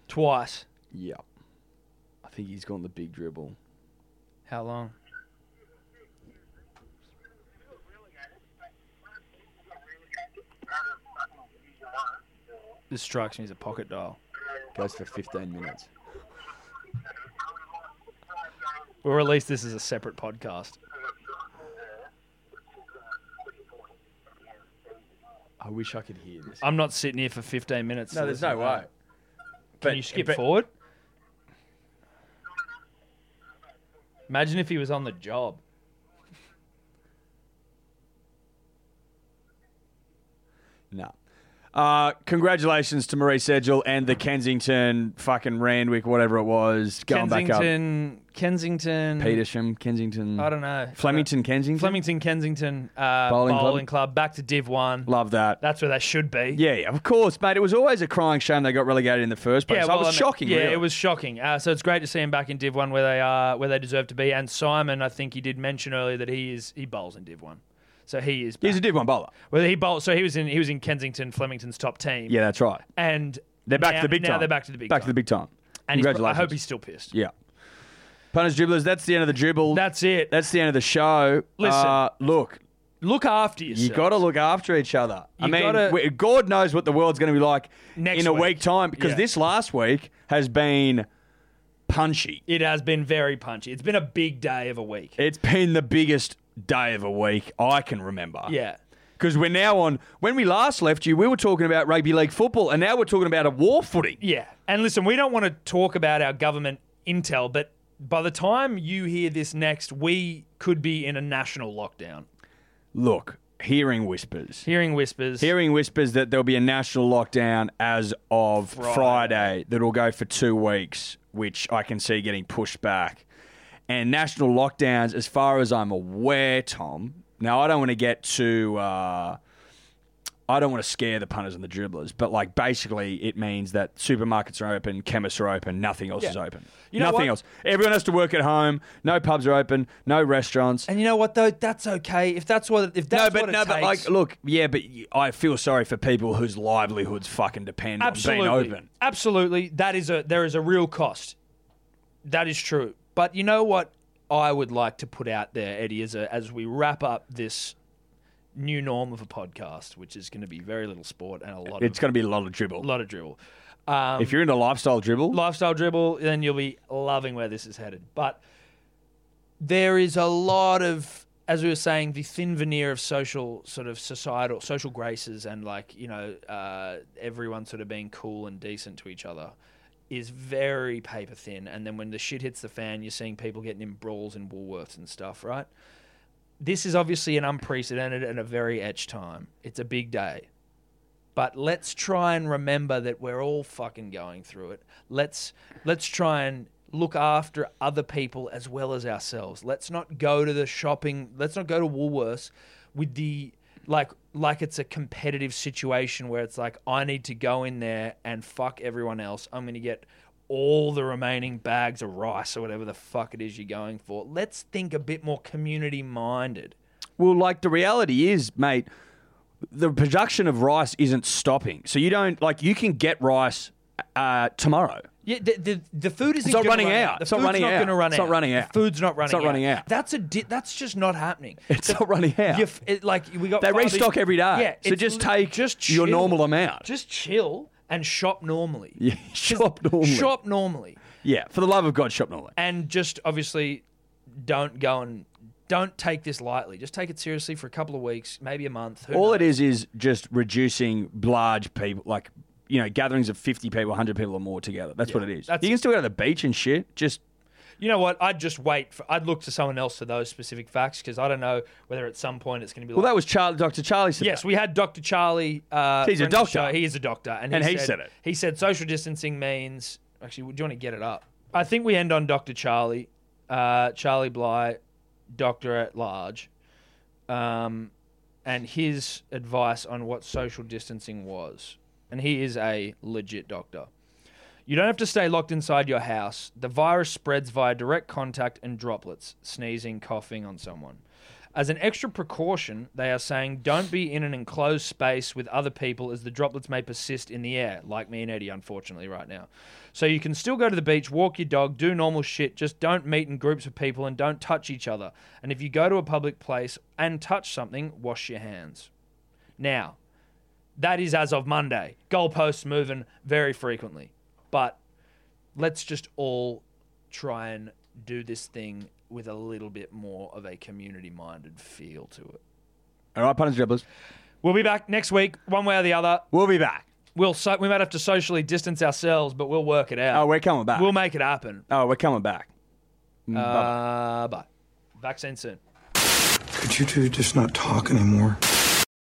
[SPEAKER 2] Twice.
[SPEAKER 6] Yeah. I think he's gone the big dribble.
[SPEAKER 2] How long? This strikes me as a pocket dial.
[SPEAKER 6] Goes for 15 minutes.
[SPEAKER 2] We'll release this as a separate podcast.
[SPEAKER 6] I wish I could hear this.
[SPEAKER 2] I'm not sitting here for 15 minutes.
[SPEAKER 6] No,
[SPEAKER 2] to
[SPEAKER 6] there's
[SPEAKER 2] listen
[SPEAKER 6] no
[SPEAKER 2] to that.
[SPEAKER 6] way.
[SPEAKER 2] Can you skip forward? Imagine if he was on the job.
[SPEAKER 6] No. Uh, congratulations to Marie Sedgel and the Kensington fucking Randwick, whatever it was, going back
[SPEAKER 2] Kensington, Kensington,
[SPEAKER 6] up. Petersham, Kensington.
[SPEAKER 2] I don't know.
[SPEAKER 6] Flemington, Kensington.
[SPEAKER 2] Flemington, Kensington uh,
[SPEAKER 6] Bowling
[SPEAKER 2] bowling,
[SPEAKER 6] club.
[SPEAKER 2] club. back to Div One.
[SPEAKER 6] Love that.
[SPEAKER 2] That's where they should be.
[SPEAKER 6] Yeah, yeah, of course, mate. It was always a crying shame they got relegated in the first place.
[SPEAKER 2] Yeah,
[SPEAKER 6] I
[SPEAKER 2] well,
[SPEAKER 6] was
[SPEAKER 2] mean,
[SPEAKER 6] shocking.
[SPEAKER 2] Yeah,
[SPEAKER 6] really.
[SPEAKER 2] it was shocking. Uh, so it's great to see him back in Div One, where they are, where they deserve to be. And Simon, I think he did mention earlier that he is he bowls in Div One, so he is.
[SPEAKER 6] He's a
[SPEAKER 2] back.
[SPEAKER 6] Div One bowler.
[SPEAKER 2] Whether he bowls, so he was in he was in Kensington, Flemington's top team.
[SPEAKER 6] Yeah, that's right.
[SPEAKER 2] and
[SPEAKER 6] They're back
[SPEAKER 2] now-
[SPEAKER 6] to the big
[SPEAKER 2] now
[SPEAKER 6] time.
[SPEAKER 2] they're back to the big
[SPEAKER 6] Back
[SPEAKER 2] time.
[SPEAKER 6] to the big time.
[SPEAKER 2] And he's pro-
[SPEAKER 6] congratulations.
[SPEAKER 2] I hope he's still pissed.
[SPEAKER 6] Yeah. Punters, dribblers. That's the end of the dribble.
[SPEAKER 2] That's it.
[SPEAKER 6] That's the end of the show.
[SPEAKER 2] Listen.
[SPEAKER 6] Uh, look,
[SPEAKER 2] look after yourself.
[SPEAKER 6] You got to look after each other. I
[SPEAKER 2] You
[SPEAKER 6] mean,
[SPEAKER 2] gotta-
[SPEAKER 6] we- God knows what the world's going to be like
[SPEAKER 2] Next
[SPEAKER 6] in a
[SPEAKER 2] week.
[SPEAKER 6] week time because
[SPEAKER 2] Yeah.
[SPEAKER 6] this last week has been punchy.
[SPEAKER 2] It has been very punchy. It's been a big day of a week.
[SPEAKER 6] It's been the biggest day of a week I can remember.
[SPEAKER 2] yeah.
[SPEAKER 6] Because we're now on, when we last left you, we were talking about rugby league football, and now we're talking about a war footing.
[SPEAKER 2] Yeah. And listen, we don't want to talk about our government intel, but by the time you hear this next, we could be in a national lockdown.
[SPEAKER 6] Look, hearing whispers.
[SPEAKER 2] Hearing whispers.
[SPEAKER 6] Hearing whispers that there'll be a national lockdown as of Friday.
[SPEAKER 2] Friday.
[SPEAKER 6] that'll go for two weeks, which I can see getting pushed back. And national lockdowns, as far as I'm aware, Tom. Now I don't want to get too. Uh, I don't want to scare the punters and the dribblers, but like basically, it means that supermarkets are open, chemists are open, nothing else
[SPEAKER 2] Yeah.
[SPEAKER 6] is open.
[SPEAKER 2] You know what?
[SPEAKER 6] nothing else. Everyone has to work at home. No pubs are open. No restaurants.
[SPEAKER 2] and you know what though? That's okay. If that's what if that's
[SPEAKER 6] no, but
[SPEAKER 2] what it
[SPEAKER 6] no, but
[SPEAKER 2] takes-
[SPEAKER 6] like, look, yeah, but y- I feel sorry for people whose livelihoods fucking depend
[SPEAKER 2] absolutely,
[SPEAKER 6] on being open.
[SPEAKER 2] absolutely. That is a there is a real cost. That is true. But you know what I would like to put out there, Eddie, as a, as we wrap up this new norm of a podcast, which is going to be very little sport and a lot
[SPEAKER 6] It's
[SPEAKER 2] of
[SPEAKER 6] going to be a lot of
[SPEAKER 2] a
[SPEAKER 6] dribble.
[SPEAKER 2] lot of dribble. Um,
[SPEAKER 6] If you're into lifestyle dribble,
[SPEAKER 2] lifestyle dribble, then you'll be loving where this is headed. But there is a lot of, as we were saying, the thin veneer of social sort of societal social graces and like you know uh, everyone sort of being cool and decent to each other is very paper thin. And then when the shit hits the fan, you're seeing people getting in brawls in Woolworths and stuff, right? This is obviously an unprecedented and a very etched time. It's a big day. But let's try and remember that we're all fucking going through it. Let's let's try and look after other people as well as ourselves. Let's not go to the shopping. Let's not go to Woolworths with the like like it's a competitive situation where it's like I need to go in there and fuck everyone else. I'm going to get all the remaining bags of rice or whatever the fuck it is you're going for. Let's think a bit more community minded.
[SPEAKER 6] well, like the reality is, mate, the production of rice isn't stopping. So you don't like you can get rice uh, tomorrow.
[SPEAKER 2] Yeah, the, the, the food isn't
[SPEAKER 6] It's not
[SPEAKER 2] gonna
[SPEAKER 6] running
[SPEAKER 2] run
[SPEAKER 6] out.
[SPEAKER 2] The
[SPEAKER 6] It's not
[SPEAKER 2] food's
[SPEAKER 6] running
[SPEAKER 2] not
[SPEAKER 6] out.
[SPEAKER 2] Gonna run
[SPEAKER 6] It's
[SPEAKER 2] out.
[SPEAKER 6] not running out.
[SPEAKER 2] The food's not running.
[SPEAKER 6] It's not running out.
[SPEAKER 2] That's a di- that's just not happening.
[SPEAKER 6] It's not running out.
[SPEAKER 2] You f- it, like we got
[SPEAKER 6] They
[SPEAKER 2] five-
[SPEAKER 6] restock every day.
[SPEAKER 2] Yeah,
[SPEAKER 6] So
[SPEAKER 2] it's
[SPEAKER 6] just
[SPEAKER 2] li-
[SPEAKER 6] take
[SPEAKER 2] just
[SPEAKER 6] your
[SPEAKER 2] chill.
[SPEAKER 6] normal amount.
[SPEAKER 2] Just chill and shop normally.
[SPEAKER 6] Yeah, shop normally.
[SPEAKER 2] Shop normally,
[SPEAKER 6] Yeah, for the love of God, shop normally.
[SPEAKER 2] and just obviously don't go and don't take this lightly. Just take it seriously for a couple of weeks, maybe a month. Who
[SPEAKER 6] All
[SPEAKER 2] knows?
[SPEAKER 6] it is is just reducing large people, like you know, gatherings of fifty people, hundred people or more together. That's what it is.
[SPEAKER 2] that's
[SPEAKER 6] you
[SPEAKER 2] it.
[SPEAKER 6] can still go to the beach and shit. Just
[SPEAKER 2] You know what? I'd just wait. For, I'd look to someone else for those specific facts because I don't know whether at some point it's going to be.
[SPEAKER 6] well,
[SPEAKER 2] like,
[SPEAKER 6] that was Charlie, Doctor Charlie said.
[SPEAKER 2] Yes,
[SPEAKER 6] that.
[SPEAKER 2] we had Dr. Charlie. Uh,
[SPEAKER 6] He's a
[SPEAKER 2] friend of the
[SPEAKER 6] doctor.
[SPEAKER 2] show. He is a doctor, and he,
[SPEAKER 6] And he
[SPEAKER 2] said,
[SPEAKER 6] said it.
[SPEAKER 2] He said social distancing means. Actually, do you want to get it up? I think we end on Dr. Charlie, uh, Charlie Bly, doctor at large, um, and his advice on what social distancing was. And he is a legit doctor. You don't have to stay locked inside your house. The virus spreads via direct contact and droplets, sneezing, coughing on someone. As an extra precaution, they are saying don't be in an enclosed space with other people as the droplets may persist in the air, like me and Eddie, unfortunately, right now. So you can still go to the beach, walk your dog, do normal shit, just don't meet in groups of people and don't touch each other. And if you go to a public place and touch something, wash your hands. Now, that is as of Monday. Goalposts moving very frequently. But let's just all try and do this thing with a little bit more of a community minded feel to it.
[SPEAKER 3] All right, punters, dribblers.
[SPEAKER 2] We'll be back next week, one way or the other.
[SPEAKER 3] We'll be back.
[SPEAKER 2] We'll so- we might have to socially distance ourselves, but we'll work it out.
[SPEAKER 3] Oh, we're coming back.
[SPEAKER 2] We'll make it happen.
[SPEAKER 3] oh, we're coming back.
[SPEAKER 2] Uh, bye. Vaccine soon.
[SPEAKER 10] Could you two just not talk anymore?